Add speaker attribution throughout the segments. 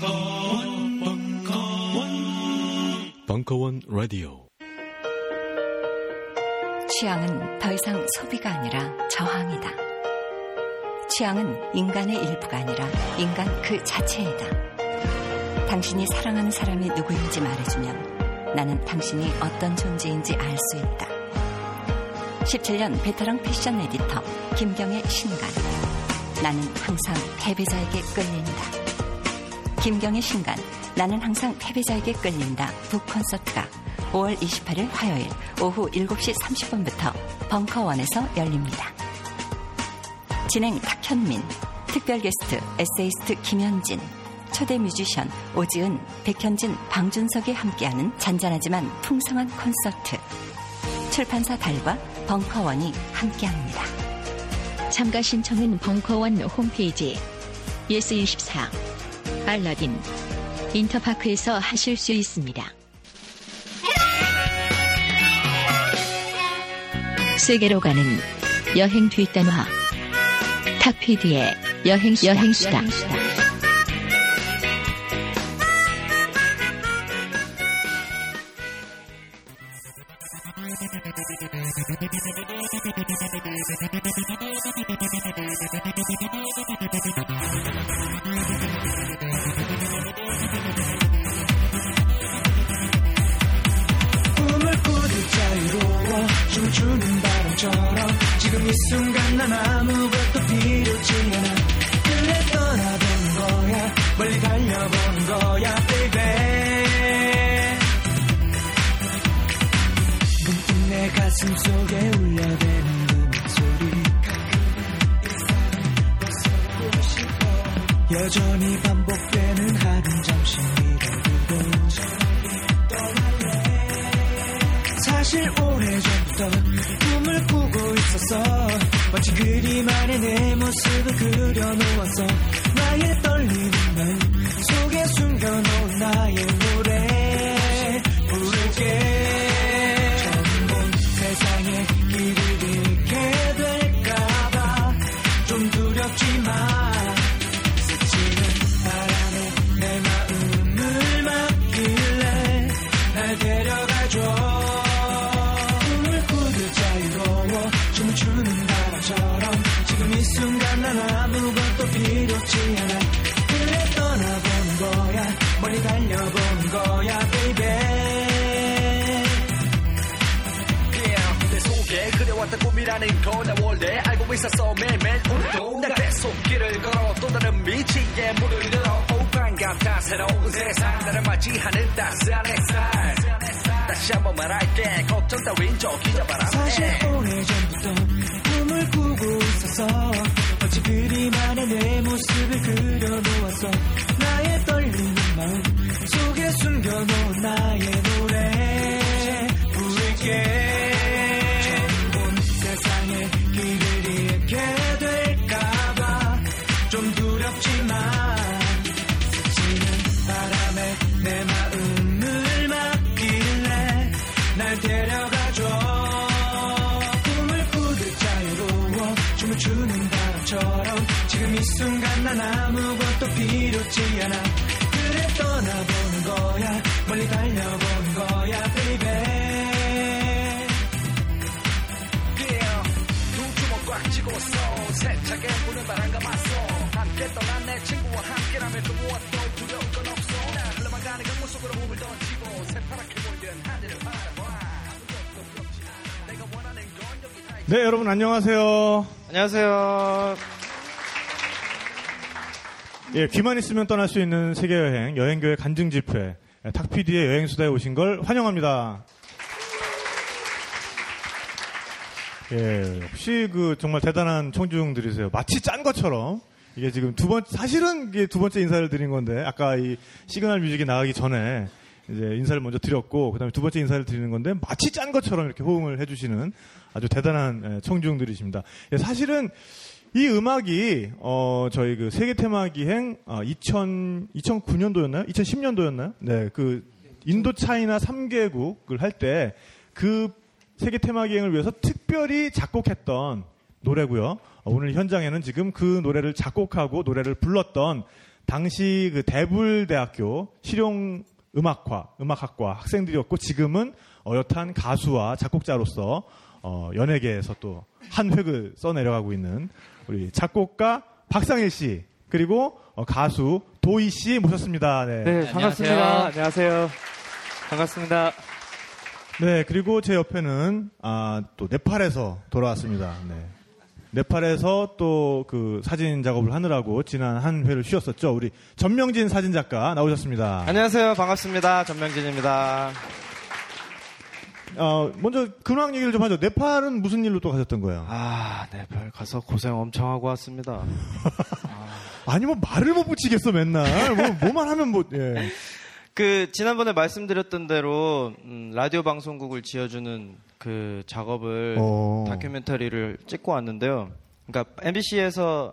Speaker 1: 벙커원, 벙커원,
Speaker 2: 벙커원 라디오.
Speaker 3: 취향은 더 이상 소비가 아니라 저항이다. 취향은 인간의 일부가 아니라 인간 그 자체이다. 당신이 사랑하는 사람이 누구인지 말해주면 나는 당신이 어떤 존재인지 알 수 있다. 17년 베테랑 패션 에디터 김경의 신간. 나는 항상 패배자에게 끌린다. 김경의 신간 나는 항상 패배자에게 끌린다 북콘서트가 5월 28일 화요일 오후 7시 30분부터 벙커원에서 열립니다. 진행 탁현민, 특별 게스트 에세이스트 김현진, 초대 뮤지션 오지은, 백현진, 방준석이 함께하는 잔잔하지만 풍성한 콘서트. 출판사 달과 벙커원이 함께합니다.
Speaker 4: 참가 신청은 벙커원 홈페이지 예스24 알라딘 인터파크에서 하실 수 있습니다. 세계로 가는 여행 뒷단화 탁피디의 여행 여행 수다.
Speaker 5: 꿈을 꾸듯 자유로워 춤추는 바람처럼 지금 이 순간 난 아무것도 필요치 않아 그래 떠나보는 거야 멀리 달려보는 거야 baby 문득 내 가슴 속에 울려대는 그 목소리 여전히 반복되는 하루 잠시 미뤄두고 사실 오래전부터 꿈을 꾸고 있었어 마치 그림 안에 내 모습을 그려놓았어 나의 떨리는 맘 속에 숨겨놓은 나의 노래 부를게 처음 본 세상에 길을 잃게 될까봐 좀 두렵지만 스치는 바람에 내 마음을 맡길래 날 데려가줘 꿈을 꾸듯 자유로워 춤을 추는 바람처럼 지금 이 순간 난 아무것도 필요치 않아 그래 떠나보는 거야 멀리 달려보는 거야 baby
Speaker 6: 내 속에 그려왔던 꿈이라는 건나 원래 알고 있었어 매일매일 오늘도 나내 속길을 걸어 또 다른 미치게 물을 늘어 오 반갑다 새로운 세상 나를 맞이하는 따스한 햇살 다시 한 번 말할게 걱정 따윈 저 네.
Speaker 5: 사실
Speaker 6: 기자바람에
Speaker 5: 오래전부터 꿈을 꾸고 있었어 어찌 그림 안에 내 모습을 그려놓았어 나의 떨리는 마음 속에 숨겨놓은 나의 노래 부를게 처음 본 세상에 길을 잃게 될까봐 좀 두렵지만 지는 바람에 내 마음을 맡길래 날 데려가줘 꿈을 꾸듯 자유로워 춤을 추는 바람처럼 지금 이 순간 난 아무것도 필요치 않아 그래 떠나보는 거야 멀리 달려보는 거야 baby
Speaker 6: Yeah. 두 주먹 꽉 쥐고 왔어 세차게 문을 바람 감았어 함께 떠난 내 친구와 함께라면 또 무엇도 두려울 건 없어 나 흘러가는 강물 속으로 몸을 던지고 새파랗게 몰리는 하늘을 바라봐 아무것도 두렵지 않아 내가 원하는 건 여기 다 있어
Speaker 7: 네, 여러분 안녕하세요.
Speaker 8: 안녕하세요.
Speaker 7: 예, 귀만 있으면 떠날 수 있는 세계 여행 여행교회 간증 집회 예, 탁피디의 여행 수다에 오신 걸 환영합니다. 예, 역시 그 정말 대단한 청중들이세요. 마치 짠 것처럼 이게 지금 두 번, 사실은 이게 두 번째 인사를 드린 건데 아까 이 시그널 뮤직이 나가기 전에 이제 인사를 먼저 드렸고 그다음에 두 번째 인사를 드리는 건데 마치 짠 것처럼 이렇게 호응을 해주시는 아주 대단한 예, 청중들이십니다. 예, 사실은 이 음악이 어 저희 그 세계 테마 기행 어, 2000 2009년도였나요? 2010년도였나요? 네, 그 인도 차이나 3개국을 할 때 그 세계 테마 기행을 위해서 특별히 작곡했던 노래고요. 어, 오늘 현장에는 지금 그 노래를 작곡하고 노래를 불렀던 당시 그 대불대학교 실용 음악과 음악학과 학생들이었고 지금은 어엿한 가수와 작곡자로서 어, 연예계에서 또 한 획을 써내려가고 있는 우리 작곡가 박상일 씨 그리고 어, 가수 도희 씨 모셨습니다. 네. 네.
Speaker 1: 네, 반갑습니다. 안녕하세요. 반갑습니다.
Speaker 7: 네, 그리고 제 옆에는 아, 또 네팔에서 돌아왔습니다. 네. 네팔에서 또 그 사진 작업을 하느라고 지난 한 회를 쉬었었죠. 우리 전명진 사진 작가 나오셨습니다.
Speaker 1: 안녕하세요. 반갑습니다. 전명진입니다.
Speaker 7: 어, 먼저 근황 얘기를 좀 하죠. 네팔은 무슨 일로 또 가셨던 거예요?
Speaker 1: 아, 네팔 가서 고생 엄청 하고 왔습니다.
Speaker 7: 아니 뭐 말을 못 붙이겠어 맨날 뭐 뭐만 하면 뭐
Speaker 1: 네.
Speaker 7: 예.
Speaker 1: 그 지난번에 말씀드렸던 대로 음, 라디오 방송국을 지어주는 그 작업을
Speaker 7: 어.
Speaker 1: 다큐멘터리를 찍고 왔는데요. 그러니까 MBC에서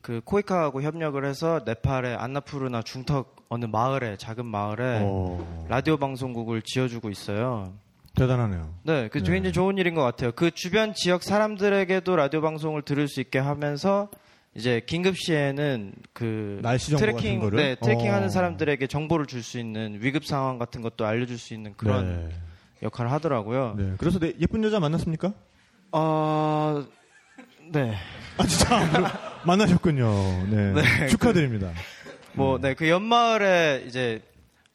Speaker 1: 그 코이카하고 협력을 해서 네팔의 안나푸르나 중턱 어느 마을에 작은 마을에
Speaker 7: 어,
Speaker 1: 라디오 방송국을 지어주고 있어요.
Speaker 7: 대단하네요.
Speaker 1: 네, 그
Speaker 7: 네.
Speaker 1: 굉장히 좋은 일인 것 같아요. 그 주변 지역 사람들에게도 라디오 방송을 들을 수 있게 하면서 이제 긴급 시에는 그
Speaker 7: 날씨 정보 같은
Speaker 1: 트래킹,
Speaker 7: 거를?
Speaker 1: 네, 트래킹하는
Speaker 7: 어.
Speaker 1: 사람들에게 정보를 줄 수 있는 위급 상황 같은 것도 알려줄 수 있는 그런
Speaker 7: 네.
Speaker 1: 역할을 하더라고요.
Speaker 7: 네. 그래서 네, 예쁜 여자 만났습니까?
Speaker 1: 어, 네,
Speaker 7: 아 진짜 안 그러- 만나셨군요. 네.
Speaker 1: 네,
Speaker 7: 축하드립니다.
Speaker 1: 뭐, 네, 그 옆마을에 이제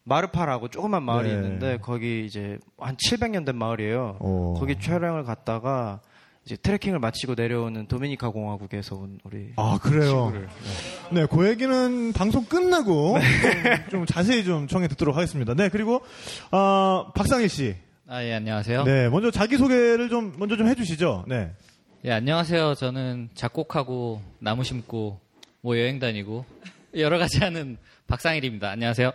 Speaker 1: 마르파라고 조그만 마을이
Speaker 7: 네.
Speaker 1: 있는데 거기 이제 한 700년 된 마을이에요.
Speaker 7: 어.
Speaker 1: 거기 촬영을 갔다가 이제 트레킹을 마치고 내려오는 도미니카 공화국에서 온 우리
Speaker 7: 아 그래요. 네, 그 얘기는 방송 끝나고
Speaker 2: 네.
Speaker 7: 좀, 좀 자세히 좀 청해 듣도록 하겠습니다. 네, 그리고 아 박상일 씨,
Speaker 2: 아, 예, 안녕하세요.
Speaker 7: 네, 먼저 자기 소개를 좀 먼저 좀 해주시죠. 네,
Speaker 2: 예, 안녕하세요. 저는 작곡하고 나무 심고 뭐 여행 다니고 여러 가지 하는 박상일입니다. 안녕하세요.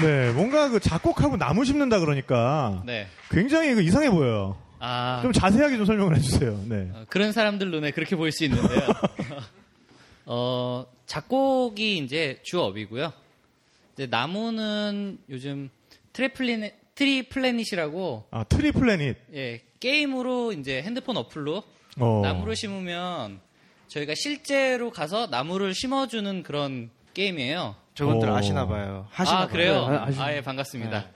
Speaker 7: 네, 뭔가 그 작곡하고 나무 심는다 그러니까
Speaker 2: 네.
Speaker 7: 굉장히 그 이상해 보여요.
Speaker 2: 아,
Speaker 7: 좀 자세하게 좀 설명을 해주세요. 네.
Speaker 2: 어, 그런 사람들 눈에 그렇게 보일 수 있는데요. 어, 작곡이 이제 주업이고요. 이제 나무는 요즘 트리플린 트리플래닛이라고
Speaker 7: 아, 트리 플래닛.
Speaker 2: 예, 게임으로 이제 핸드폰 어플로
Speaker 7: 어.
Speaker 2: 나무를 심으면 저희가 실제로 가서 나무를 심어주는 그런 게임이에요.
Speaker 1: 저분들
Speaker 7: 오.
Speaker 1: 아시나 봐요. 하시나
Speaker 2: 아 그래요?
Speaker 1: 봐요.
Speaker 2: 아, 예 반갑습니다.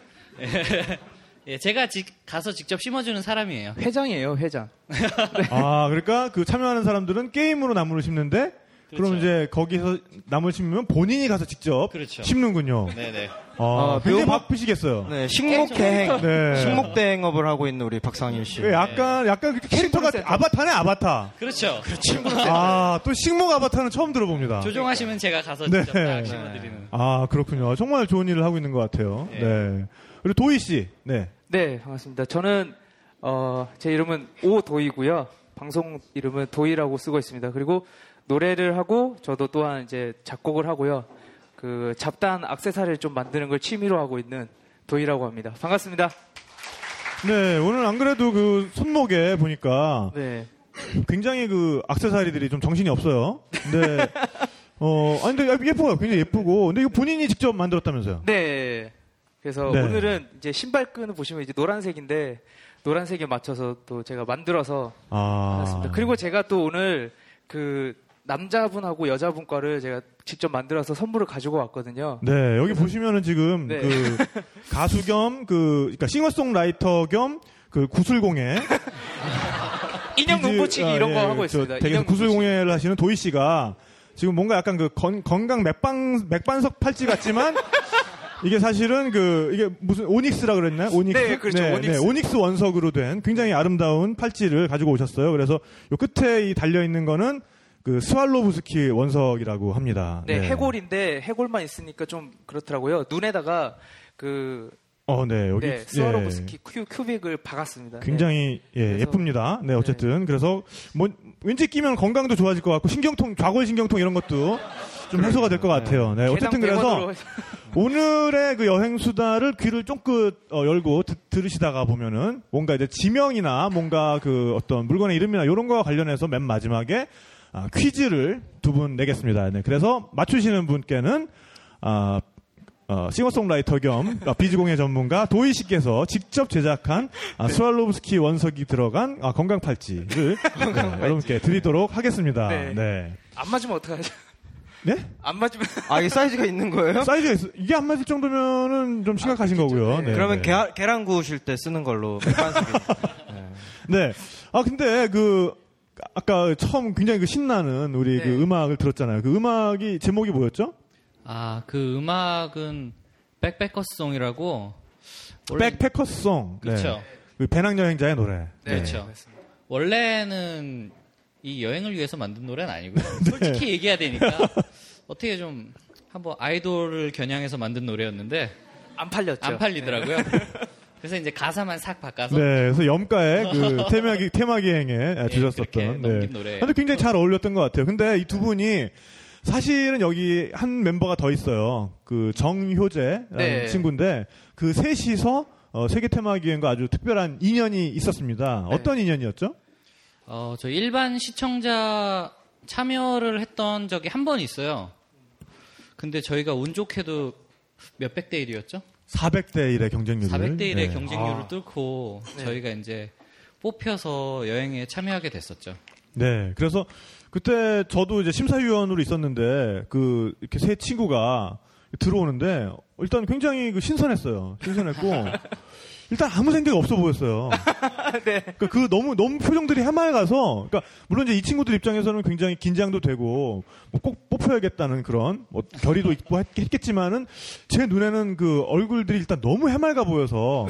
Speaker 2: 예, 제가 직, 가서 직접 심어주는 사람이에요.
Speaker 1: 회장이에요, 회장.
Speaker 7: 아, 그러니까 그 참여하는 사람들은 게임으로 나무를 심는데 그럼
Speaker 2: 그렇죠.
Speaker 7: 이제 거기서 나무를 심으면 본인이 가서 직접
Speaker 2: 그렇죠.
Speaker 7: 심는군요.
Speaker 2: 네네.
Speaker 7: 아,
Speaker 1: 아,
Speaker 7: 굉장히
Speaker 1: 묘목-
Speaker 7: 바쁘시겠어요.
Speaker 1: 네, 식목 대행.
Speaker 7: 네.
Speaker 1: 식목 대행업을 하고 있는 우리 박상일 씨.
Speaker 7: 그 약간 약간 그 캐릭터가 아바타네 아바타.
Speaker 2: 그렇죠. 그렇죠.
Speaker 7: 아, 또 식목 아바타는 처음 들어봅니다.
Speaker 2: 조종하시면 제가 가서
Speaker 7: 네.
Speaker 2: 직접 딱 심어드리는.
Speaker 7: 아, 그렇군요. 정말 좋은 일을 하고 있는 것 같아요.
Speaker 2: 예.
Speaker 7: 네. 그리고 도희 씨. 네.
Speaker 8: 네, 반갑습니다. 저는 어, 제 이름은 오도이고요. 방송 이름은 도이라고 쓰고 있습니다. 그리고 노래를 하고 저도 또한 이제 작곡을 하고요. 그 잡다한 악세사리를 좀 만드는 걸 취미로 하고 있는 도이라고 합니다. 반갑습니다.
Speaker 7: 네, 오늘 안 그래도 그 손목에 보니까
Speaker 8: 네.
Speaker 7: 굉장히 그 악세사리들이 좀 정신이 없어요. 근데 어, 아니 근데 예뻐요. 굉장히 예쁘고. 근데 이거 본인이 직접 만들었다면서요?
Speaker 8: 네. 그래서
Speaker 7: 네.
Speaker 8: 오늘은 이제 신발끈을 보시면 이제 노란색인데 노란색에 맞춰서 또 제가 만들어서
Speaker 7: 아.
Speaker 8: 맞습니다. 그리고 제가 또 오늘 그 남자분하고 여자분 거를 제가 직접 만들어서 선물을 가지고 왔거든요.
Speaker 7: 네, 여기 보시면은 지금
Speaker 8: 네.
Speaker 7: 그 가수 겸 그 그러니까 싱어송라이터 겸 그 구슬공예
Speaker 8: 인형
Speaker 7: 비즈-
Speaker 8: 눈붙이기
Speaker 7: 아,
Speaker 8: 이런
Speaker 7: 예,
Speaker 8: 거 하고
Speaker 7: 저
Speaker 8: 있습니다.
Speaker 7: 댁에서
Speaker 8: 인형 눈붙이기.
Speaker 7: 구슬공예를 하시는 도희 씨가 지금 뭔가 약간 그 건, 건강 맥방 맥반석 팔찌 같지만 이게 사실은 그 이게 무슨 오닉스라 그랬나요? 오닉스.
Speaker 8: 네, 그렇죠. 오닉스.
Speaker 7: 오닉스 원석으로 된 굉장히 아름다운 팔찌를 가지고 오셨어요. 그래서 요 끝에 이 달려 있는 거는 그 스왈로브스키 원석이라고 합니다.
Speaker 8: 네, 해골인데 해골만 있으니까 좀 그렇더라고요. 눈에다가 그
Speaker 7: 어, 네. 여기
Speaker 8: 네, 스와로브스키 큐, 큐빅을 박았습니다. 네.
Speaker 7: 굉장히 예,
Speaker 8: 그래서-
Speaker 7: 예쁩니다. 네, 어쨌든 그래서 뭐 왠지 끼면 건강도 좋아질 것 같고 신경통, 좌골 신경통 이런 것도 좀 해소가 될 것 같아요. 네, 어쨌든
Speaker 8: 그렇죠.
Speaker 7: 그래서
Speaker 8: 개당 100원으로 해서-
Speaker 7: 오늘의 그 여행 수다를 귀를 쫑긋 어, 열고 듣- 들으시다가 보면은 뭔가 이제 지명이나 뭔가 그 어떤 물건의 이름이나 이런 거와 관련해서 맨 마지막에 아, 퀴즈를 두 분 내겠습니다. 네, 그래서 맞추시는 분께는 아, 어, 싱어송라이터 겸 아, 비즈공예 전문가 도희 씨께서 직접 제작한 아, 스왈로브스키 원석이 들어간 아, 건강 팔찌를 네, 여러분께 드리도록 하겠습니다.
Speaker 8: 네.
Speaker 7: 네.
Speaker 8: 안 맞으면 어떡하죠?
Speaker 7: 네?
Speaker 8: 안 맞으면
Speaker 1: 아 이게 사이즈가 있는 거예요?
Speaker 7: 사이즈가 있어. 이게 안 맞을 정도면은 좀 심각하신 거고요. 네,
Speaker 1: 그러면
Speaker 7: 네.
Speaker 1: 계란, 계란 구우실 때 쓰는 걸로 백반숙이.
Speaker 7: 네. 아 근데 그 아까 처음 굉장히 그 신나는 우리
Speaker 8: 네.
Speaker 7: 그 음악을 들었잖아요. 그 음악이 제목이 뭐였죠?
Speaker 2: 아, 그 음악은 백패커송이라고 원래-
Speaker 7: 백패커송.
Speaker 2: 네. 그렇죠.
Speaker 7: 그 배낭여행자의 노래.
Speaker 8: 네,
Speaker 2: 그렇죠.
Speaker 8: 맞습니다.
Speaker 2: 원래는 이 여행을 위해서 만든 노래는 아니고요. 솔직히 얘기해야 되니까 어떻게 좀 한번 아이돌을 겨냥해서 만든 노래였는데
Speaker 8: 안 팔렸죠.
Speaker 2: 안 팔리더라고요. 그래서 이제 가사만 싹 바꿔서
Speaker 7: 네, 그래서 염가의 그 테마기 테마기행에
Speaker 2: 네, 그렇게
Speaker 7: 주셨었던. 네.
Speaker 2: 넘긴 노래.
Speaker 7: 근데 굉장히 잘 어울렸던 것 같아요. 근데 이 두 분이 사실은 여기 한 멤버가 더 있어요. 그 정효재라는
Speaker 8: 네.
Speaker 7: 친구인데 그 셋이서 어, 세계 테마기행과 아주 특별한 인연이 있었습니다.
Speaker 8: 네.
Speaker 7: 어떤 인연이었죠?
Speaker 2: 어, 저 일반 시청자 참여를 했던 적이 한 번 있어요. 근데 저희가 운 좋게도 몇백 대 1이었죠?
Speaker 7: 400대 1의 경쟁률을.
Speaker 2: 400대 1의
Speaker 7: 네.
Speaker 1: 아.
Speaker 2: 경쟁률을 뚫고
Speaker 1: 네.
Speaker 2: 저희가 이제 뽑혀서 여행에 참여하게 됐었죠.
Speaker 7: 네, 그래서 그때 저도 이제 심사위원으로 있었는데 그 이렇게 세 친구가 들어오는데 일단 굉장히 그 신선했어요. 신선했고 일단 아무 생각이 없어 보였어요.
Speaker 1: 네.
Speaker 7: 그러니까 그 너무 너무 표정들이 해맑아서 그러니까 물론 이제 이 친구들 입장에서는 굉장히 긴장도 되고 뭐꼭 뽑혀야겠다는 그런 뭐 결의도 있고 했, 겠지만은제 눈에는 그 얼굴들이 일단 너무 해맑아 보여서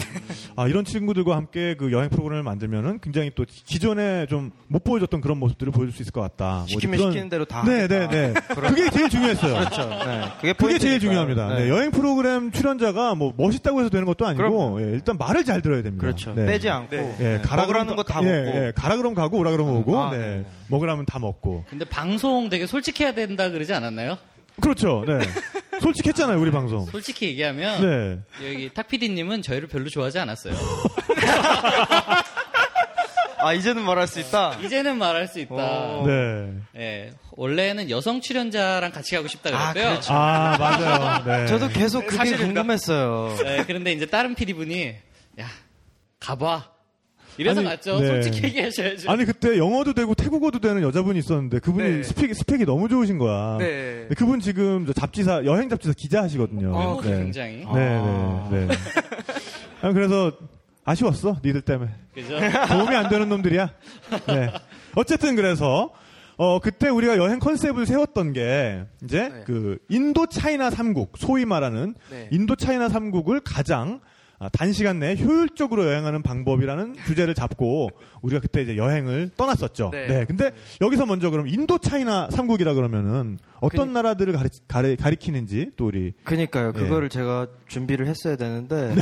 Speaker 7: 아 이런 친구들과 함께 그 여행 프로그램을 만들면은 굉장히 또 기존에 좀 못 보여줬던 그런 모습들을 보여줄 수 있을 것 같다. 뭐
Speaker 1: 시키면
Speaker 7: 그런-
Speaker 1: 시키는 대로 다.
Speaker 7: 네, 네, 네. 그게 제일 중요했어요.
Speaker 1: 그렇죠. 네. 그게,
Speaker 7: 그게
Speaker 1: 포인트니까요.
Speaker 7: 제일 중요합니다. 네,
Speaker 1: 네.
Speaker 7: 여행 프로그램 출연자가 뭐 멋있다고 해서 되는 것도 아니고 예, 일단 말을 잘 들어야 됩니다.
Speaker 1: 그렇죠.
Speaker 7: 네.
Speaker 1: 빼지 않고.
Speaker 7: 예, 가라
Speaker 1: 먹으라는 거 다
Speaker 7: 예,
Speaker 1: 먹고.
Speaker 7: 예, 가라 그럼 가고 오라 그럼 오고.
Speaker 1: 아,
Speaker 7: 네.
Speaker 1: 네, 네.
Speaker 7: 먹으라면 다 먹고.
Speaker 2: 근데 방송 되게 솔직해야 된다 그러지 않았나요?
Speaker 7: 그렇죠. 네. 솔직했잖아요, 우리 방송.
Speaker 2: 솔직히 얘기하면
Speaker 7: 네.
Speaker 2: 여기 탁 PD님은 저희를 별로 좋아하지 않았어요.
Speaker 1: 아 이제는 말할 수 있다.
Speaker 2: 이제는 말할 수 있다.
Speaker 1: 오.
Speaker 7: 네.
Speaker 2: 예, 원래는 여성 출연자랑 같이 가고 싶다
Speaker 1: 아,
Speaker 2: 그랬고요.
Speaker 1: 그렇죠.
Speaker 7: 아, 맞아요. 네.
Speaker 1: 저도 계속 그게
Speaker 8: 사실입니다.
Speaker 1: 궁금했어요.
Speaker 2: 예, 그런데 이제 다른 PD분이 야 가봐 이래서
Speaker 7: 아니,
Speaker 2: 맞죠.
Speaker 7: 네.
Speaker 2: 솔직히 얘기하셔야죠.
Speaker 7: 아니 그때 영어도 되고 태국어도 되는 여자분이 있었는데 그분이
Speaker 8: 네.
Speaker 7: 스펙이 스펙이 너무 좋으신 거야.
Speaker 8: 네.
Speaker 7: 근데 그분 지금 저 잡지사 여행 잡지사 기자 하시거든요.
Speaker 1: 어,
Speaker 2: 외모가 어,
Speaker 1: 그러니까.
Speaker 2: 굉장히
Speaker 7: 어, 네, 네, 네. 아, 그래서 아쉬웠어, 니들 때문에.
Speaker 2: 그죠?
Speaker 7: 도움이 안 되는 놈들이야. 네. 어쨌든 그래서 어 그때 우리가 여행 컨셉을 세웠던 게 이제
Speaker 8: 네.
Speaker 7: 그 인도 차이나 삼국 소위 말하는
Speaker 8: 네.
Speaker 7: 인도 차이나 삼국을 가장 아, 단시간 내에 효율적으로 여행하는 방법이라는 주제를 잡고 우리가 그때 이제 여행을 떠났었죠.
Speaker 8: 네.
Speaker 7: 근데 여기서 먼저 그럼 인도 차이나 삼국이라 그러면은 어떤 나라들을 가리, 가리, 가리키는지 또 우리
Speaker 1: 그니까요.
Speaker 7: 네.
Speaker 1: 그거를 제가 준비를 했어야 되는데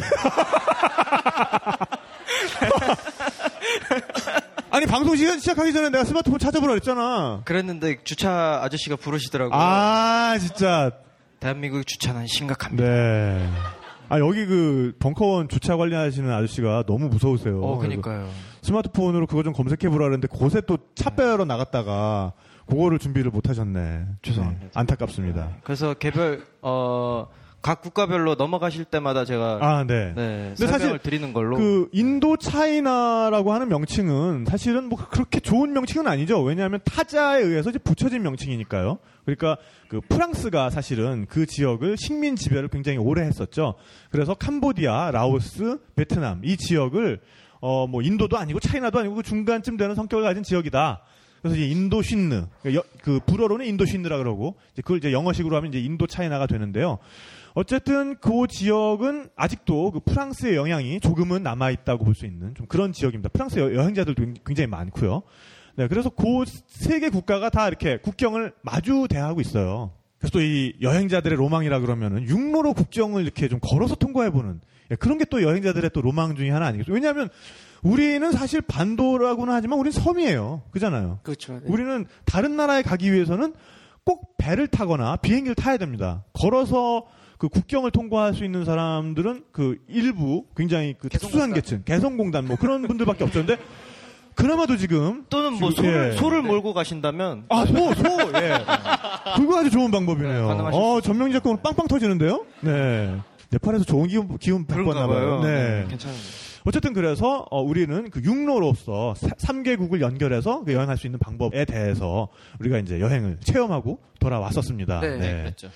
Speaker 7: 아니 방송 시간 시작하기 전에 내가 스마트폰 찾아보라 그랬잖아.
Speaker 1: 그랬는데 주차 아저씨가 부르시더라고요.
Speaker 7: 아 진짜
Speaker 1: 대한민국 주차는 심각합니다.
Speaker 7: 네. 아 여기 그 벙커원 주차 관리하시는 아저씨가 너무 무서우세요.
Speaker 1: 어, 그니까요.
Speaker 7: 그래서 스마트폰으로 그거 좀 검색해 보라 그랬는데 곳에 또
Speaker 1: 네.
Speaker 7: 차 빼러 나갔다가 그거를 준비를 못 하셨네.
Speaker 1: 죄송합니다.
Speaker 7: 네, 안타깝습니다.
Speaker 1: 그래서 개별 어 각 국가별로 넘어가실 때마다 제가
Speaker 7: 아, 네.
Speaker 1: 네,
Speaker 7: 근데
Speaker 1: 설명을
Speaker 7: 사실
Speaker 1: 드리는 걸로
Speaker 7: 그 인도 차이나라고 하는 명칭은 사실은 뭐 그렇게 좋은 명칭은 아니죠. 왜냐하면 타자에 의해서 이제 붙여진 명칭이니까요. 그러니까 그 프랑스가 사실은 그 지역을 식민 지배를 굉장히 오래 했었죠. 그래서 캄보디아, 라오스, 베트남 이 지역을 어 뭐 인도도 아니고 차이나도 아니고 그 중간쯤 되는 성격을 가진 지역이다. 그래서 이제 인도 신느, 그러니까 여- 그 불어로는 인도 신느라 그러고 이제 그걸 이제 영어식으로 하면 이제 인도 차이나가 되는데요. 어쨌든 그 지역은 아직도 그 프랑스의 영향이 조금은 남아 있다고 볼 수 있는 좀 그런 지역입니다. 프랑스 여, 여행자들도 굉장히 많고요. 네, 그래서 그 세 개 국가가 다 이렇게 국경을 마주 대하고 있어요. 그래서 또 이 여행자들의 로망이라 그러면은 육로로 국경을 이렇게 좀 걸어서 통과해보는 예, 그런 게 또 여행자들의 또 로망 중에 하나 아니겠어요? 왜냐하면 우리는 사실 반도라고는 하지만 우리는 섬이에요. 그잖아요.
Speaker 8: 그렇죠. 네.
Speaker 7: 우리는 다른 나라에 가기 위해서는 꼭 배를 타거나 비행기를 타야 됩니다. 걸어서 그 국경을 통과할 수 있는 사람들은 그 일부 굉장히 그 특수한 계층, 개성공단 뭐 그런 분들밖에 없었는데 그나마도 지금
Speaker 1: 또는 뭐
Speaker 7: 지금-
Speaker 1: 소를
Speaker 7: 예.
Speaker 1: 소를 몰고 가신다면
Speaker 7: 아, 소, 소, 예. 그거 아주 좋은
Speaker 1: 네,
Speaker 7: 방법이네요.
Speaker 1: 가능하실
Speaker 7: 어, 전명기 작곡은 빵빵 터지는데요? 네. 네팔에서 좋은 기운, 기운
Speaker 1: 그런가
Speaker 7: 바꿨나봐요.
Speaker 1: 봐요.
Speaker 7: 네.
Speaker 1: 괜찮은데.
Speaker 7: 어쨌든 그래서 어, 우리는 그 육로로서 3개국을 연결해서 그 여행할 수 있는 방법에 대해서 우리가 이제 여행을 체험하고 돌아왔었습니다.
Speaker 8: 네.
Speaker 2: 네, 그랬죠.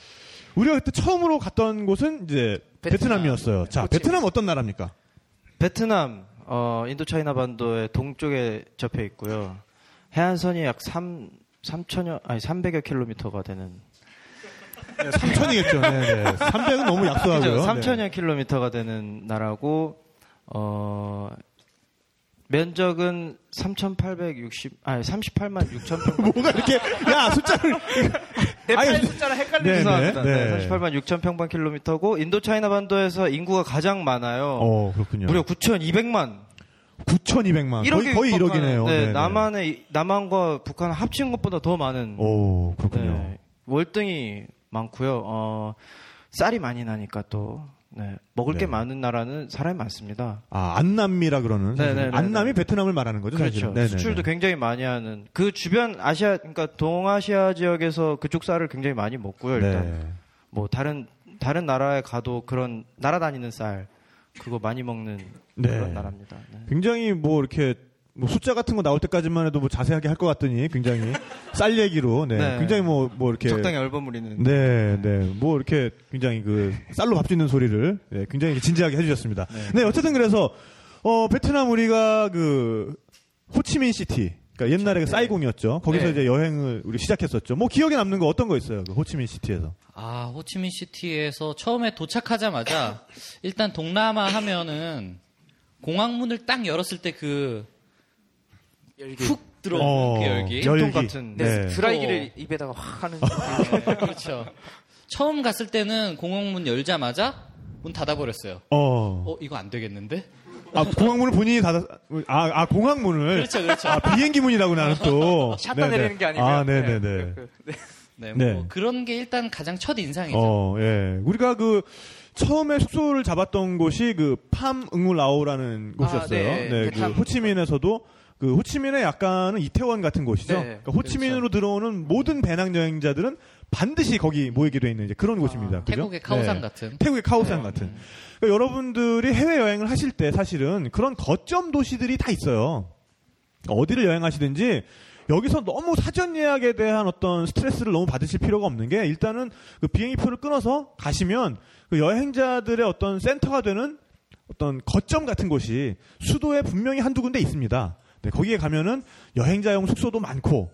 Speaker 7: 우리가 그때 처음으로 갔던 곳은 이제
Speaker 8: 베트남. 그렇죠.
Speaker 7: 베트남. 이었어요 자,
Speaker 8: 호치민.
Speaker 7: 베트남 어떤 나라입니까?
Speaker 1: 베트남, 어, 인도차이나 반도의 동쪽에 접해 있고요. 해안선이 약 3, 3천여, 아니 300여 킬로미터가 되는.
Speaker 7: 3천이겠죠. 네, 네. 300은 너무 약소하고요.
Speaker 1: 3천여
Speaker 7: 네.
Speaker 1: 킬로미터가 되는 나라고, 어, 면적은 3,860, 아니 38만 6천 평.
Speaker 7: 네. 뭐가 이렇게 야 숫자를
Speaker 8: 네팔
Speaker 7: 아니,
Speaker 8: 숫자랑
Speaker 7: 네,
Speaker 8: 헷갈리는
Speaker 1: 죄송합니다.
Speaker 7: 네.
Speaker 1: 네, 38만 6천 평방 킬로미터고 인도 차이나 반도에서 인구가 가장 많아요.
Speaker 7: 어 그렇군요.
Speaker 1: 무려 9,200만.
Speaker 7: 9,200만 아, 거의
Speaker 1: 1억에
Speaker 7: 거의
Speaker 1: 육박하는,
Speaker 7: 1억이네요.
Speaker 1: 네, 남한의 남한과 북한 합친 것보다 더 많은
Speaker 7: 오 어, 그렇군요.
Speaker 1: 네, 월등히 많고요. 어, 쌀이 많이 나니까 또 네, 먹을
Speaker 7: 네.
Speaker 1: 게 많은 나라는 사람이 많습니다.
Speaker 7: 아 안남미라 그러는
Speaker 1: 네,
Speaker 7: 사실.
Speaker 1: 네, 네,
Speaker 7: 안남이
Speaker 1: 네.
Speaker 7: 베트남을 말하는 거죠.
Speaker 1: 그렇죠.
Speaker 7: 사실은. 네, 네,
Speaker 1: 수출도
Speaker 7: 네.
Speaker 1: 굉장히 많이 하는 그 주변 아시아 그러니까 동아시아 지역에서 그쪽 쌀을 굉장히 많이 먹고요. 일단
Speaker 7: 네.
Speaker 1: 뭐 다른 다른 나라에 가도 그런 날아다니는 쌀 그거 많이 먹는
Speaker 7: 네.
Speaker 1: 그런 나라입니다. 네.
Speaker 7: 굉장히 뭐 이렇게 뭐 숫자 같은 거 나올 때까지만 해도 뭐 자세하게 할 것 같더니 굉장히 쌀 얘기로 네,
Speaker 1: 네.
Speaker 7: 굉장히 뭐 뭐 이렇게
Speaker 1: 적당히 얼버무리는
Speaker 7: 네, 네. 뭐 이렇게 굉장히 그 쌀로 밥 짓는 소리를 네, 굉장히 진지하게 해주셨습니다. 네. 어쨌든 그래서 어 베트남 우리가 그 호치민 시티, 그러니까 옛날에 그 사이공이었죠. 거기서
Speaker 8: 네.
Speaker 7: 이제 여행을 우리 시작했었죠. 뭐 기억에 남는 거 어떤 거 있어요? 그 호치민 시티에서.
Speaker 2: 아, 호치민 시티에서 처음에 도착하자마자 일단 동남아 하면은 공항문을 딱 열었을 때 그 훅 들어오는 그 열기. 어.
Speaker 1: 열기. 같은.
Speaker 7: 네.
Speaker 8: 드라이기를 입에다가 확 하는
Speaker 7: 아,
Speaker 2: 네, 그렇죠. 처음 갔을 때는 공항문 열자마자 문 닫아버렸어요.
Speaker 7: 어.
Speaker 2: 어, 이거 안 되겠는데?
Speaker 7: 아 공항문을 본인이 닫아. 아, 아 공항문을.
Speaker 2: 그렇죠, 그렇죠.
Speaker 7: 아 비행기 문이라고 나는 또.
Speaker 8: 샷다
Speaker 7: 네,
Speaker 8: 내리는
Speaker 7: 네.
Speaker 8: 게 아니고요.
Speaker 7: 아, 네, 네, 네.
Speaker 8: 그- 네.
Speaker 2: 네, 뭐
Speaker 7: 네.
Speaker 2: 그런 게 일단 가장 첫 인상이죠.
Speaker 7: 어, 예. 우리가 그 처음에 숙소를 잡았던 곳이 그
Speaker 2: 아,
Speaker 7: 팜응우라오라는 곳이었어요.
Speaker 8: 네.
Speaker 7: 그
Speaker 8: 베트남.
Speaker 7: 호치민에서도 그 호치민의 약간은 이태원 같은 곳이죠.
Speaker 8: 네.
Speaker 7: 그러니까 호치민으로
Speaker 2: 그렇죠.
Speaker 7: 들어오는 모든 배낭 여행자들은 반드시 거기 모이게 돼 있는 이제 그런 곳입니다. 그죠?
Speaker 2: 아, 태국의 카오산
Speaker 7: 네.
Speaker 2: 같은.
Speaker 7: 태국의 카오산 같은. 그러니까 여러분들이 해외 여행을 하실 때 사실은 그런 거점 도시들이 다 있어요. 그러니까 어디를 여행하시든지 여기서 너무 사전 예약에 대한 어떤 스트레스를 너무 받으실 필요가 없는 게 일단은 그 비행기 표를 끊어서 가시면 그 여행자들의 어떤 센터가 되는 어떤 거점 같은 곳이 수도에 분명히 한두 군데 있습니다. 네, 거기에 가면은 여행자용 숙소도 많고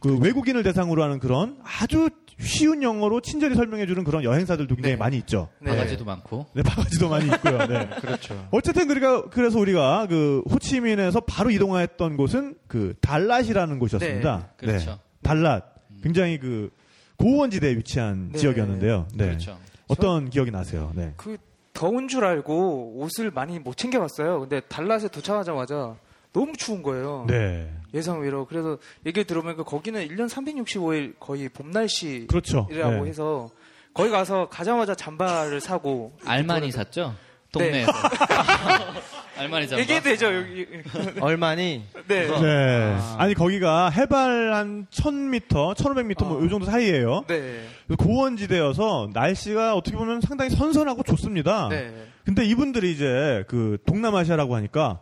Speaker 7: 그 외국인을 대상으로 하는 그런 아주 쉬운 영어로 친절히 설명해주는 그런 여행사들도 굉장히
Speaker 8: 네.
Speaker 7: 많이 있죠.
Speaker 8: 네.
Speaker 2: 바가지도 많고.
Speaker 7: 네, 바가지도 많이 있고요. 네.
Speaker 1: 그렇죠.
Speaker 7: 어쨌든 그러니까 그래서 우리가 그 호치민에서 바로 이동했던 곳은 그 달랏이라는 곳이었습니다.
Speaker 2: 네, 그렇죠.
Speaker 7: 달랏 굉장히 그 고원지대에 위치한
Speaker 8: 네.
Speaker 7: 지역이었는데요. 네.
Speaker 2: 그렇죠.
Speaker 7: 어떤 기억이 나세요? 네.
Speaker 8: 그 더운 줄 알고 옷을 많이 못 챙겨갔어요. 근데 달랏에 도착하자마자 너무 추운 거예요.
Speaker 7: 네.
Speaker 8: 예상 외로. 그래서 얘기를 들어보니까 거기는 1년 365일 거의 봄 날씨
Speaker 7: 그렇죠.
Speaker 8: 이라고
Speaker 7: 네.
Speaker 8: 해서 거기 가서 가자마자 잠바를 사고
Speaker 2: 알만이 샀죠? 동네에서. 알만이 잡아.
Speaker 8: 얘기해도 되죠 여기
Speaker 1: 얼마니
Speaker 8: 네
Speaker 7: 네. 아. 니 거기가 해발 한 1000m, 1500m 뭐이 정도 사이예요.
Speaker 8: 네.
Speaker 7: 고원지대여서 날씨가 어떻게 보면 상당히 선선하고 좋습니다.
Speaker 8: 네.
Speaker 7: 근데 이분들이 이제 그 동남아시아라고 하니까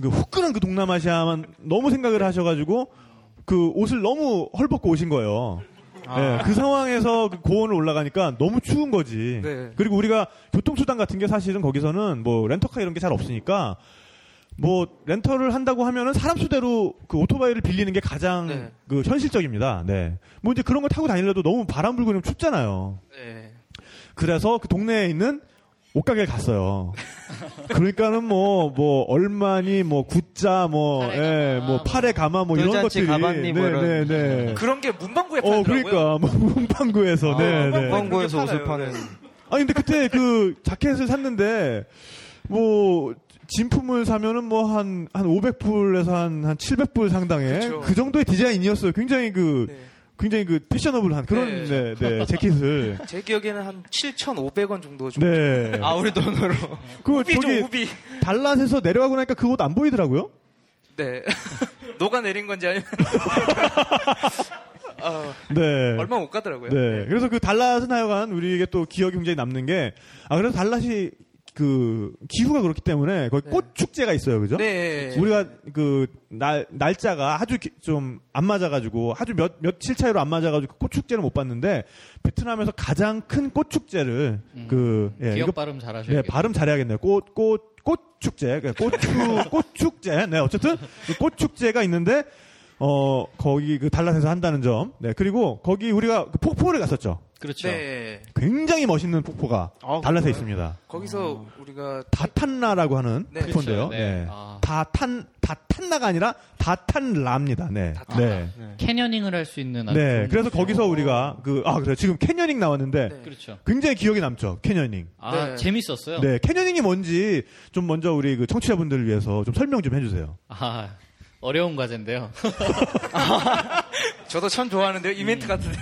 Speaker 7: 그 후끈한 그 동남아시아만 너무 생각을 하셔가지고 그 옷을 너무 헐벗고 오신 거예요.
Speaker 8: 아.
Speaker 7: 예, 그 상황에서 그 고원을 올라가니까 너무 추운 거지.
Speaker 8: 네.
Speaker 7: 그리고 우리가 교통수단 같은 게 사실은 거기서는 뭐 렌터카 이런 게 잘 없으니까 뭐 렌터를 한다고 하면은 사람 수대로 그 오토바이를 빌리는 게 가장
Speaker 8: 네.
Speaker 7: 그 현실적입니다. 네. 뭐 이제 그런 거 타고 다니려도 너무 바람 불고 이러면 춥잖아요.
Speaker 8: 네.
Speaker 7: 그래서 그 동네에 있는 옷가게를 갔어요. 그러니까는 뭐, 뭐, 얼마니, 뭐, 굿자, 뭐,
Speaker 2: 팔에
Speaker 7: 예,
Speaker 2: 가마,
Speaker 7: 뭐, 팔에 가마, 뭐, 이런 것들이.
Speaker 1: 돌잔치 가봤니, 뭐
Speaker 7: 네,
Speaker 1: 이런.
Speaker 7: 네, 네.
Speaker 8: 그런 게 문방구에
Speaker 7: 어,
Speaker 8: 팔더라고요.
Speaker 7: 그러니까, 뭐, 문방구에서,
Speaker 1: 아,
Speaker 7: 네, 네.
Speaker 1: 광고에서
Speaker 8: 그렇게
Speaker 1: 옷을
Speaker 8: 팔아요.
Speaker 1: 파는
Speaker 7: 아니, 근데 그때 그 자켓을 샀는데, 뭐, 진품을 사면은 뭐, 한, 한 500불에서 한, 한 700불 상당의
Speaker 8: 그쵸.
Speaker 7: 그 정도의 디자인이었어요. 굉장히 그,
Speaker 8: 네.
Speaker 7: 굉장히 그 패셔너블한 그런, 네,
Speaker 8: 네.
Speaker 7: 네, 재킷을.
Speaker 8: 제 기억에는 한 7,500원 정도 좀
Speaker 7: 네.
Speaker 1: 아 우리 돈으로
Speaker 7: 그거 네,
Speaker 8: 우비
Speaker 7: 저기
Speaker 8: 좀 우비
Speaker 7: 달랏에서 내려가고 나니까 그 옷 안 보이더라고요.
Speaker 8: 네 녹아내린 건지 아니면 어,
Speaker 7: 네.
Speaker 8: 얼마 못 가더라고요
Speaker 7: 네. 그래서 그 달랏은 하여간 우리에게 또 기억이 굉장히 남는 게, 아, 그래서 달랏이 그 기후가 그렇기 때문에 거기
Speaker 8: 네.
Speaker 7: 꽃 축제가 있어요, 그죠?
Speaker 8: 네.
Speaker 7: 우리가 그 날 날짜가 아주 좀 안 맞아가지고 아주 몇 며칠 차이로 안 맞아가지고 꽃 축제를 못 봤는데 베트남에서 가장 큰 꽃 축제를 그 예,
Speaker 2: 음. 기억
Speaker 7: 이거-
Speaker 2: 발음 잘하셔야
Speaker 7: 네,
Speaker 2: 겠다
Speaker 7: 발음 잘해야겠네요. 꽃, 꽃, 꽃 축제. 그러니까 꽃추, 꽃 축제. 네, 어쨌든 그꽃 축제가 있는데, 어, 거기 그 달랏에서 한다는 점. 네, 그리고 거기 우리가 그 폭포를 갔었죠.
Speaker 2: 그렇죠.
Speaker 8: 네.
Speaker 7: 굉장히 멋있는 폭포가
Speaker 8: 아,
Speaker 7: 달랏에
Speaker 8: 그래요?
Speaker 7: 있습니다.
Speaker 8: 거기서 우리가
Speaker 7: 다탄라라고 하는
Speaker 8: 네,
Speaker 7: 폭포인데요.
Speaker 2: 그렇죠.
Speaker 7: 네.
Speaker 2: 네. 아.
Speaker 7: 다탄, 다탄나가 아니라 다탄라입니다. 네. 네.
Speaker 2: 캐녀닝을 할 수 있는 아주
Speaker 7: 네.
Speaker 2: 좋은
Speaker 7: 그래서
Speaker 2: 곳이에요.
Speaker 7: 거기서 우리가 그, 아, 그래요. 지금 캐녀닝 나왔는데
Speaker 8: 네.
Speaker 2: 그렇죠.
Speaker 7: 굉장히 기억에 남죠. 캐녀닝.
Speaker 2: 아
Speaker 8: 네.
Speaker 2: 재밌었어요.
Speaker 7: 네, 캐녀닝이 뭔지 좀 먼저 우리 그 청취자분들을 위해서 좀 설명 좀 해주세요.
Speaker 2: 아 어려운 과제인데요.
Speaker 8: 저도 참 좋아하는데요. 이벤트 같은데.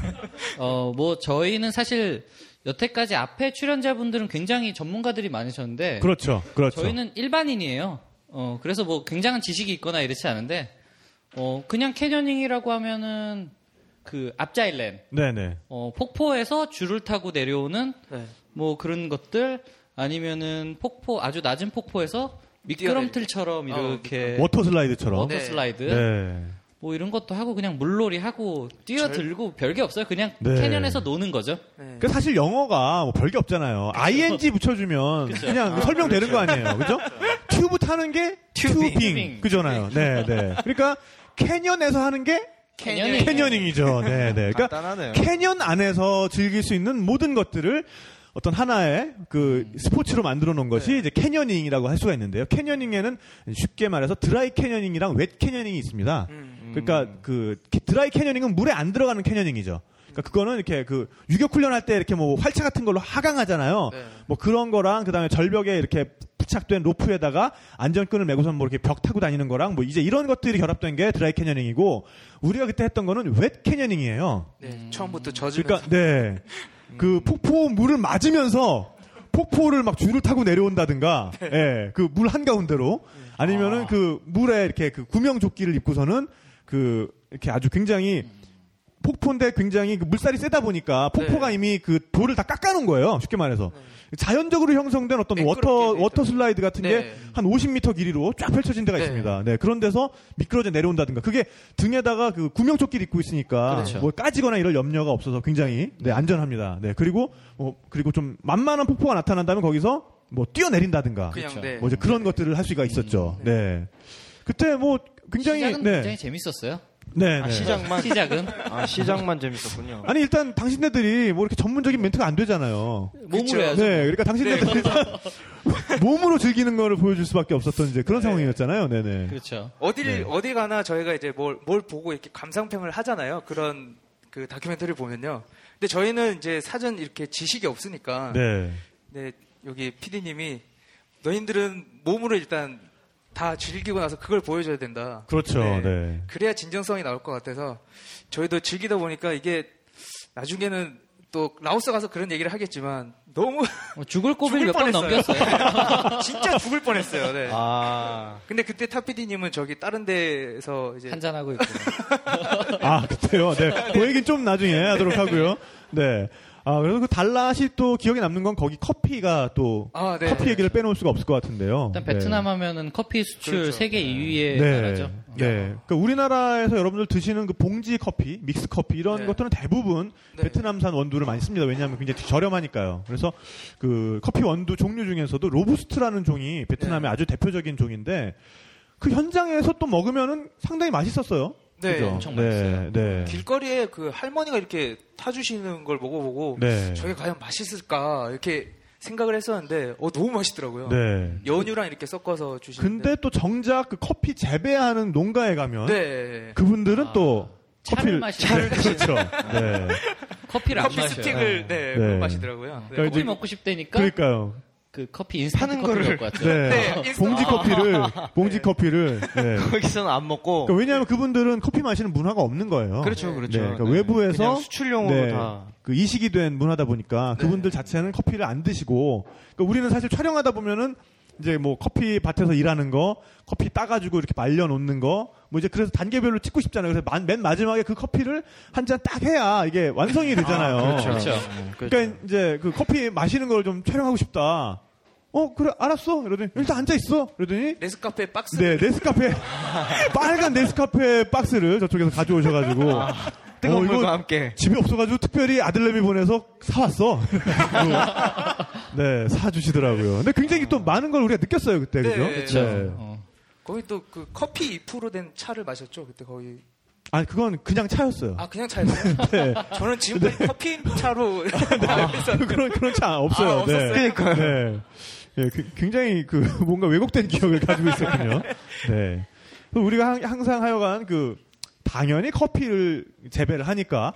Speaker 2: 어, 뭐, 저희는 사실 여태까지 앞에 출연자분들은 굉장히 전문가들이 많으셨는데,
Speaker 7: 그렇죠, 그렇죠.
Speaker 2: 네. 저희는 일반인이에요. 어, 그래서 뭐 굉장한 지식이 있거나 이렇지 않은데, 어, 그냥 캐녀닝이라고 하면은 그 앞자일랜,
Speaker 7: 네네.
Speaker 2: 어, 폭포에서 줄을 타고 내려오는
Speaker 8: 네.
Speaker 2: 뭐 그런 것들 아니면은 폭포, 아주 낮은 폭포에서 미끄럼틀처럼
Speaker 8: 뛰어내리-
Speaker 2: 이렇게
Speaker 7: 워터 슬라이드처럼.
Speaker 2: 워터 슬라이드
Speaker 7: 네.
Speaker 2: 뭐 이런 것도 하고 그냥 물놀이 하고 뛰어들고 별게 없어요. 그냥
Speaker 7: 네.
Speaker 2: 캐년에서 노는 거죠.
Speaker 8: 네.
Speaker 7: 그 사실 영어가 뭐 별게 없잖아요. ing 붙여주면 그냥 설명되는 거 아니에요, 그죠? 그렇죠. 튜브 타는 게
Speaker 8: 튜빙.
Speaker 7: 튜빙, 그잖아요. 네, 네. 그러니까 캐년에서 하는 게
Speaker 2: 캐녀닝.
Speaker 7: 캐녀닝이죠. 네, 네. 그러니까
Speaker 1: 간단하네요.
Speaker 7: 캐년 안에서 즐길 수 있는 모든 것들을 어떤 하나의 그 스포츠로 만들어 놓은 것이 이제 캐녀닝이라고 할 수가 있는데요. 캐녀닝에는 쉽게 말해서 드라이 캐녀닝이랑 웻 캐녀닝이 있습니다. 그러니까 그 키- 드라이 캐녀닝은 물에 안 들어가는 캐녀닝이죠. 그러니까 그거는 이렇게 그 유격 훈련할 때 이렇게 뭐 활차 같은 걸로 하강하잖아요.
Speaker 8: 네.
Speaker 7: 뭐 그런 거랑 그다음에 절벽에 이렇게 부착된 로프에다가 안전끈을 메고서 뭐 이렇게 벽 타고 다니는 거랑 뭐 이제 이런 것들이 결합된 게 드라이 캐녀닝이고 우리가 그때 했던 거는 웻 캐녀닝이에요.
Speaker 8: 네. 처음부터 젖으면서 음.
Speaker 7: 그러니까 네. 그 폭포 물을 맞으면서 폭포를 막 줄을 타고 내려온다든가,
Speaker 8: 네.
Speaker 7: 예, 그 물 한가운데로,
Speaker 8: 음.
Speaker 7: 아니면은 그 물에 이렇게 그 구명조끼를 입고서는 그 이렇게 아주 굉장히 폭포인데 굉장히 그 물살이 세다 보니까 폭포가
Speaker 8: 네.
Speaker 7: 이미 그 돌을 다 깎아놓은 거예요. 쉽게 말해서. 자연적으로 형성된 어떤 워터,
Speaker 8: 매끄럽게 돼 있잖아요.
Speaker 7: 워터 슬라이드 같은 게
Speaker 8: 네.
Speaker 7: 한 50m 길이로 쫙 펼쳐진 데가
Speaker 8: 네.
Speaker 7: 있습니다. 네, 그런 데서 미끄러져 내려온다든가. 그게 등에다가 그 구명조끼를 입고 있으니까
Speaker 2: 그렇죠.
Speaker 7: 뭐 까지거나 이럴 염려가 없어서 굉장히 네, 안전합니다. 네, 그리고 뭐 그리고 좀 만만한 폭포가 나타난다면 거기서 뭐 뛰어내린다든가.
Speaker 8: 그냥 네.
Speaker 7: 뭐 이제 그런 것들을 할 수가 있었죠. 네. 그때 뭐 굉장히
Speaker 2: 시작은
Speaker 7: 네.
Speaker 2: 굉장히 재밌었어요.
Speaker 7: 네,
Speaker 1: 아,
Speaker 7: 네.
Speaker 1: 시작만
Speaker 2: 시작은
Speaker 1: 아 시작만 재밌었군요.
Speaker 7: 아니 일단 당신네들이 뭐 이렇게 전문적인 멘트가 안 되잖아요.
Speaker 2: 몸으로 해야죠.
Speaker 7: 네, 그러니까 당신네들이 몸으로 즐기는 거를 보여줄 수밖에 없었던 이제 그런 상황이었잖아요. 네, 네.
Speaker 2: 그렇죠.
Speaker 8: 어딜
Speaker 7: 네.
Speaker 8: 어디 가나 저희가 이제 뭘, 뭘 보고 이렇게 감상평을 하잖아요. 그런 그 다큐멘터리를 보면요. 근데 저희는 이제 사전 이렇게 지식이 없으니까
Speaker 7: 네.
Speaker 8: 네, 여기 PD님이 너희들은 몸으로 일단 다 즐기고 나서 그걸 보여줘야 된다.
Speaker 7: 그렇죠.
Speaker 8: 네.
Speaker 7: 네.
Speaker 8: 그래야 진정성이 나올 것 같아서 저희도 즐기다 보니까 이게 나중에는 또 라오스 가서 그런 얘기를 하겠지만 너무
Speaker 2: 어, 죽을 고비를
Speaker 8: 죽을
Speaker 2: 몇 번
Speaker 8: 뻔했어요.
Speaker 2: 넘겼어요.
Speaker 8: 진짜 죽을 뻔했어요. 네.
Speaker 1: 아
Speaker 8: 근데 그때 타 PD님은 저기 다른 데에서 이제
Speaker 2: 한잔하고 있고.
Speaker 7: 어, 아, 그때요? 네. 그 얘기는 좀 나중에 하도록 하고요. 네. 아, 그래서 그 달랏이 또 기억에 남는 건 거기 커피가 또
Speaker 8: 아, 네.
Speaker 7: 커피 얘기를 빼놓을 수가 없을 것 같은데요.
Speaker 2: 일단
Speaker 7: 네.
Speaker 2: 베트남 하면은 커피 수출
Speaker 8: 그렇죠.
Speaker 2: 세계 2위의 나라죠. 어,
Speaker 7: 네. 그러니까 우리나라에서 여러분들 드시는 그 봉지 커피, 믹스 커피 이런
Speaker 8: 네.
Speaker 7: 것들은 대부분
Speaker 8: 네.
Speaker 7: 베트남산 원두를 많이 씁니다. 왜냐하면 굉장히 저렴하니까요. 그래서 그 커피 원두 종류 중에서도 로부스트라는 종이 베트남의
Speaker 8: 네.
Speaker 7: 아주 대표적인 종인데 그 현장에서 또 먹으면은 상당히 맛있었어요.
Speaker 8: 네,
Speaker 7: 그죠?
Speaker 2: 엄청
Speaker 7: 네.
Speaker 2: 맛있어요.
Speaker 7: 네.
Speaker 8: 길거리에 그 할머니가 이렇게 타주시는 걸 먹어보고
Speaker 7: 네.
Speaker 8: 저게 과연 맛있을까 이렇게 생각을 했었는데 어 너무 맛있더라고요.
Speaker 7: 네.
Speaker 8: 연유랑 이렇게 섞어서 주시는데
Speaker 7: 근데 또 정작 그 커피 재배하는 농가에 가면
Speaker 8: 네.
Speaker 7: 그분들은
Speaker 2: 아,
Speaker 7: 또
Speaker 2: 차를
Speaker 7: 커피를
Speaker 2: 마시죠.
Speaker 7: 네, 그렇죠. 네.
Speaker 2: 커피를 안
Speaker 8: 커피
Speaker 2: 마셔요.
Speaker 8: 스틱을 네,
Speaker 7: 네.
Speaker 8: 네. 마시더라고요. 네.
Speaker 7: 그러니까
Speaker 2: 커피
Speaker 7: 이제-
Speaker 2: 먹고 싶다니까 그
Speaker 7: 그러니까요.
Speaker 2: 커피 인스턴트
Speaker 1: 파는
Speaker 2: 커피를
Speaker 1: 거를-
Speaker 2: 갖고 왔죠.
Speaker 7: 네.
Speaker 8: 네, 인스턴트-
Speaker 7: 봉지 커피를 봉지
Speaker 8: 네.
Speaker 7: 커피를. 네.
Speaker 1: 거기서는 안 먹고
Speaker 7: 그러니까 왜냐하면 그분들은 커피 마시는 문화가 없는 거예요.
Speaker 1: 그렇죠 그렇죠.
Speaker 7: 네, 그러니까
Speaker 1: 네.
Speaker 7: 외부에서
Speaker 1: 그냥 수출용으로
Speaker 7: 네,
Speaker 1: 다.
Speaker 7: 그 이식이 된 문화다 보니까 그분들 자체는 커피를 안 드시고 그러니까 우리는 사실 촬영하다 보면은 이제 뭐 커피 밭에서 일하는 거 커피 따가지고 이렇게 말려 놓는 거 뭐 이제 그래서 단계별로 찍고 싶잖아요. 그래서 만- 맨 마지막에 그 커피를 한 잔 딱 해야 이게 완성이 되잖아요. 네.
Speaker 1: 그렇죠.
Speaker 2: 그렇죠.
Speaker 1: 네,
Speaker 7: 그러니까 이제 그 커피 마시는 걸 좀 촬영하고 싶다. 어 그래 알았어 이러더니 일단 앉아 있어 이러더니
Speaker 8: 레스카페 박스
Speaker 7: 네 네스카페 빨간 네스카페 박스를 저쪽에서 가져오셔가지고
Speaker 1: 뜨거운
Speaker 7: 어, 이거
Speaker 1: 물과 함께.
Speaker 7: 집에 없어가지고 특별히 아들내미 보내서 사왔어. 네, 사주시더라고요. 근데 굉장히 또 많은 걸 우리가 느꼈어요, 그때.
Speaker 8: 네,
Speaker 7: 그죠?
Speaker 8: 그쵸.
Speaker 7: 네.
Speaker 2: 어.
Speaker 8: 거기 또 그 커피 2%된 차를 마셨죠 그때 거기
Speaker 7: 아니, 그건 그냥 차였어요.
Speaker 8: 아 그냥 차였어요?
Speaker 7: 네.
Speaker 8: 저는 지금까지 커피 차로 알고 있었는데
Speaker 7: 그런, 그런 차 없어요.
Speaker 8: 아, 없었어요?
Speaker 7: 그니까요. 네. 예, 그- 굉장히 그 뭔가 왜곡된 기억을 가지고 있었군요. 네. 그래서 우리가 항- 항상 하여간 그 당연히 커피를 재배를 하니까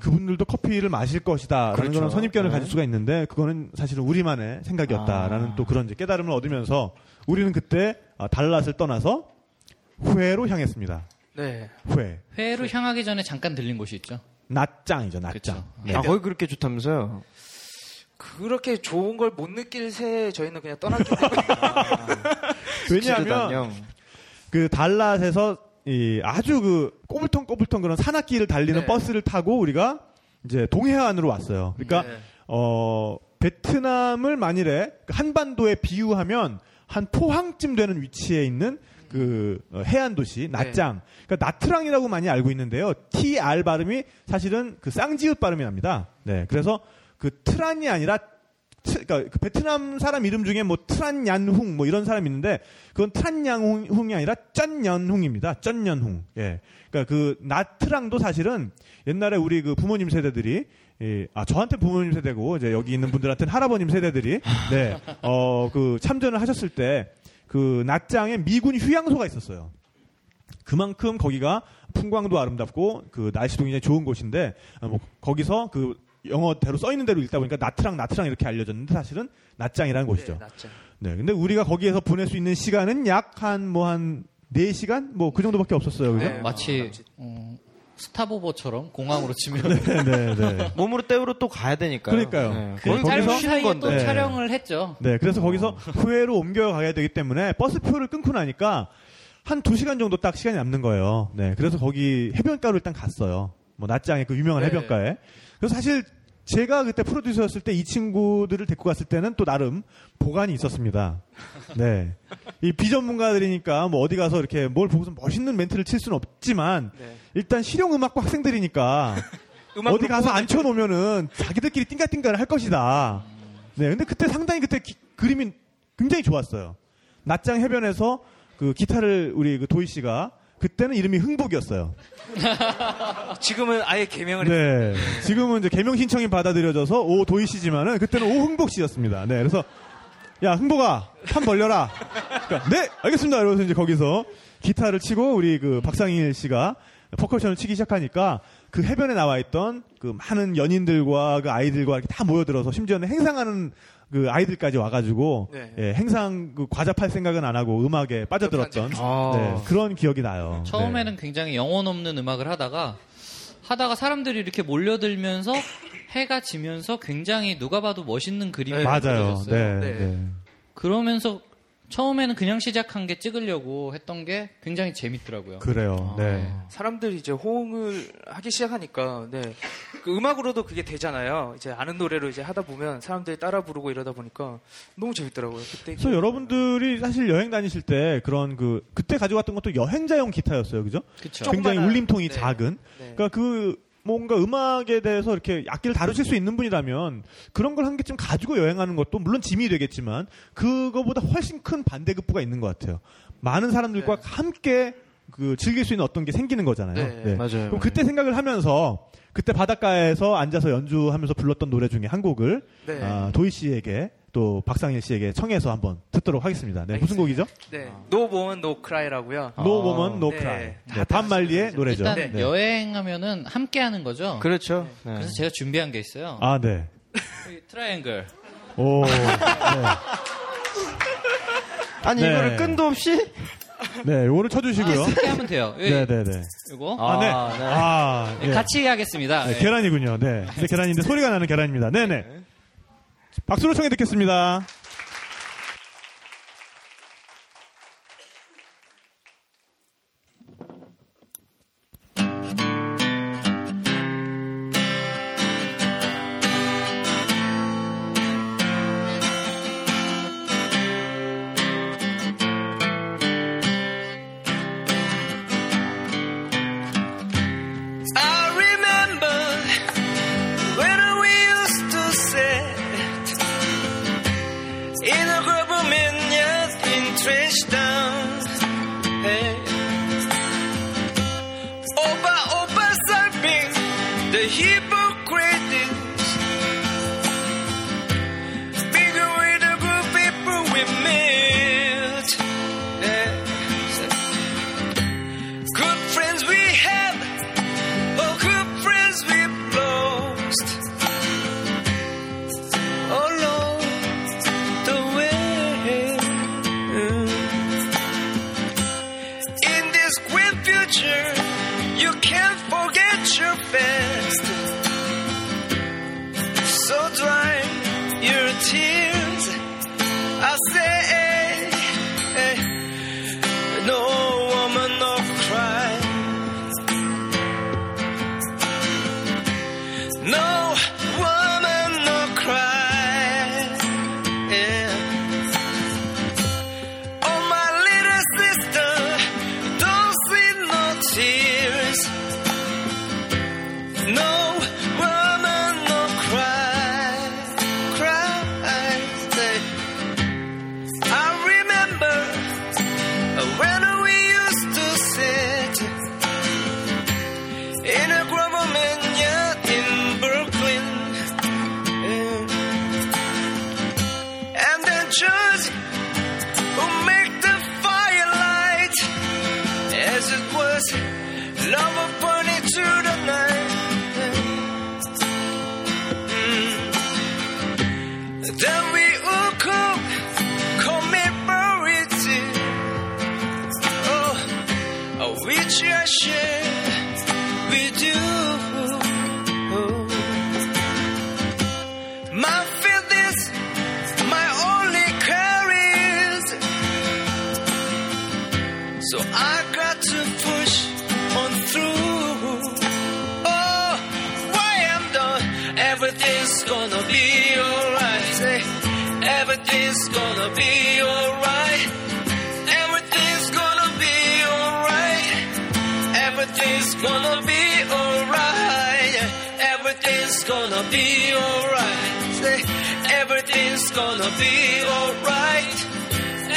Speaker 7: 그분들도 커피를 마실 것이다라는
Speaker 1: 그렇죠.
Speaker 7: 그런 선입견을
Speaker 1: 네.
Speaker 7: 가질 수가 있는데 그거는 사실은 우리만의 생각이었다라는
Speaker 1: 아.
Speaker 7: 또 그런 이제 깨달음을 얻으면서 우리는 그때 아, 달랏을 떠나서 후회로 향했습니다.
Speaker 8: 네
Speaker 7: 후회.
Speaker 2: 회로 향하기 전에 잠깐 들린 곳이 있죠.
Speaker 7: 낫짱이죠, 낫짱.
Speaker 2: 그쵸.
Speaker 1: 아, 거기 그렇게 좋다면서요?
Speaker 8: 그렇게 좋은 걸 못 느낄 새에 저희는 그냥 떠났기 때문에
Speaker 7: 왜냐하면 그 달랏에서 이 아주 그 꼬불통꼬불통 그런 산악길을 달리는
Speaker 8: 네.
Speaker 7: 버스를 타고 우리가 이제 동해안으로 왔어요. 그러니까
Speaker 8: 네.
Speaker 7: 어 베트남을 만일에 그 한반도에 비유하면 한 포항쯤 되는 위치에 있는 그 어, 해안 도시 나짱. 그러니까 나트랑이라고 많이 알고 있는데요. TR 발음이 사실은 그 쌍지읒 발음이 납니다. 네. 그래서 그 트란이 아니라 트- 그러니까 그 베트남 사람 이름 중에 뭐 트란얀훈 뭐 이런 사람 이 있는데 그건 트란얀훈이 아니라 쩐연훈입니다. 쩐연훈. 예. 그러니까 그 나트랑도 사실은 옛날에 우리 그 부모님 세대들이 예, 아 저한테 부모님 세대고 이제 여기 있는 분들한테는 할아버님 세대들이 네. 어 그 참전을 하셨을 때 그 나짱에 미군 휴양소가 있었어요. 그만큼 거기가 풍광도 아름답고 그 날씨도 굉장히 좋은 곳인데 아, 뭐 거기서 그 영어대로 써 있는 대로 읽다 보니까 나트랑 나트랑 이렇게 알려졌는데 사실은 나짱이라는 곳이죠.
Speaker 8: 낫죠
Speaker 7: 네. 근데 우리가 거기에서 보낼 수 있는 시간은 약 한 뭐 한 4시간 뭐 그 정도밖에 없었어요. 그죠?
Speaker 8: 네.
Speaker 2: 마치
Speaker 8: 깜찍.
Speaker 2: 어, 스타보버처럼 공항으로 치면
Speaker 7: 네, 네, 네.
Speaker 1: 몸으로 때우러 또 가야 되니까요. 네.
Speaker 7: 그러니까요.
Speaker 2: 그
Speaker 7: 거기서-
Speaker 2: 짧은 사이에 또
Speaker 7: 네.
Speaker 2: 촬영을 했죠.
Speaker 7: 네, 그래서 거기서 후회로 옮겨가야 되기 때문에 버스표를 끊고 나니까 한 두 시간 정도 딱 시간이 남는 거예요. 네, 그래서 거기 해변가로 일단 갔어요. 뭐 낮장에 그 유명한
Speaker 8: 네.
Speaker 7: 해변가에. 그래서 사실 제가 그때 프로듀서였을 때 이 친구들을 데리고 갔을 때는 또 나름 보관이 있었습니다. 네. 이 비전문가들이니까 뭐 어디 가서 이렇게 뭘 보고서 멋있는 멘트를 칠 수는 없지만
Speaker 8: 네.
Speaker 7: 일단 실용음악과 학생들이니까
Speaker 8: 음악으로
Speaker 7: 어디 가서 앉혀놓으면은 자기들끼리 띵가띵가를 할 것이다. 네, 근데 그때 상당히 그때 기- 그림이 굉장히 좋았어요. 낮장 해변에서 그 기타를 우리 그 도희 씨가 그때는 이름이 흥복이었어요.
Speaker 8: 지금은 아예 개명을 했
Speaker 7: 네. 지금은 이제 개명 신청이 받아들여져서 오 도희 씨지만은 그때는 오 흥복 씨였습니다. 네. 그래서 야 흥복아 판 벌려라. 그러니까, 네 알겠습니다. 이러면서 이제 거기서 기타를 치고 우리 그 박상일 씨가 퍼커션을 치기 시작하니까 그 해변에 나와 있던 그 많은 연인들과 그 아이들과 이렇게 다 모여들어서 심지어는 행상하는 그 아이들까지 와가지고
Speaker 8: 네.
Speaker 7: 예, 행상 그 과자 팔 생각은 안 하고 음악에 빠져들었던
Speaker 1: 아.
Speaker 7: 네, 그런 기억이 나요. 네.
Speaker 2: 처음에는 굉장히 영혼 없는 음악을 하다가 하다가 사람들이 이렇게 몰려들면서 해가 지면서 굉장히 누가 봐도 멋있는 그림이
Speaker 7: 맞아요. 네,
Speaker 2: 만들어졌어요.
Speaker 8: 네.
Speaker 7: 네.
Speaker 2: 그러면서 처음에는 그냥 시작한 게 찍으려고 했던 게 굉장히 재밌더라고요.
Speaker 7: 그래요.
Speaker 2: 아.
Speaker 7: 네.
Speaker 8: 사람들이 이제 호응을 하기 시작하니까 네. 그 음악으로도 그게 되잖아요. 이제 아는 노래로 이제 하다 보면 사람들이 따라 부르고 이러다 보니까 너무 재밌더라고요. 그때
Speaker 7: 그래서 여러분들이 사실 여행 다니실 때 그런 그 그때 가져갔던 것도 여행자용 기타였어요, 그죠?
Speaker 2: 그쵸.
Speaker 8: 조금-
Speaker 7: 굉장히
Speaker 8: 조그만한-
Speaker 7: 울림통이
Speaker 8: 네.
Speaker 7: 작은.
Speaker 8: 네.
Speaker 7: 그러니까 그 뭔가 음악에 대해서 이렇게 악기를 다루실 수 있는 분이라면 그런 걸 한 개쯤 가지고 여행하는 것도 물론 짐이 되겠지만 그거보다 훨씬 큰 반대급부가 있는 것 같아요. 많은 사람들과
Speaker 8: 네.
Speaker 7: 함께 그 즐길 수 있는 어떤 게 생기는 거잖아요.
Speaker 8: 네,
Speaker 1: 맞아요.
Speaker 7: 그럼 그때 생각을 하면서 그때 바닷가에서 앉아서 연주하면서 불렀던 노래 중에 한 곡을
Speaker 8: 네.
Speaker 7: 아, 도희 씨에게 또 박상일 씨에게 청해서 한번 듣도록 하겠습니다. 네, 무슨 곡이죠?
Speaker 8: 네. No Woman No Cry라고요.
Speaker 6: 아,
Speaker 7: No Woman No
Speaker 8: 네.
Speaker 7: Cry.
Speaker 8: 다
Speaker 7: 네, 반말리의 노래죠.
Speaker 2: 일단
Speaker 7: 네.
Speaker 2: 여행하면은 함께 하는 거죠. 그... 래
Speaker 1: 그렇죠. 네.
Speaker 2: 서 제가 준비한 게 있어요.
Speaker 7: 아, 네.
Speaker 2: 여기 트라이앵글.
Speaker 7: 오.
Speaker 1: 아니
Speaker 7: 네.
Speaker 1: 이거를 끈도 없이
Speaker 7: 네, 요거를 쳐주시고요.
Speaker 2: 함께 하면 돼요. 여기
Speaker 7: 네, 네, 네.
Speaker 2: 이거
Speaker 7: 아, 네.
Speaker 1: 아, 네.
Speaker 7: 아, 예.
Speaker 2: 같이 하겠습니다.
Speaker 7: 네,
Speaker 2: 예.
Speaker 7: 계란이군요. 네. 근데 계란인데 소리가 나는 계란입니다. 네, 네. 박수로 청해 듣겠습니다.
Speaker 5: 넌
Speaker 8: oh,
Speaker 6: eh. eh. creatures who make the firelight. As it was, love upon it to the night. Mm. Then we will come, commemorate it. Oh, which I share with you. My faith is my only careers. So I got to push on through. Oh, why I'm done. Everything's gonna be alright. Say, Everything's gonna be alright. Everything's gonna be alright. Everything's gonna be alright. Everything's gonna be alright. Say, everything's gonna be alright.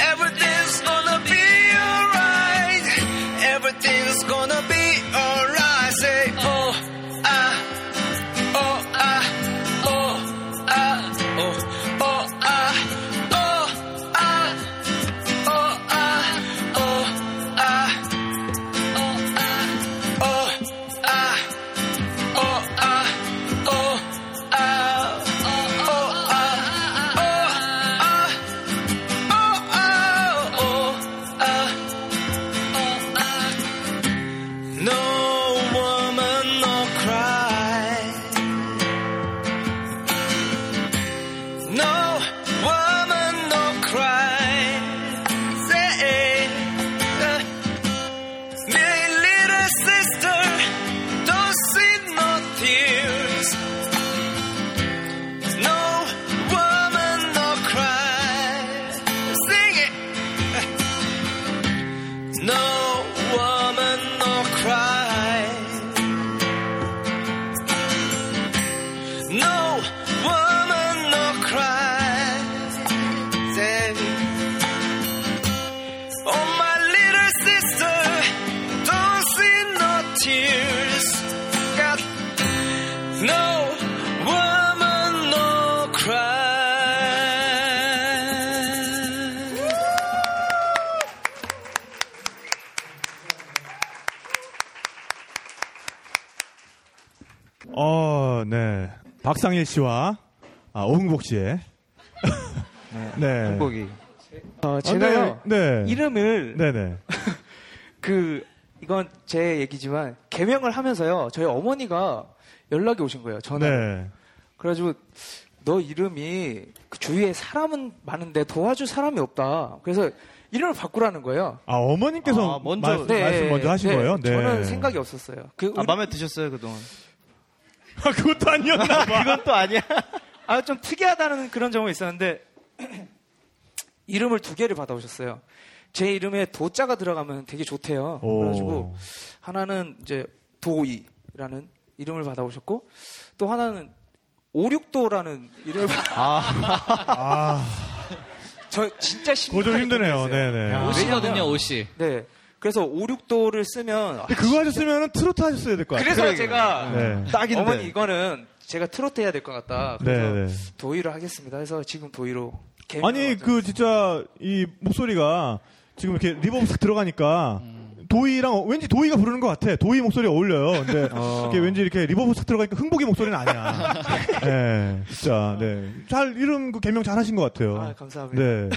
Speaker 6: Everything's gonna be alright. Everything's gonna be alright. Say, oh, ah, oh, ah, oh, ah, oh, oh, ah, oh, ah, oh, ah, oh, ah, oh, ah, oh, ah, oh, ah, oh, ah, oh, ah, oh, ah. No woman, no cry. No woman, no cry. Say, uh, my little sister, don't see no tears. No woman, no cry. Sing it. No woman, no cry. No woman, no cry. Say, Oh, my little sister, don't see no tears. God, no woman, no cry.
Speaker 7: 어, 네. 박상일 씨와 아, 오흥복 씨의 네.
Speaker 8: 행복이. 어,
Speaker 7: 아,
Speaker 8: 제가요
Speaker 7: 네. 네.
Speaker 8: 이름을
Speaker 7: 네, 네.
Speaker 8: 그 이건 제 얘기지만 개명을 하면서요 저희 어머니가 연락이 오신 거예요. 전화. 로
Speaker 7: 네.
Speaker 8: 그래가지고 너 이름이 그 주위에 사람은 많은데 도와줄 사람이 없다. 그래서 이름을 바꾸라는 거예요.
Speaker 7: 아, 어머님께서
Speaker 1: 아, 먼저-
Speaker 7: 말씀, 말씀 먼저 하신
Speaker 8: 네,
Speaker 7: 거예요? 네.
Speaker 8: 저는 생각이 없었어요. 그
Speaker 1: 아, 마음에 드셨어요, 그동안?
Speaker 7: 아, 그것도 아니었나 봐.
Speaker 1: 그건 또 아니야.
Speaker 8: 아, 좀 특이하다는 그런 점은 있었는데, 이름을 두 개를 받아오셨어요. 제 이름에 도자가 들어가면 되게 좋대요.
Speaker 7: 오.
Speaker 8: 그래가지고, 하나는 이제 도이라는 이름을 받아오셨고, 또 하나는 오륙도라는 이름을 받아
Speaker 7: 아,
Speaker 8: 저 진짜
Speaker 7: 그거 좀
Speaker 8: 심각하게
Speaker 7: 힘드네요.
Speaker 8: 고민했어요.
Speaker 7: 네, 네.
Speaker 2: 오씨거든요, 오씨.
Speaker 8: 네. 그래서 오륙도를 쓰면,
Speaker 7: 근데 아, 그거 하셨으면 트로트 하셨어야 될 것 같아요.
Speaker 8: 그래서 제가,
Speaker 7: 그러니까 네.
Speaker 1: 딱인데.
Speaker 8: 어머니 이거는 제가 트로트 해야 될 것 같다. 그래서
Speaker 7: 네, 네.
Speaker 8: 도이로 하겠습니다. 해서 지금 도이로.
Speaker 7: 아니, 그 진짜 이 목소리가 지금 이렇게 리버브 싹 들어가니까 도희랑 왠지 도희가 부르는 것 같아. 도희 목소리 어울려요. 근데 이게 왠지 이렇게 리버브 싹 들어가니까 흥복이 목소리는 아니야. 네, 진짜 네. 잘 이름 그 개명 잘 하신 것 같아요.
Speaker 8: 아, 감사합니다.
Speaker 7: 네.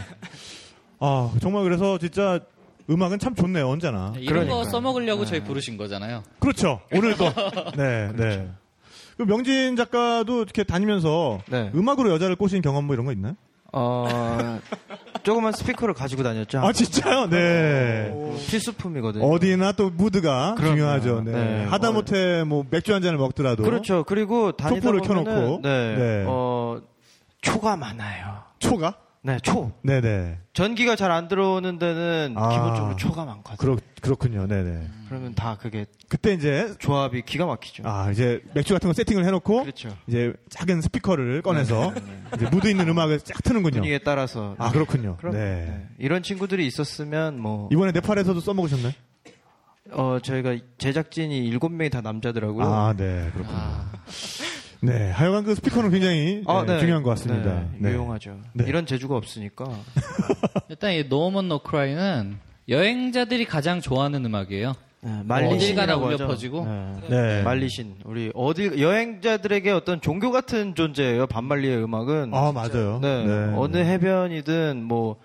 Speaker 7: 아 정말 그래서 진짜 음악은 참 좋네요 언제나.
Speaker 2: 이런 거
Speaker 8: 그러니까요.
Speaker 2: 써먹으려고 저희 부르신 거잖아요.
Speaker 7: 그렇죠. 오늘도. 네, 네. 그 명진 작가도 이렇게 다니면서
Speaker 1: 네.
Speaker 7: 음악으로 여자를 꼬신 경험 뭐 이런 거 있나요?
Speaker 1: 어, 조그만 스피커를 가지고 다녔죠.
Speaker 7: 아 진짜요? 네.
Speaker 1: 필수품이거든요.
Speaker 7: 어디나 또 무드가
Speaker 1: 네. 그럼요.
Speaker 7: 중요하죠. 네.
Speaker 1: 네.
Speaker 7: 하다못해 뭐 맥주 한 잔을 먹더라도
Speaker 1: 그렇죠. 그리고 다니다
Speaker 7: 촛불을
Speaker 1: 보면은
Speaker 7: 켜놓고.
Speaker 1: 네,
Speaker 7: 네.
Speaker 1: 어, 초가 많아요.
Speaker 7: 초가?
Speaker 1: 네, 초.
Speaker 7: 네네.
Speaker 1: 전기가 잘 안 들어오는 데는
Speaker 7: 아.
Speaker 1: 기본적으로 초가 많거든요.
Speaker 7: 그렇 그렇군요. 네네.
Speaker 1: 그러면다 그게
Speaker 7: 그때 이제
Speaker 1: 조합이 기가 막히죠.
Speaker 7: 아 이제 맥주 같은 거 세팅을 해놓고
Speaker 1: 그렇죠. 네,
Speaker 7: 이제 작은 스피커를 꺼내서 이제 무드 있는 음악을 쫙 트는군요.
Speaker 1: 분위기에 따라서.
Speaker 7: 아 그렇군요.
Speaker 1: 그럼,
Speaker 7: 네.
Speaker 1: 네. 이런 친구들이 있었으면 뭐
Speaker 7: 이번에 네팔에서도 써먹으셨나요?
Speaker 1: 어, 저희가 제작진이 일곱 명이 다 남자더라고요.
Speaker 7: 아, 네, 그렇군요. 네, 하여간 그 스피커는 굉장히
Speaker 1: 아,
Speaker 7: 네,
Speaker 1: 네.
Speaker 7: 중요한 것 같습니다.
Speaker 1: 네,
Speaker 7: 네.
Speaker 1: 유용하죠.
Speaker 7: 네.
Speaker 1: 이런 재주가 없으니까.
Speaker 2: 일단 이 노먼 노크라이는 여행자들이 가장 좋아하는 음악이에요.
Speaker 1: 네,
Speaker 2: 어딜 가나
Speaker 1: 말리신이라고
Speaker 2: 울려
Speaker 1: 하죠.
Speaker 2: 퍼지고.
Speaker 1: 네.
Speaker 7: 네.
Speaker 1: 말리신 우리 어디 여행자들에게 어떤 종교 같은 존재예요. 반말리의 음악은.
Speaker 7: 아, 맞아요.
Speaker 1: 네. 어느 해변이든 뭐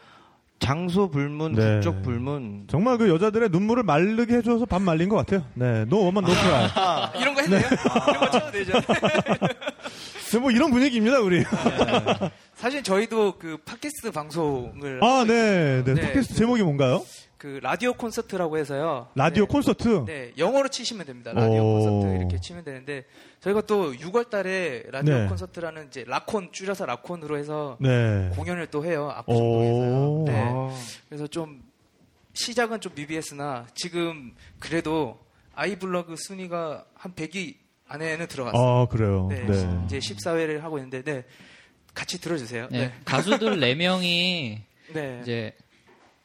Speaker 1: 장소 불문,
Speaker 7: 네.
Speaker 1: 국적 불문.
Speaker 7: 정말 그 여자들의 눈물을 마르게 해줘서 반 말린 것 같아요. 네, 노 워먼 노 크라이.
Speaker 8: 이런 거 해도 돼요? 이런 거 쳐도 되죠.
Speaker 7: 네, 뭐 이런 분위기입니다, 우리.
Speaker 8: 사실 저희도 그 팟캐스트 방송을
Speaker 7: 아, 네, 네.
Speaker 8: 네.
Speaker 7: 팟캐스트 제목이 뭔가요?
Speaker 8: 그 라디오 콘서트라고 해서요.
Speaker 7: 라디오
Speaker 8: 네.
Speaker 7: 콘서트.
Speaker 8: 네, 영어로 치시면 됩니다. 라디오
Speaker 7: 오.
Speaker 8: 콘서트 이렇게 치면 되는데 저희가 또 6월 달에 라디오
Speaker 7: 네.
Speaker 8: 콘서트라는 이제 라콘 줄여서 라콘으로 해서
Speaker 7: 네.
Speaker 8: 공연을 또 해요.
Speaker 7: 오. 아.
Speaker 8: 압구정동에서요. 네. 그래서 좀 시작은 좀 미비했으나 지금 그래도 아이블로그 순위가 한 100위 안에는 들어갔어요.
Speaker 7: 아, 그래요.
Speaker 8: 네.
Speaker 7: 네.
Speaker 8: 이제 14회를 하고 있는데 네. 같이 들어 주세요.
Speaker 2: 네,
Speaker 8: 네.
Speaker 2: 가수들 4명이
Speaker 8: 네.
Speaker 2: 이제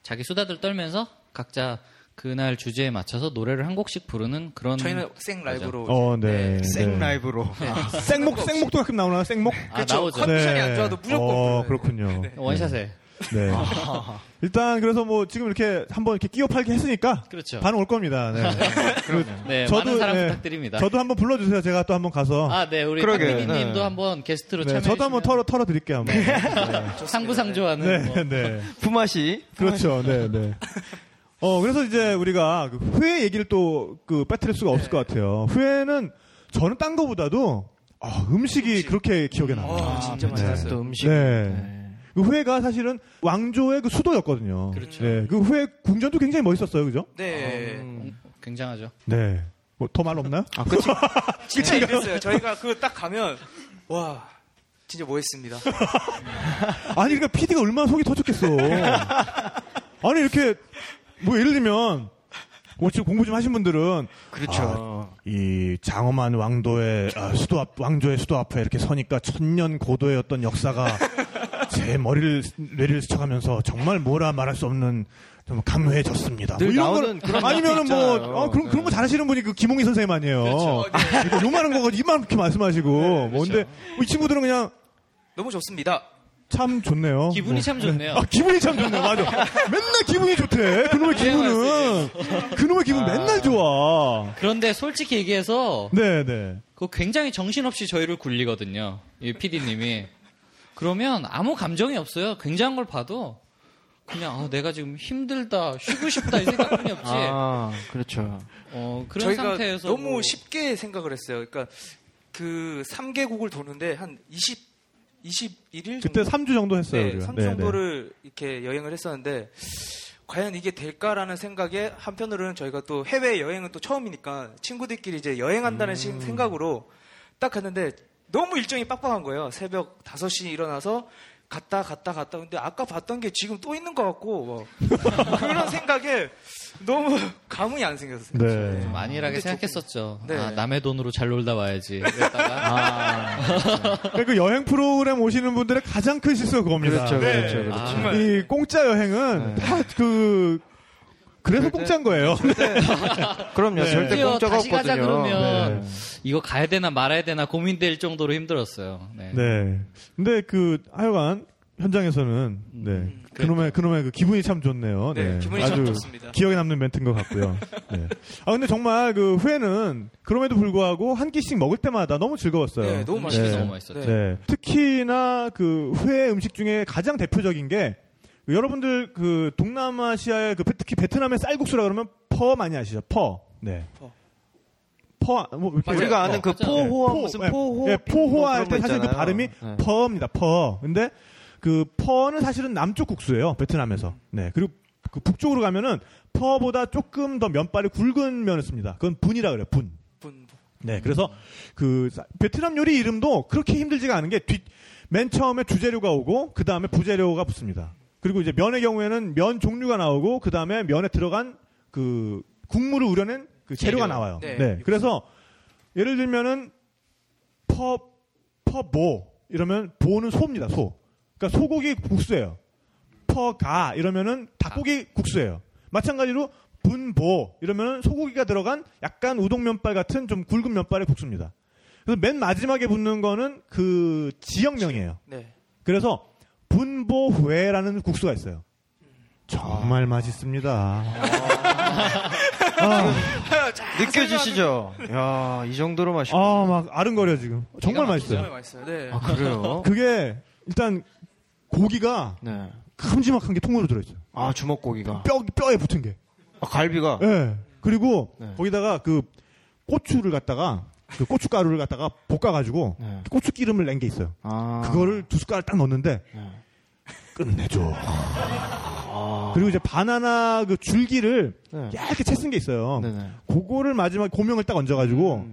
Speaker 2: 자기 수다들 떨면서 각자 그날 주제에 맞춰서 노래를 한 곡씩 부르는 그런
Speaker 8: 저희는 생 라이브로
Speaker 7: 어, 네.
Speaker 1: 생 라이브로.
Speaker 7: 네. 생목, 생목도 가끔 나오나요? 생목?
Speaker 2: 아,
Speaker 8: 그쵸.
Speaker 2: 나오죠.
Speaker 8: 컨- 컨디션이 안 좋아도 무조건
Speaker 7: 어,
Speaker 8: 부르는.
Speaker 7: 그렇군요.
Speaker 8: 네.
Speaker 2: 원샷에.
Speaker 7: 네.
Speaker 2: 아.
Speaker 7: 일단 그래서 뭐 지금 이렇게 한번 이렇게 끼워 팔기 했으니까
Speaker 2: 그렇죠.
Speaker 7: 반응 올 겁니다. 네.
Speaker 2: 네, 많은 사랑 부탁드립니다.
Speaker 7: 저도 한번 불러주세요. 제가 또 한번 가서.
Speaker 2: 아, 네, 우리
Speaker 1: 그러게요.
Speaker 2: 탁피디님도
Speaker 1: 네.
Speaker 2: 한번 게스트로
Speaker 7: 네,
Speaker 2: 참여해
Speaker 7: 저도 한번 털어, 털어드릴게요. 한번.
Speaker 2: 네. 상부상조하는
Speaker 7: 네,
Speaker 2: 뭐
Speaker 7: 네.
Speaker 1: 품앗이.
Speaker 7: 그렇죠. 네, 네. 어, 그래서 이제 우리가 그 후회 얘기를 또 그 빠뜨릴 수가 없을 것 같아요. 후회는 저는 딴 거보다도 아, 음식이 그렇게 기억에
Speaker 8: 어,
Speaker 7: 남아요.
Speaker 8: 진짜
Speaker 1: 아, 맞아요.
Speaker 8: 맛있었어요.
Speaker 1: 또 음식.
Speaker 7: 네.
Speaker 1: 네.
Speaker 7: 그 후회가 사실은 왕조의 그 수도였거든요.
Speaker 2: 그렇죠.
Speaker 7: 네, 그 후회 궁전도 굉장히 멋있었어요. 그죠?
Speaker 2: 아,
Speaker 8: 네.
Speaker 2: 음. 굉장하죠.
Speaker 7: 네. 뭐 더 말 없나요?
Speaker 1: 아, 그치.
Speaker 8: 진짜 이랬어요. 네, 저희가 그 딱 가면 와 진짜 멋있습니다.
Speaker 7: 아니 그러니까 PD가 얼마나 속이 터졌겠어. 아니 이렇게 뭐 예를 들면 뭐 지금 공부 좀 하신 분들은 아,
Speaker 1: 그렇죠.
Speaker 7: 이 장엄한 왕도의 아, 수도 앞 왕조의 수도 앞에 이렇게 서니까 천년 고도의 어떤 역사가 제 머리를 뇌를 스쳐가면서 정말 뭐라 말할 수 없는 좀 감회해졌습니다. 뭐
Speaker 1: 늘
Speaker 7: 걸-
Speaker 1: 나오는 그런
Speaker 7: 아니면은
Speaker 1: 멘트
Speaker 7: 뭐
Speaker 1: 있잖아요. 네. 그렇죠.
Speaker 7: 어, 그런 그런 거 잘하시는 분이 그 김홍희 선생님 아니에요. 이렇게 요만한 거가 이만큼 말씀하시고
Speaker 1: 네,
Speaker 7: 뭔데
Speaker 1: 그렇죠.
Speaker 7: 이 친구들은 그냥
Speaker 8: 너무 좋습니다.
Speaker 7: 참 좋네요.
Speaker 2: 기분이
Speaker 7: 뭐.
Speaker 2: 참 좋네요.
Speaker 7: 아, 기분이 참 좋네, 맞아. 맨날 기분이 좋대. 그놈의
Speaker 2: 네,
Speaker 7: 기분은. 그놈의 기분
Speaker 2: 아.
Speaker 7: 맨날 좋아.
Speaker 2: 그런데 솔직히 얘기해서
Speaker 7: 네네.
Speaker 2: 그 굉장히 정신없이 저희를 굴리거든요. 이 PD님이. 그러면 아무 감정이 없어요. 굉장한 걸 봐도 그냥 아, 내가 지금 힘들다, 쉬고 싶다 이 생각뿐이 없지.
Speaker 1: 아, 그렇죠.
Speaker 2: 어, 그런
Speaker 8: 저희가
Speaker 2: 상태에서
Speaker 8: 너무
Speaker 2: 뭐-
Speaker 8: 쉽게 생각을 했어요. 그러니까 그 3개국을 도는데 한 20, 21일
Speaker 7: 그때
Speaker 8: 정도?
Speaker 7: 3주 정도 했어요,
Speaker 8: 네,
Speaker 7: 우리가.
Speaker 8: 3
Speaker 7: 네네.
Speaker 8: 정도를 이렇게 여행을 했었는데 과연 이게 될까라는 생각에 한편으로는 저희가 또 해외 여행은 또 처음이니까 친구들끼리 이제 여행한다는
Speaker 7: 음.
Speaker 8: 시- 생각으로 딱 갔는데 너무 일정이 빡빡한 거예요. 새벽 5시 일어나서 갔다 갔다 갔다 근데 아까 봤던 게 지금 또 있는 것 같고 뭐 그런 생각에 너무 감흥이 안 생겼어요.
Speaker 7: 네.
Speaker 2: 좀 안일하게
Speaker 8: 근데 조금-
Speaker 2: 생각했었죠.
Speaker 8: 네.
Speaker 2: 아, 남의 돈으로 잘 놀다 와야지. 그랬다가
Speaker 7: 그러니까 그 여행 프로그램 오시는 분들의 가장 큰 실수가 그겁니다.
Speaker 1: 그렇죠,
Speaker 7: 네.
Speaker 1: 그렇죠, 그렇죠.
Speaker 2: 아,
Speaker 8: 정말.
Speaker 7: 이 공짜 여행은 다 그,
Speaker 2: 그렇죠.
Speaker 7: 그래서 공짜인 거예요.
Speaker 1: 그럼요.
Speaker 7: 네.
Speaker 1: 절대
Speaker 2: 드디어
Speaker 1: 공짜가
Speaker 2: 다시
Speaker 1: 없거든요.
Speaker 2: 가자 그러면
Speaker 7: 네.
Speaker 2: 이거 가야 되나 말아야 되나 고민될 정도로 힘들었어요. 네.
Speaker 7: 네. 근데 그, 하여간, 현장에서는, 네. 그놈의, 그놈의 그 기분이 참 좋네요.
Speaker 8: 음. 네, 기분이 참
Speaker 7: 아주
Speaker 8: 좋습니다.
Speaker 7: 기억에 남는 멘트인 것 같고요. 네. 아, 근데 정말 그 후에는 그럼에도 불구하고 한 끼씩 먹을 때마다 너무 즐거웠어요.
Speaker 8: 네, 너무
Speaker 2: 음식이
Speaker 8: 맛있었어요.
Speaker 2: 너무 맛있었죠.
Speaker 8: 네.
Speaker 7: 네. 특히나 그 후에 음식 중에 가장 대표적인 게 여러분들 그 동남아시아의 그 특히 베트남의 쌀국수라 그러면 퍼 많이 아시죠? 퍼. 네.
Speaker 8: 퍼.
Speaker 7: 퍼, 뭐, 이렇게
Speaker 8: 맞아요.
Speaker 1: 우리가 아는 그
Speaker 2: 맞아요.
Speaker 1: 포호와
Speaker 7: 포,
Speaker 1: 무슨
Speaker 7: 예,
Speaker 1: 포호
Speaker 7: 예, 포호화
Speaker 1: 뭐
Speaker 7: 할
Speaker 1: 그런
Speaker 7: 때
Speaker 1: 거
Speaker 7: 사실 그
Speaker 1: 있잖아요.
Speaker 7: 발음이
Speaker 1: 네.
Speaker 7: 퍼입니다. 퍼. 근데 그 퍼는 사실은 남쪽 국수예요. 베트남에서. 네. 그리고 그 북쪽으로 가면은 퍼보다 조금 더 면발이 굵은 면을 씁니다. 그건 분이라 그래요. 분.
Speaker 8: 분- 분-
Speaker 7: 네. 그래서 그 사- 베트남 요리 이름도 그렇게 힘들지가 않은 게 뒤, 맨 처음에 주재료가 오고 그 다음에 부재료가 붙습니다. 그리고 이제 면의 경우에는 면 종류가 나오고 그 다음에 면에 들어간 그 국물을 우려낸 그 재료가
Speaker 2: 재료.
Speaker 7: 나와요.
Speaker 8: 네.
Speaker 7: 네. 그래서 예를 들면은 퍼, 퍼보 이러면 보는 소입니다. 소. 그러니까 소고기 국수예요. 퍼가 이러면은 닭고기 국수예요. 마찬가지로 분보 이러면은 소고기가 들어간 약간 우동 면발 같은 좀 굵은 면발의 국수입니다. 그래서 맨 마지막에 붙는 거는 그 지역명이에요.
Speaker 8: 네.
Speaker 7: 그래서 분보회라는 국수가 있어요. 정말 맛있습니다.
Speaker 1: 느껴지시죠? 야, 이 정도로 맛있.
Speaker 7: 아, 막 아른거려 지금. 정말
Speaker 8: 정말
Speaker 7: 맛있어요.
Speaker 8: 맛있어요. 네.
Speaker 1: 아, 그래요?
Speaker 7: 그게 일단 고기가
Speaker 1: 네.
Speaker 7: 큼지막한 게 통으로 들어있어요.
Speaker 1: 아, 주먹고기가.
Speaker 7: 뼈, 뼈에 붙은 게.
Speaker 1: 아, 갈비가.
Speaker 7: 예. 그리고
Speaker 1: 네.
Speaker 7: 거기다가 그 고추를 갖다가 그 고춧가루를 갖다가 볶아가지고
Speaker 1: 네.
Speaker 7: 고추기름을 낸 게 있어요.
Speaker 1: 아.
Speaker 7: 그거를 두 숟가락 딱 넣었는데
Speaker 1: 네.
Speaker 7: 끝내줘. 그리고 이제 바나나 그 줄기를
Speaker 1: 아. 네.
Speaker 7: 얇게 채 쓴 게 있어요.
Speaker 1: 네네. 음.
Speaker 7: 그거를 마지막에 고명을 딱 얹어가지고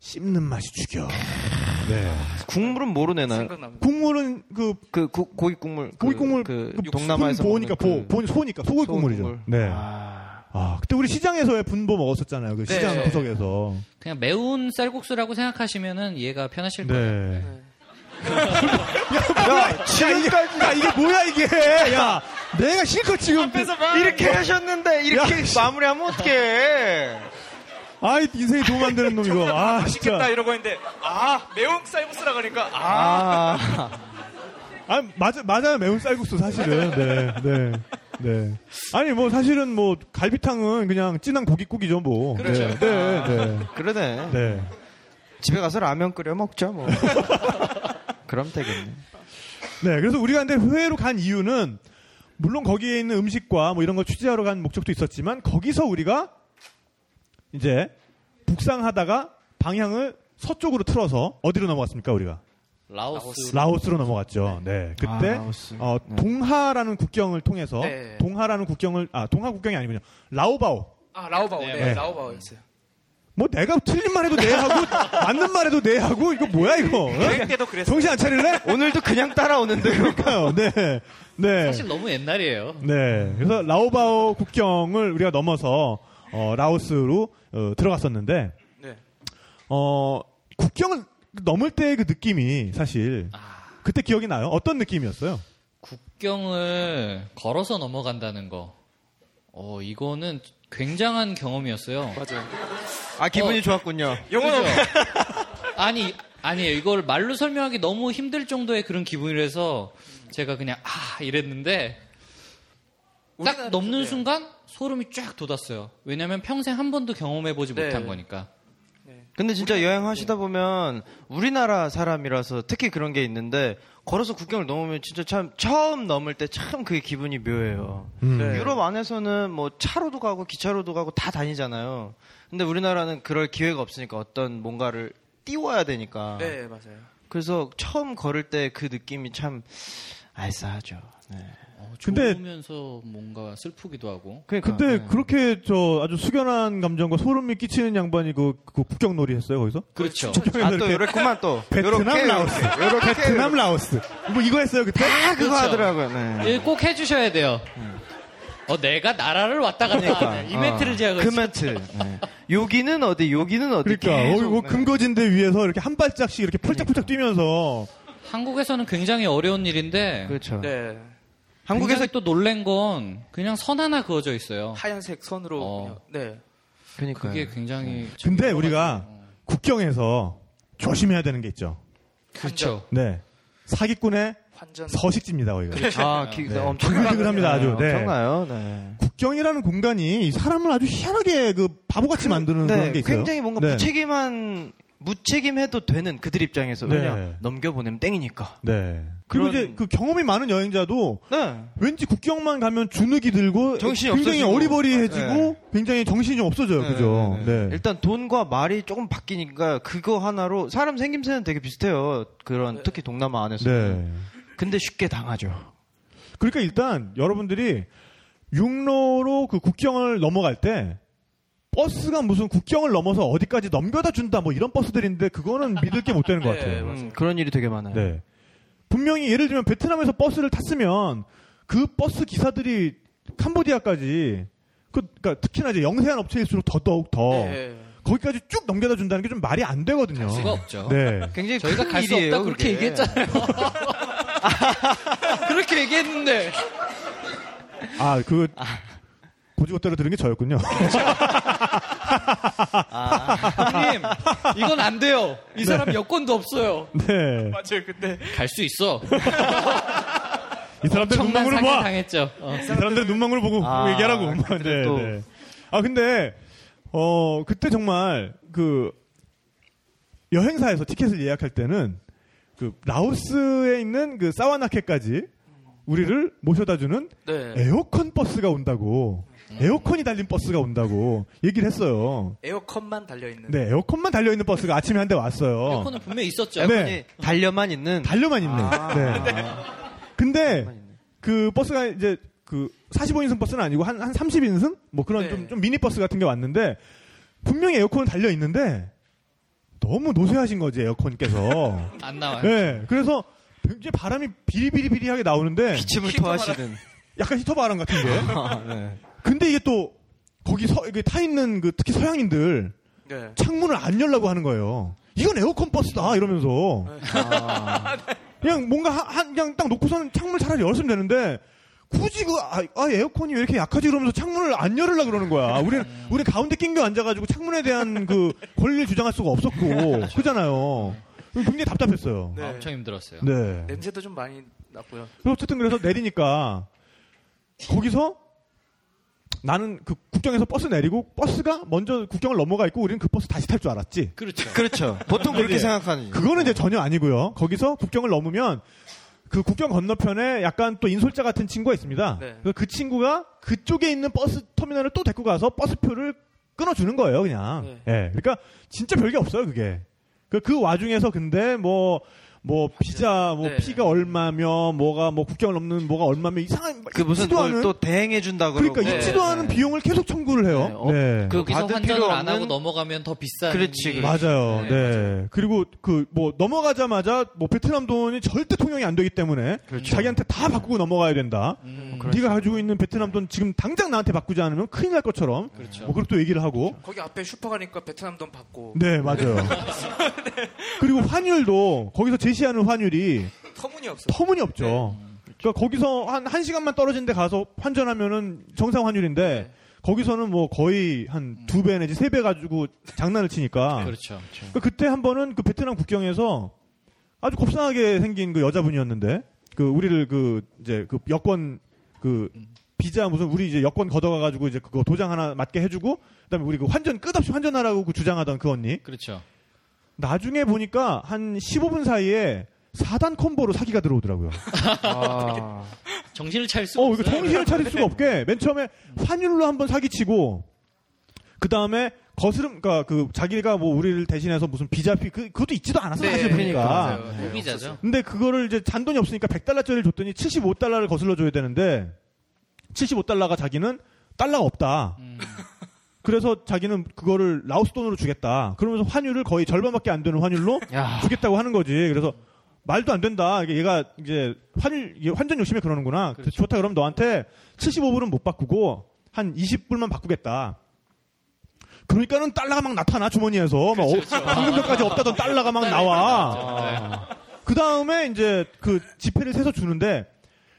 Speaker 7: 씹는 맛이 죽여. 네.
Speaker 1: 국물은 뭐로 내나요?
Speaker 8: 생각납니다.
Speaker 7: 국물은 그
Speaker 1: 그 고, 고기 국물. 그-
Speaker 7: 고기 국물
Speaker 1: 그,
Speaker 7: 그
Speaker 1: 동남아에서
Speaker 7: 분 보니까
Speaker 1: 먹는 그
Speaker 7: 보, 보니 소니까 소고기
Speaker 1: 소고기
Speaker 7: 국물이죠.
Speaker 1: 국물.
Speaker 7: 네. 아.
Speaker 1: 아.
Speaker 7: 그때 우리 시장에서 왜 분보 먹었었잖아요. 그 시장
Speaker 8: 네.
Speaker 7: 구석에서.
Speaker 2: 그냥 매운 쌀국수라고 생각하시면은 이해가 편하실 거예요.
Speaker 7: 네.
Speaker 1: 야,
Speaker 7: 지금까지 야 이게 뭐야 이게? 야 내가 실컷 지금 그
Speaker 1: 이렇게 하셨는데 이렇게
Speaker 7: 야, 씨.
Speaker 1: 마무리하면 어떡해.
Speaker 7: 아이 인생에 도움 안 되는 놈 이거. 아 진짜.
Speaker 8: 이러고 했는데 아 매운 쌀국수라 그러니까 아
Speaker 1: 아.
Speaker 7: 아 맞아 맞아요 매운 쌀국수 사실은. 네 네. 네. 아니 뭐 사실은 뭐 갈비탕은 그냥 진한 고깃국이죠 뭐. 그렇죠. 네 네. 네.
Speaker 1: 그러네.
Speaker 7: 네.
Speaker 1: 집에 가서 라면 끓여 먹자, 뭐. 그럼 되겠네.
Speaker 7: 네, 그래서 우리가 근데 회로 간 이유는 물론 거기에 있는 음식과 뭐 이런 걸 취재하러 간 목적도 있었지만 거기서 우리가 이제 북상하다가 방향을 서쪽으로 틀어서 어디로 넘어갔습니까 우리가
Speaker 2: 라오스.
Speaker 7: 라오스로 넘어갔죠. 네, 그때
Speaker 1: 아, 라오스.
Speaker 7: 어,
Speaker 1: 네.
Speaker 7: 동하라는 국경을 통해서
Speaker 8: 네.
Speaker 7: 동하라는 국경을 아 동하 국경이 아니군요 라오바오
Speaker 8: 라오바오 네,
Speaker 7: 네.
Speaker 8: 라오바오였어요.
Speaker 7: 뭐 내가 틀린 말해도 네 하고 맞는 말해도 네 하고 이거 뭐야 이거
Speaker 8: 여행 때도 그랬어요.
Speaker 7: 정신 안 차릴래?
Speaker 1: 오늘도 그냥 따라오는데요.
Speaker 7: 그러니까요. 네, 네.
Speaker 2: 사실 너무 옛날이에요.
Speaker 7: 네. 그래서 라오바오 국경을 우리가 넘어서 어, 라오스로 어, 들어갔었는데
Speaker 8: 네.
Speaker 7: 어, 국경을 넘을 때의 그 느낌이 사실
Speaker 1: 아.
Speaker 7: 그때 기억이 나요. 어떤 느낌이었어요?
Speaker 2: 국경을 걸어서 넘어간다는 거. 어, 이거는 굉장한 경험이었어요.
Speaker 8: 맞아요.
Speaker 1: 아, 기분이
Speaker 2: 어.
Speaker 1: 좋았군요.
Speaker 8: 영어는
Speaker 2: 아니, 아니에요. 이걸 말로 설명하기 너무 힘들 정도의 그런 기분이라서 제가 그냥 아 이랬는데 딱 넘는 순간 소름이 쫙 돋았어요. 왜냐면 평생 한 번도 경험해 보지
Speaker 8: 네.
Speaker 2: 못한 거니까.
Speaker 1: 근데 진짜 여행하시다 보면 우리나라 사람이라서 특히 그런 게 있는데 걸어서 국경을 넘으면 진짜 참 처음 넘을 때 참 그게 기분이 묘해요.
Speaker 8: 네.
Speaker 1: 유럽 안에서는 뭐 차로도 가고 기차로도 가고 다 다니잖아요. 근데 우리나라는 그럴 기회가 없으니까 어떤 뭔가를 띄워야 되니까.
Speaker 8: 네 맞아요.
Speaker 1: 그래서 처음 걸을 때 그 느낌이 참 알싸하죠. 네.
Speaker 2: 어,
Speaker 7: 근데-
Speaker 2: 좋으면서 뭔가 슬프기도 하고.
Speaker 1: 그러니까,
Speaker 7: 그때
Speaker 1: 네.
Speaker 7: 그렇게 저 아주 숙연한 감정과 소름이 끼치는 양반이 그, 그 국경놀이 했어요 거기서?
Speaker 2: 그렇죠.
Speaker 1: 아, 또
Speaker 7: 이렇게
Speaker 1: 요랬구만 또.
Speaker 7: 베트남
Speaker 1: 요렇게,
Speaker 7: 라오스.
Speaker 1: 요렇게,
Speaker 7: 베트남
Speaker 1: 요렇게.
Speaker 7: 라오스. 뭐 이거 했어요 그때?
Speaker 1: 다 그거
Speaker 2: 그렇죠.
Speaker 1: 하더라고요. 네.
Speaker 2: 예, 꼭 해주셔야 돼요. 어, 내가 나라를 왔다 갔다 하네. 이 멘트를
Speaker 1: 어,
Speaker 2: 제가
Speaker 1: 그 멘트. 네. 여기는 어디, 여기는 어디.
Speaker 7: 그러니까 어,
Speaker 1: 계속,
Speaker 7: 뭐
Speaker 1: 네. 그러니까.
Speaker 7: 금거진대 위에서 이렇게 한 발짝씩 이렇게 펄짝펄짝 뛰면서
Speaker 2: 한국에서는 굉장히 어려운 일인데
Speaker 1: 그렇죠.
Speaker 8: 네
Speaker 1: 한국에서
Speaker 2: 한국에서 또 놀란 건 그냥 선 하나 그어져 있어요.
Speaker 8: 하얀색 선으로
Speaker 2: 어.
Speaker 8: 그냥, 네
Speaker 1: 그러니까
Speaker 2: 그게 굉장히
Speaker 7: 근데 우리가 국경에서 조심해야 되는 게 있죠.
Speaker 2: 그렇죠.
Speaker 7: 네. 사기꾼의
Speaker 8: 환전
Speaker 7: 서식지입니다, 거기가.
Speaker 1: 아, 기,
Speaker 7: 네.
Speaker 1: 엄청
Speaker 7: 두글두글합니다, 아주. 네.
Speaker 1: 엄청나요. 네.
Speaker 7: 국경이라는 공간이 사람을 아주 희한하게 그 바보같이 만드는 그런 게 있어요.
Speaker 1: 네, 굉장히 뭔가
Speaker 7: 네.
Speaker 1: 무책임한 무책임해도 되는 그들 입장에서
Speaker 7: 네.
Speaker 1: 왜냐 넘겨보내면 땡이니까.
Speaker 7: 네. 그리고
Speaker 1: 그런-
Speaker 7: 이제 그 경험이 많은 여행자도
Speaker 1: 네.
Speaker 7: 왠지 국경만 가면 주눅이 들고
Speaker 1: 정신이
Speaker 7: 굉장히
Speaker 1: 없어지고.
Speaker 7: 어리버리해지고
Speaker 1: 네.
Speaker 7: 굉장히 정신이 좀 없어져요. 그죠?
Speaker 1: 네, 네, 네.
Speaker 7: 네.
Speaker 1: 일단 돈과 말이 조금 바뀌니까 그거 하나로 사람 생김새는 되게 비슷해요.
Speaker 2: 네.
Speaker 1: 그런 특히 동남아 안에서. 는
Speaker 7: 네.
Speaker 1: 근데 쉽게 당하죠.
Speaker 2: 음,
Speaker 7: 그러니까 일단 여러분들이 육로로 그 국경을 넘어갈 때 버스가 무슨 국경을 넘어서 어디까지 넘겨다 준다 뭐 이런 버스들인데 그거는 믿을 게 못 되는 것 같아요.
Speaker 8: 네,
Speaker 2: 그렇죠.
Speaker 1: 음, 그런 일이 되게 많아요.
Speaker 7: 네. 분명히 예를 들면 베트남에서 버스를 탔으면 그 버스 기사들이 캄보디아까지 그, 그러니까 특히나 이제 영세한 업체일수록 더더욱 더
Speaker 8: 네.
Speaker 7: 거기까지 쭉 넘겨다 준다는 게 좀 말이 안 되거든요.
Speaker 2: 갈 수가 없죠.
Speaker 7: 네.
Speaker 1: 굉장히
Speaker 2: 저희가
Speaker 1: 큰
Speaker 2: 갈 수
Speaker 1: 일이에요, 예.
Speaker 2: 없다 그렇게
Speaker 1: 그게.
Speaker 2: 얘기했잖아요. 그렇게 얘기했는데
Speaker 7: 아, 그
Speaker 1: 아,
Speaker 7: 고지고대로 들은 게 저였군요.
Speaker 2: 형님 이건 안 돼요. 이 사람 여권도 없어요.
Speaker 7: 네.
Speaker 8: 맞아요. 근데
Speaker 2: 갈 수 있어.
Speaker 7: 이 사람들
Speaker 2: 청만
Speaker 7: 눈망울을
Speaker 2: 사기
Speaker 7: 봐.
Speaker 2: 당했죠. 어.
Speaker 7: 이 사람들 눈망울 보고
Speaker 1: 아,
Speaker 7: 얘기하라고.
Speaker 1: 그들은
Speaker 7: 네,
Speaker 1: 또-
Speaker 7: 네. 아 근데 어 그때 정말 그 여행사에서 티켓을 예약할 때는 그 라오스에 있는 그 사와나케까지 우리를 모셔다주는
Speaker 8: 네.
Speaker 7: 에어컨 버스가 온다고 에어컨이 달린 버스가 온다고 얘기를 했어요.
Speaker 8: 에어컨만 달려 있는.
Speaker 7: 네, 에어컨만 달려 있는 버스가 아침에 한 대 왔어요.
Speaker 2: 여권은 분명히 있었죠.
Speaker 7: 네.
Speaker 1: 달려만 있는
Speaker 7: 달려만 있네. 네. 근데
Speaker 1: 아. 달려만 있네.
Speaker 7: 그 버스가 이제 그 45인승 버스는 아니고 한, 한 30인승? 뭐 그런
Speaker 8: 네.
Speaker 7: 좀, 좀 미니 버스 같은 게 왔는데 분명히 에어컨 달려 있는데 너무 노쇠하신 거지 에어컨께서.
Speaker 2: 안 나와요.
Speaker 7: 네. 그래서 굉장히 바람이 비리비리비리하게 나오는데
Speaker 1: 기침을 토하시는
Speaker 7: 약간 히터 바람 같은 게.
Speaker 1: 아, 네.
Speaker 7: 근데 이게 또 거기 서, 이게 타 있는 그 특히 서양인들
Speaker 8: 네.
Speaker 7: 창문을 안 열라고 하는 거예요. 이건 에어컨 버스다 이러면서 그냥 뭔가 한, 한- 그냥 딱 놓고서는 창문을 차라리 열었으면 되는데 굳이 그 아, 아, 에어컨이 왜 이렇게 약하지 이러면서 창문을 안 열으려 그러는 거야. 우리는 우리 가운데 낑겨 앉아가지고 창문에 대한 그 권리를 주장할 수가 없었고
Speaker 1: 그렇죠.
Speaker 7: 그잖아요. 굉장히 답답했어요.
Speaker 8: 네.
Speaker 2: 아, 엄청 힘들었어요.
Speaker 7: 네.
Speaker 8: 냄새도 좀 많이 났고요.
Speaker 7: 그래서 어쨌든 그래서 내리니까 거기서 나는 그 국경에서 버스 내리고 버스가 먼저 국경을 넘어가 있고 우리는 그 버스 다시 탈 줄 알았지.
Speaker 2: 그렇죠.
Speaker 1: 그렇죠. 보통 그렇게
Speaker 7: 네.
Speaker 1: 생각하는.
Speaker 7: 그거는 이제 전혀 아니고요. 거기서 국경을 넘으면 그 국경 건너편에 약간 또 인솔자 같은 친구가 있습니다.
Speaker 8: 네.
Speaker 7: 그래서 그 친구가 그쪽에 있는 버스 터미널을 또 데리고 가서 버스표를 끊어주는 거예요,
Speaker 1: 네.
Speaker 7: 그냥. 예. 그러니까 진짜 별게 없어요, 그게. 그, 그 와중에서 근데 뭐, 뭐, 비자, 뭐,
Speaker 8: 네.
Speaker 7: 피가 얼마며, 뭐가, 뭐, 국경을 넘는 뭐가 얼마며, 이상한,
Speaker 1: 그 무슨
Speaker 7: 지도하는,
Speaker 1: 뭘 또 대행해 준다 그러고.
Speaker 7: 그러니까
Speaker 8: 네.
Speaker 7: 이지도하는 비용을 계속 청구를 해요.
Speaker 1: 네, 어,
Speaker 7: 네.
Speaker 1: 그
Speaker 2: 여기서
Speaker 1: 받을
Speaker 2: 환전을
Speaker 1: 필요
Speaker 2: 안 하고
Speaker 1: 없는-
Speaker 2: 넘어가면 더 비싼.
Speaker 1: 그렇지,
Speaker 2: 게-
Speaker 7: 맞아요.
Speaker 2: 네,
Speaker 7: 네. 그리고 그 뭐 넘어가자마자 뭐 베트남 돈이 절대 통용이 안 되기 때문에 자기한테 다 바꾸고 넘어가야 된다.
Speaker 2: 그렇죠. 음,
Speaker 7: 네가 가지고 있는 베트남 돈 지금 당장 나한테 바꾸지 않으면 큰일 날 것처럼
Speaker 2: 그렇죠.
Speaker 7: 뭐 그렇게 또 얘기를 하고.
Speaker 8: 거기 앞에 슈퍼 가니까 베트남 돈 받고
Speaker 7: 네, 맞아요. 그리고 환율도 거기서 제시하는 환율이
Speaker 8: 터무니없어요.
Speaker 7: 터무니없죠.
Speaker 2: 네.
Speaker 7: 그러니까 거기서 한 한시간만 떨어진 데 가서 환전하면은 정상 환율인데
Speaker 8: 네.
Speaker 7: 거기서는 뭐 거의 한 두 배 내지 세 배 가지고 장난을 치니까
Speaker 2: 그렇죠.
Speaker 7: 그 그때 한 번은 그 베트남 국경에서 아주 곱상하게 생긴 그 여자분이었는데 그 우리를 그 이제 그 여권 그 비자 무슨 우리 이제 여권 걷어가 가지고 이제 그거 도장 하나 맞게 해주고 그다음에 우리 그 환전 끝없이 환전하라고 그 주장하던 그 언니
Speaker 2: 그렇죠.
Speaker 7: 나중에 보니까 한 15분 사이에 4단 콤보로 사기가 들어오더라고요.
Speaker 1: 아.
Speaker 2: 정신을 차릴 수가
Speaker 7: 어,
Speaker 2: 없어요.
Speaker 7: 이거 정신을 차릴 수가 없게 맨 처음에 환율로 한번 사기치고 그 다음에 거스름, 그러니까 그 자기가 뭐 우리를 대신해서 무슨 비자피 그 그것도 있지도 않았어 사실 보니까.
Speaker 8: 맞아요. 네,
Speaker 2: 소비자죠.
Speaker 7: 근데 그거를 이제 잔돈이 없으니까 100달러짜리를 줬더니 75달러를 거슬러 줘야 되는데 75달러가 자기는 달러가 없다.
Speaker 2: 음,
Speaker 7: 그래서 자기는 그거를 라오스 돈으로 주겠다. 그러면서 환율을 거의 절반밖에 안 되는 환율로 주겠다고 하는 거지. 그래서 말도 안 된다. 이게 얘가 이제 환율 이게 환전 욕심에 그러는구나.
Speaker 2: 그렇죠.
Speaker 7: 좋다. 그럼 너한테 75불은 못 바꾸고 한 20불만 바꾸겠다. 그러니까는 달러가 막 나타나 주머니에서 막 어- 방금 전까지 없다던 달러가 막 나와.
Speaker 2: 그렇죠. 맞아요.
Speaker 7: 그 다음에 이제 그 지폐를 세서 주는데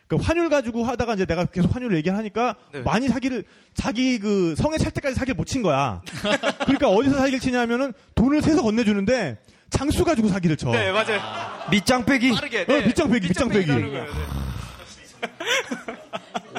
Speaker 7: 그 환율 가지고 하다가 이제 내가 계속 환율 을 얘기하니까
Speaker 8: 네.
Speaker 7: 많이 사기를 자기 그 성에 찰 때까지 사기를 못 친 거야. 그러니까 어디서 사기를 치냐면은 돈을 세서 건네주는데 장수 가지고 사기를 쳐.
Speaker 8: 네, 맞아요. 네.
Speaker 1: 밑장 빼기.
Speaker 8: 빠르게.
Speaker 7: 어, 밑장 빼기, 밑장 빼기. 아,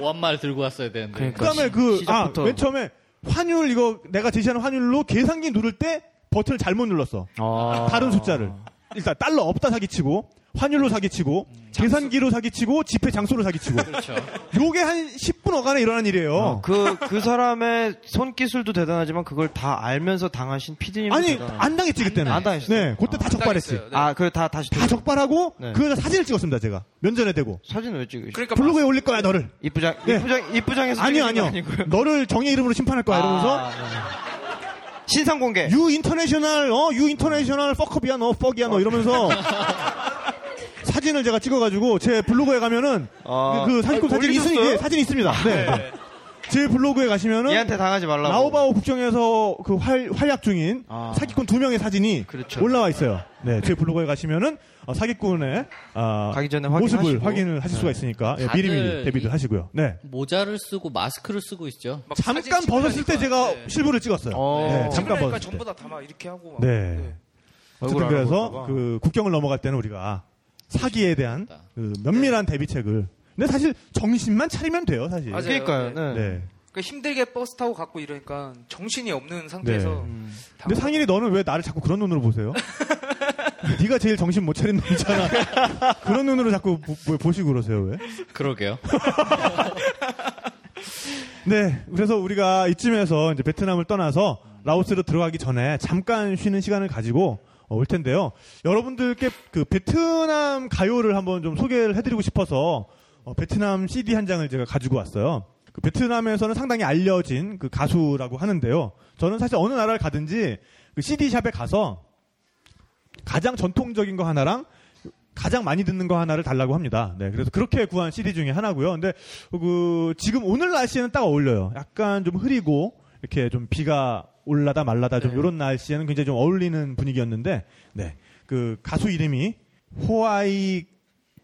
Speaker 2: 오한말 들고 왔어야 되는데.
Speaker 1: 그러니까.
Speaker 7: 그다음에 그 아,
Speaker 1: 시작부터.
Speaker 7: 맨 처음에 환율 이거 내가 제시하는 환율로 계산기 누를 때 버튼을 잘못 눌렀어. 아. 다른 숫자를. 일단 달러 없다 사기치고 환율로 사기치고 계산기로 사기치고 지폐 장소로 사기치고
Speaker 2: 그렇죠.
Speaker 7: 요게 한 10분 어간에 일어난 일이에요.
Speaker 1: 그, 그 사람의 손기술도 대단하지만 그걸 다 알면서 당하신 피디님도
Speaker 7: 아니
Speaker 1: 대단하고.
Speaker 7: 안 당했지 그때는.
Speaker 1: 안 당했어요?
Speaker 7: 네, 그때 다 적발했지.
Speaker 8: 당했어요. 네.
Speaker 1: 아, 그걸 다 다시
Speaker 7: 다 적발하고
Speaker 1: 네.
Speaker 7: 그 여자 사진을 찍었습니다 제가 면전에 대고
Speaker 1: 사진을 왜 찍으시?
Speaker 8: 그러니까
Speaker 7: 블로그에 올릴 거야 너를.
Speaker 1: 이쁘장
Speaker 7: 네.
Speaker 1: 이쁘장 이쁘장에서
Speaker 7: 아니요
Speaker 1: 찍으신 거
Speaker 7: 아니요.
Speaker 1: 아니고요.
Speaker 7: 너를 정의 이름으로 심판할 거야 이러면서
Speaker 1: 아, 네. 신상 공개.
Speaker 7: 유 인터내셔널 어유 인터내셔널 퍽컵이야 너 퍽이야 너 이러면서 사진을 제가 찍어가지고 제 블로그에 가면은
Speaker 1: 아.
Speaker 7: 그 사진권
Speaker 1: 아니,
Speaker 7: 사진 있으니
Speaker 1: 올리셨어요? 아,
Speaker 7: 예, 사진 있습니다. 네. 제 블로그에 가시면은
Speaker 1: 얘한테 당하지 말라고.
Speaker 7: 라오바오 국정에서 그 활, 활약 중인
Speaker 1: 아.
Speaker 7: 사기꾼 두 명의 사진이
Speaker 1: 그렇죠.
Speaker 7: 올라와 있어요. 네, 제 블로그에 가시면은 어, 사기꾼의 아,
Speaker 1: 가기 전에
Speaker 7: 모습을
Speaker 1: 확인하시고. 네.
Speaker 7: 확인을 하실 수가 있으니까 예, 미리미리
Speaker 2: 다들
Speaker 7: 대비도
Speaker 2: 이-
Speaker 7: 하시고요. 네.
Speaker 2: 모자를 쓰고 마스크를 쓰고 있죠.
Speaker 8: 막 사진
Speaker 7: 잠깐 벗었을 때
Speaker 8: 찍으려니까.
Speaker 7: 제가
Speaker 8: 네.
Speaker 7: 실물을 찍었어요.
Speaker 1: 어.
Speaker 7: 네, 잠깐
Speaker 8: 찍으려니까
Speaker 7: 벗었을 때.
Speaker 8: 전부 다 담아 이렇게 하고 막.
Speaker 7: 네. 어쨌든
Speaker 9: 얼굴
Speaker 7: 그래서
Speaker 9: 알아보다가.
Speaker 7: 그 국경을 넘어갈 때는 우리가 사기에 대한 그 면밀한 대비책을. 근데 사실 정신만 차리면 돼요, 사실.
Speaker 8: 맞아요.
Speaker 1: 그러니까요.
Speaker 8: 네.
Speaker 1: 네.
Speaker 7: 네.
Speaker 8: 그 힘들게 버스 타고 갔고 이러니까 정신이 없는 상태에서
Speaker 7: 네. 근데
Speaker 8: 뭐-
Speaker 7: 상인이 너는 왜 나를 자꾸 그런 눈으로 보세요? 네가 제일 정신 못 차린 놈이잖아. 그런 눈으로 자꾸 보, 뭐 보시고 그러세요, 왜?
Speaker 2: 그러게요.
Speaker 7: 네, 그래서 우리가 이쯤에서 이제 베트남을 떠나서 라오스로 들어가기 전에 잠깐 쉬는 시간을 가지고 어, 올 텐데요. 여러분들께 그 베트남 가요를 한번 좀 소개를 해드리고 싶어서 어, 베트남 CD 한 장을 제가 가지고 왔어요. 그 베트남에서는 상당히 알려진 그 가수라고 하는데요. 저는 사실 어느 나라를 가든지 그 CD 샵에 가서 가장 전통적인 거 하나랑 가장 많이 듣는 거 하나를 달라고 합니다. 네, 그래서 그렇게 구한 CD 중에 하나고요. 근데 그 지금 오늘 날씨에는 딱 어울려요. 약간 좀 흐리고 이렇게 좀 비가 올라다 말라다 좀 이런 날씨에는 굉장히 좀 어울리는 분위기였는데, 네, 그 가수 이름이 호아이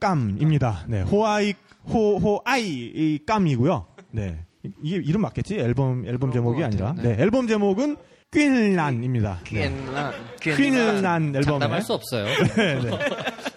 Speaker 7: 깜입니다. 네, 호아이 호 호아이 이 깜이고요. 네, 이- 이게 이름 맞겠지? 앨범 앨범 제목이 아니라, 네, 앨범 제목은 퀸란입니다. 네. 퀸란 앨범에
Speaker 2: 장담할 수 없어요.
Speaker 7: 네, 네.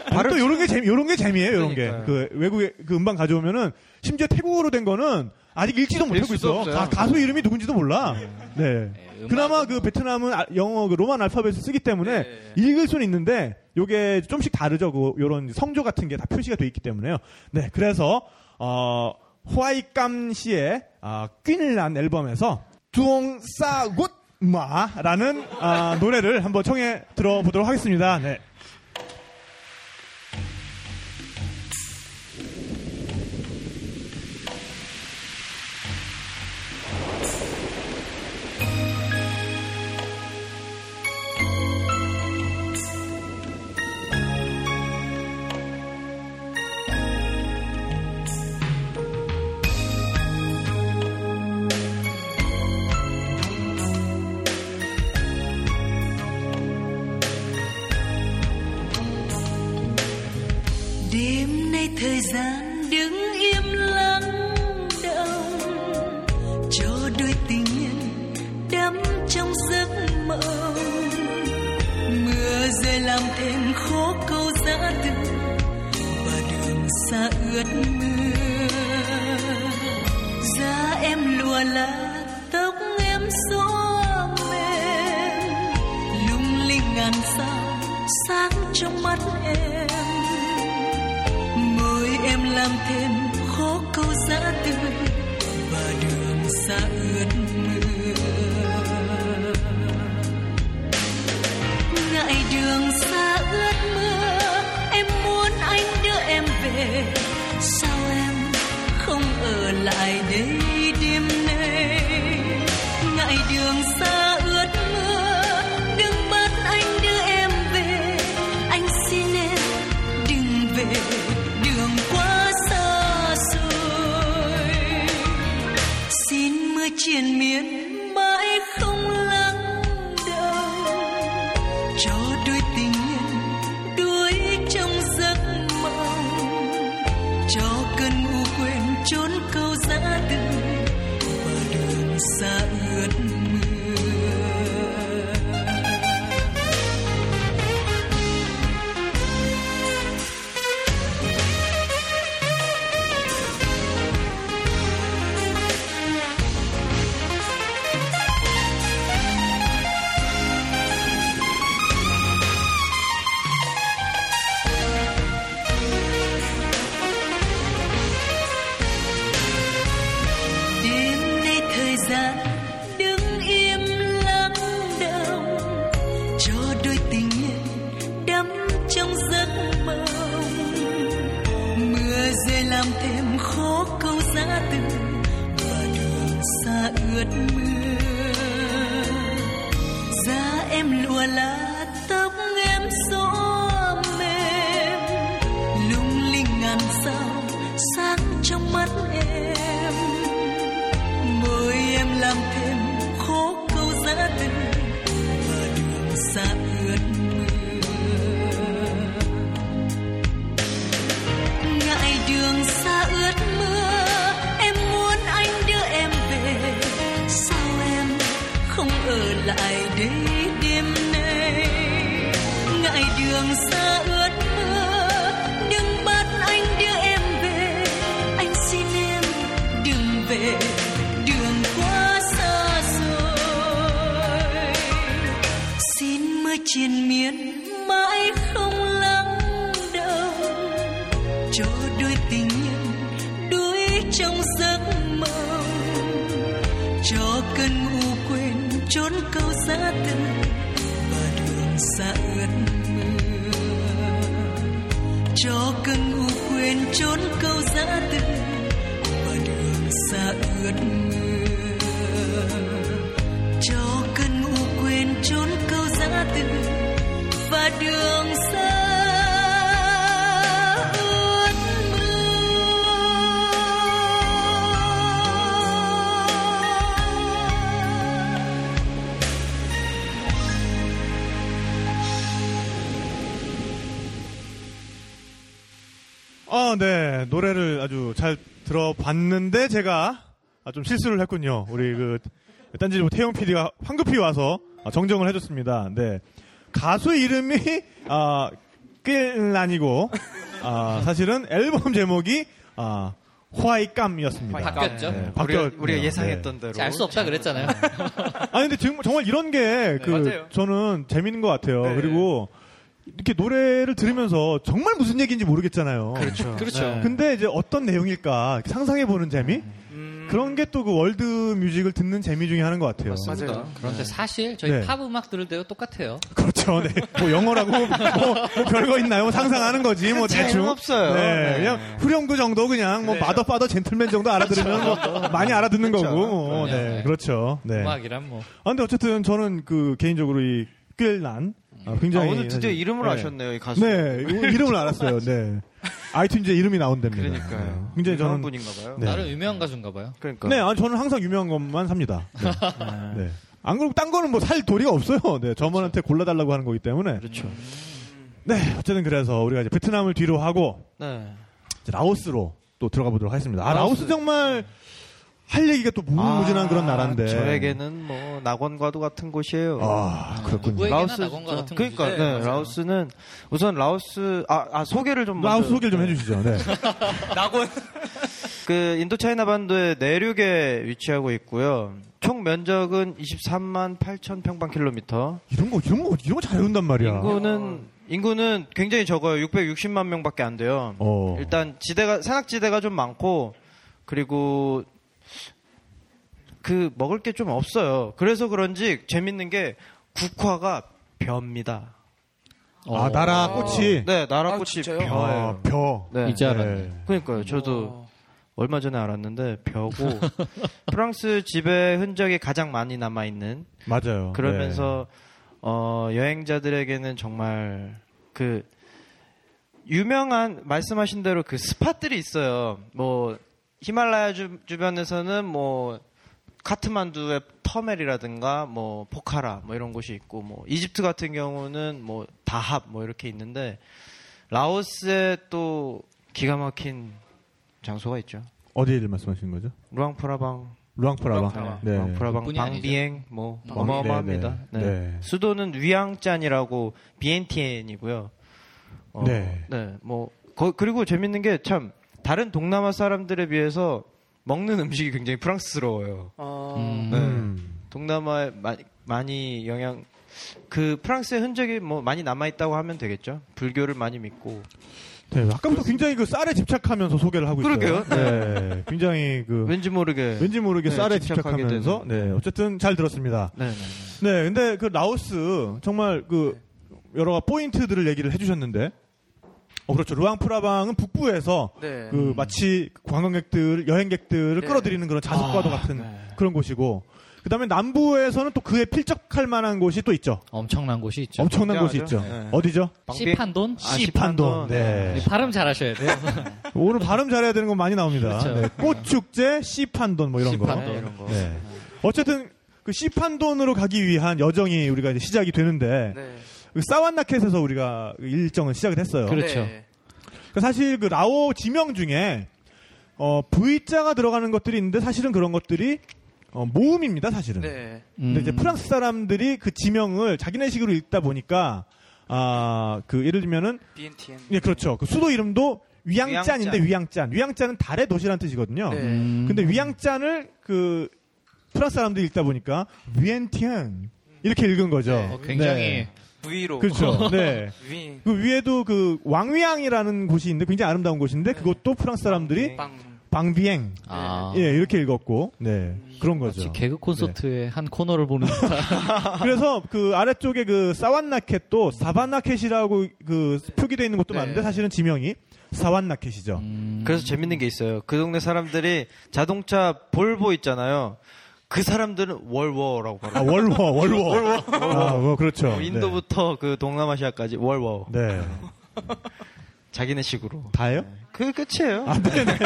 Speaker 7: 바로 또 요런 게 재미, 요런 게 재미예요, 요런 게. 그 외국에 그 음반 가져오면은 심지어 태국어로 된 거는 아직 읽지도 못하고
Speaker 9: 수도
Speaker 7: 있어.
Speaker 9: 없어요.
Speaker 7: 가, 수 이름이 누군지도 몰라. 네. 그나마 그 베트남은 아- 영어 그 로만 알파벳을 쓰기 때문에 읽을 수는 있는데 요게 좀씩 다르죠. 그 요런 성조 같은 게 다 표시가 돼 있기 때문에요. 네. 그래서 어 호아이감 씨의 아 퀸란 앨범에서 두옹싸굿 마라는 아, 노래를 한번 청해 들어보도록 하겠습니다. 네.
Speaker 10: đêm nay thời gian đứng im lắng đong cho đôi tình nhân đắm trong giấc mộng mưa rơi làm thêm khó câu giã từ và đường xa ướt mưa da em lùa lá tóc em xóa mềm lung linh ngàn sao sáng trong mắt em môi em làm thêm khó câu giã từ và đường xa ướt mưa ngại đường xa ướt mưa em muốn anh đưa em về sao em không ở lại đây đêm nay ngại đường xa ướt mưa đừng bắt anh đưa em về anh xin em đừng về đường quá xa xôi xin mưa triền miên mãi không lắng đong cho đôi tình nhân đuối trong giấc mộng cho cơn ngủ quên trốn câu giã từ và đường xa ướt mưa đêm nay thời gian đứng im lắng đong cho đôi tình nhân đắm trong giấc mộng mưa rơi làm thêm khó câu giã từ và đường xa ướt mưa da Dạ, em lụa lá tóc em gió mềm lung linh ngàn sao sáng trong mắt em môi em làm thêm khó câu giã từ và đường xa ướt mưa ngại đường xa ướt mưa em muốn anh đưa em về sao em không ở lại đây đêm nay đường xa ướt mưa đừng bắt anh đưa em về anh xin em đừng về đường quá xa rồi xin mưa trên miền mãi không lắng đông cho đôi tình nhân đuối trong giấc mộng cho cơn u quên trốn câu giã từ và đường xa ướt mưa cho cơn u quên trốn câu giã từ và đường xa ướt mưa cho cơn u quên trốn câu giã từ và đường xa ướt mưa
Speaker 7: 어, 네. 노래를 아주 잘 들어봤는데 제가 아, 좀 실수를 했군요. 우리 그 딴지일보 태용 PD가 황급히 와서 아, 정정을 해줬습니다. 네. 가수 이름이 아, 낄 아니고 아, 사실은 앨범 제목이 아, 화이감이었습니다.
Speaker 2: 바뀌었죠?
Speaker 7: 네,
Speaker 1: 우리가,
Speaker 7: 바뀌었군요.
Speaker 1: 우리가
Speaker 7: 네.
Speaker 1: 예상했던 대로.
Speaker 2: 알 수 없다 그랬잖아요.
Speaker 7: 아니 근데 지금 정말 이런 게 그
Speaker 1: 네, 맞아요.
Speaker 7: 저는 재밌는 것 같아요.
Speaker 1: 네.
Speaker 7: 그리고 이렇게 노래를 들으면서 정말 무슨 얘기인지 모르겠잖아요.
Speaker 1: 그렇죠.
Speaker 2: 그렇죠.
Speaker 1: 네.
Speaker 7: 근데 이제 어떤 내용일까 상상해 보는 재미
Speaker 1: 음.
Speaker 7: 그런 게 또 그 월드 뮤직을 듣는 재미 중에 하나인 것 같아요.
Speaker 8: 맞아요.
Speaker 2: 그런데 사실 저희
Speaker 7: 네.
Speaker 2: 팝 음악 들을 때도 똑같아요.
Speaker 7: 그렇죠. 네. 뭐 영어라고 뭐, 뭐 별거 있나요? 뭐 상상하는 거지 뭐
Speaker 1: 큰
Speaker 7: 대충
Speaker 1: 차이는 없어요.
Speaker 7: 네,
Speaker 1: 네.
Speaker 7: 그냥 후렴구 정도 그냥 뭐 마더 파더 젠틀맨 정도 알아들으면 뭐 많이 알아듣는
Speaker 1: 그렇죠.
Speaker 7: 거고. 뭐,
Speaker 2: 그럼요.
Speaker 7: 네,
Speaker 2: 네.
Speaker 7: 그렇죠. 네.
Speaker 2: 음악이란 뭐.
Speaker 7: 아, 근데 어쨌든 저는 그 개인적으로 이 꿰난 아,
Speaker 1: 아,
Speaker 7: 굉장히
Speaker 1: 오늘 드디어
Speaker 7: 사실-
Speaker 1: 이름을
Speaker 7: 네.
Speaker 1: 아셨네요, 이 가수.
Speaker 7: 네, 이- 이름을 알았어요. 네, 아이튠즈에 이름이 나온답니다.
Speaker 1: 그러니까요.
Speaker 7: 네, 굉장히 저는
Speaker 1: 유명한 분인가 봐요.
Speaker 7: 네.
Speaker 2: 나름 유명한 가수인가 봐요.
Speaker 1: 그러니까.
Speaker 7: 네, 아, 저는 항상 유명한 것만 삽니다. 네. 네. 안 그러면 딴 거는 뭐 살 도리가 없어요. 네, 저만한테 골라달라고 하는 거기 때문에.
Speaker 1: 그렇죠.
Speaker 7: 네, 어쨌든 그래서 우리가 이제 베트남을 뒤로 하고
Speaker 1: 네.
Speaker 7: 이제 라오스로 또 들어가 보도록 하겠습니다. 아, 라오스 정말 할 얘기가 또 무궁무진한
Speaker 1: 아,
Speaker 7: 그런 나라인데.
Speaker 1: 저에게는 뭐 낙원과도 같은 곳이에요.
Speaker 7: 아, 그렇군요.
Speaker 2: 누구에게나
Speaker 1: 라오스
Speaker 2: 낙원과
Speaker 1: 진짜-
Speaker 2: 같은
Speaker 1: 그러니까
Speaker 2: 곳이죠.
Speaker 1: 네,
Speaker 2: 네, 맞아요.
Speaker 1: 라오스는 우선 라오스 아, 아, 소개를 좀 먼저-
Speaker 7: 라오스 소개를 좀 해주시죠. 네.
Speaker 8: 낙원.
Speaker 1: 그 인도차이나 반도의 내륙에 위치하고 있고요. 총 면적은 23만 8천 평방킬로미터.
Speaker 7: 이런 거, 이런 거, 이런 거 잘 외운단 말이야.
Speaker 1: 인구는 인구는 굉장히 적어요. 660만 명밖에 안 돼요.
Speaker 7: 어.
Speaker 1: 일단 지대가 산악지대가 좀 많고 그리고 그 먹을 게 좀 없어요. 그래서 그런지 재밌는 게 국화가 벼입니다.
Speaker 2: 어.
Speaker 7: 아, 나라 꽃이.
Speaker 1: 네,
Speaker 8: 아,
Speaker 1: 나라꽃이
Speaker 8: 진짜요?
Speaker 1: 벼예요.
Speaker 7: 아, 벼.
Speaker 1: 네.
Speaker 2: 이제 알았네.
Speaker 1: 그러니까요.
Speaker 8: 어,
Speaker 6: 어.
Speaker 1: 저도 얼마 전에 알았는데 벼고 프랑스 지배 흔적이 가장 많이 남아 있는
Speaker 7: 맞아요. 네.
Speaker 1: 그러면서 어, 여행자들에게는 정말 그 유명한 말씀하신 대로 그 스팟들이 있어요. 뭐 히말라야 주, 주변에서는 뭐 카트만두의 터멜이라든가 뭐 포카라 뭐 이런 곳이 있고 뭐 이집트 같은 경우는 뭐 다합 뭐 이렇게 있는데 라오스에 또 기가 막힌 장소가 있죠.
Speaker 7: 네. 어디를 말씀하시는 거죠?
Speaker 1: 루앙프라방
Speaker 7: 루앙프라방. 네.
Speaker 1: 어, 왕프라방
Speaker 2: 그뿐이 아니죠.
Speaker 1: 방비행 뭐
Speaker 7: 방비-
Speaker 1: 어마어마합니다.
Speaker 7: 네,
Speaker 1: 네,
Speaker 7: 네. 네.
Speaker 1: 수도는 위앙짠이라고 비엔티엔이고요. 어,
Speaker 7: 네.
Speaker 1: 뭐 거- 그리고 재밌는 게 참 다른 동남아 사람들에 비해서 먹는 음식이 굉장히 프랑스러워요.
Speaker 8: 어,
Speaker 2: 음.
Speaker 1: 네.
Speaker 7: 음.
Speaker 1: 동남아에 마- 많이 영향 그 프랑스의 흔적이 뭐 많이 남아 있다고 하면 되겠죠. 불교를 많이 믿고
Speaker 7: 네, 아까부터 굉장히 그 쌀에 집착하면서 소개를 하고 있어요.
Speaker 1: 그러게요.
Speaker 7: 네, 굉장히 그
Speaker 1: 왠지 모르게
Speaker 7: 왠지 모르게
Speaker 1: 네,
Speaker 7: 쌀에
Speaker 1: 집착하게
Speaker 7: 집착하면서 네, 어쨌든 잘 들었습니다.
Speaker 1: 네, 네, 네.
Speaker 7: 네, 근데 그 라오스 정말 그 여러 가지 포인트들을 얘기를 해주셨는데, 어 그렇죠. 루앙프라방은 북부에서
Speaker 8: 네.
Speaker 7: 그 마치 관광객들, 여행객들을
Speaker 8: 네.
Speaker 7: 끌어들이는 그런 자석과도
Speaker 1: 아,
Speaker 7: 같은
Speaker 8: 네.
Speaker 7: 그런 곳이고, 그 다음에 남부에서는 또 그에 필적할 만한 곳이 또 있죠.
Speaker 2: 엄청난 곳이 있죠.
Speaker 7: 엄청난 곳이 있죠.
Speaker 1: 굉장하죠. 네.
Speaker 7: 어디죠?
Speaker 1: 방비행-
Speaker 2: 시판돈?
Speaker 1: 아,
Speaker 7: 시판돈.
Speaker 1: 시판돈.
Speaker 7: 네.
Speaker 2: 네, 발음 잘하셔야 돼요.
Speaker 7: 오늘 발음 잘해야 되는 건 많이 나옵니다.
Speaker 2: 그렇죠.
Speaker 7: 네, 꽃축제, 씨판돈 뭐 이런
Speaker 2: 시판돈.
Speaker 7: 거.
Speaker 1: 이런 거.
Speaker 7: 네. 어쨌든 그 씨판돈으로 가기 위한 여정이 우리가 이제 시작이 되는데
Speaker 8: 네.
Speaker 7: 그 사완나켓에서 우리가 그 일정을 시작을 했어요.
Speaker 2: 그래. 그렇죠.
Speaker 8: 네.
Speaker 7: 그러니까 사실 그 라오 지명 중에 어, V자가 들어가는 것들이 있는데 사실은 그런 것들이 어, 모음입니다, 사실은.
Speaker 8: 네.
Speaker 7: 근데 이제 프랑스 사람들이 그 지명을 자기네식으로 읽다 보니까 아, 그 예를 들면은
Speaker 8: BNTN.
Speaker 7: 예, 그렇죠. 그 수도 이름도 위양짠인데
Speaker 1: 위양짠.
Speaker 7: 위양짠. 위양짠은 달의 도시라는 뜻이거든요.
Speaker 8: 네.
Speaker 7: 근데 위양짠을 그 프랑스 사람들이 읽다 보니까 위엔티안 이렇게 읽은 거죠.
Speaker 2: 어, 굉장히
Speaker 7: 네.
Speaker 2: 어,
Speaker 8: V로.
Speaker 7: 그렇죠. 네.
Speaker 8: 위.
Speaker 7: 그 위에도 그 왕위앙이라는 곳이 있는데 굉장히 아름다운 곳인데 그것도 프랑스 사람들이
Speaker 8: 빵.
Speaker 7: 방비엥
Speaker 2: 아,
Speaker 7: 예 이렇게 읽었고 네 그런 거죠.
Speaker 2: 마치 개그 콘서트의 한 코너를 보는 듯한.
Speaker 7: 그래서 그 아래쪽에 그 사완나켓도 사반나켓이라고 그 표기되어 있는 것도
Speaker 2: 네.
Speaker 7: 맞는데 사실은 지명이 사완나켓이죠. 음.
Speaker 1: 그래서 재밌는 게 있어요. 그 동네 사람들이 자동차 볼보 있잖아요. 그 사람들은 월워라고
Speaker 7: 아
Speaker 1: 부르고
Speaker 7: 월워 월워. 아, 뭐 그렇죠. 네.
Speaker 1: 인도부터 그 동남아시아까지 월워.
Speaker 7: 네.
Speaker 1: 자기네 식으로.
Speaker 7: 다예요?
Speaker 1: 그 끝이에요.
Speaker 7: 아, 네네네.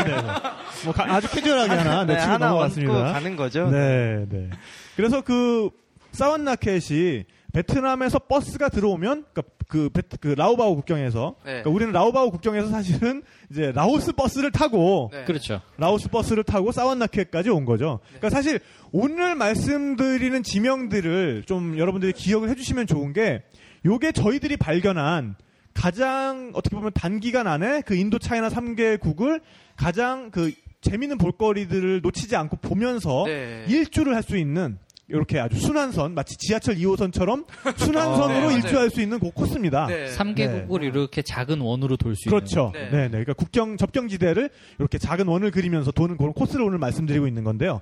Speaker 7: 뭐 가- 아주 캐주얼하게 하나 네, 치고
Speaker 1: 하나 얹고
Speaker 7: 넘어갔습니다.
Speaker 1: 가는 거죠.
Speaker 7: 네, 네. 그래서 그 사완나켓이 베트남에서 버스가 들어오면 그러니까 그, 베트- 그 라오바오 국경에서
Speaker 8: 네.
Speaker 7: 그러니까 우리는 라오바오 국경에서 사실은 이제 라오스 버스를 타고
Speaker 8: 네.
Speaker 2: 그렇죠.
Speaker 7: 라오스 버스를 타고 사완나케까지 온 거죠. 그러니까 사실 오늘 말씀드리는 지명들을 좀 여러분들이 기억을 해주시면 좋은 게 요게 저희들이 발견한 가장 어떻게 보면 단기간 안에 그 인도 차이나 3개국을 가장 그 재미있는 볼거리들을 놓치지 않고 보면서
Speaker 8: 네.
Speaker 7: 일주를 할 수 있는 이렇게 아주 순환선 마치 지하철 2호선처럼 순환선으로
Speaker 8: 어, 네,
Speaker 7: 일주할 수 있는 곳 코스입니다.
Speaker 8: 네.
Speaker 2: 3개국을 이렇게 작은 원으로 돌 수 있는.
Speaker 7: 그렇죠.
Speaker 8: 네.
Speaker 7: 네. 네, 그러니까 국경 접경 지대를 이렇게 작은 원을 그리면서 도는 그런 코스를 오늘 말씀드리고 있는 건데요.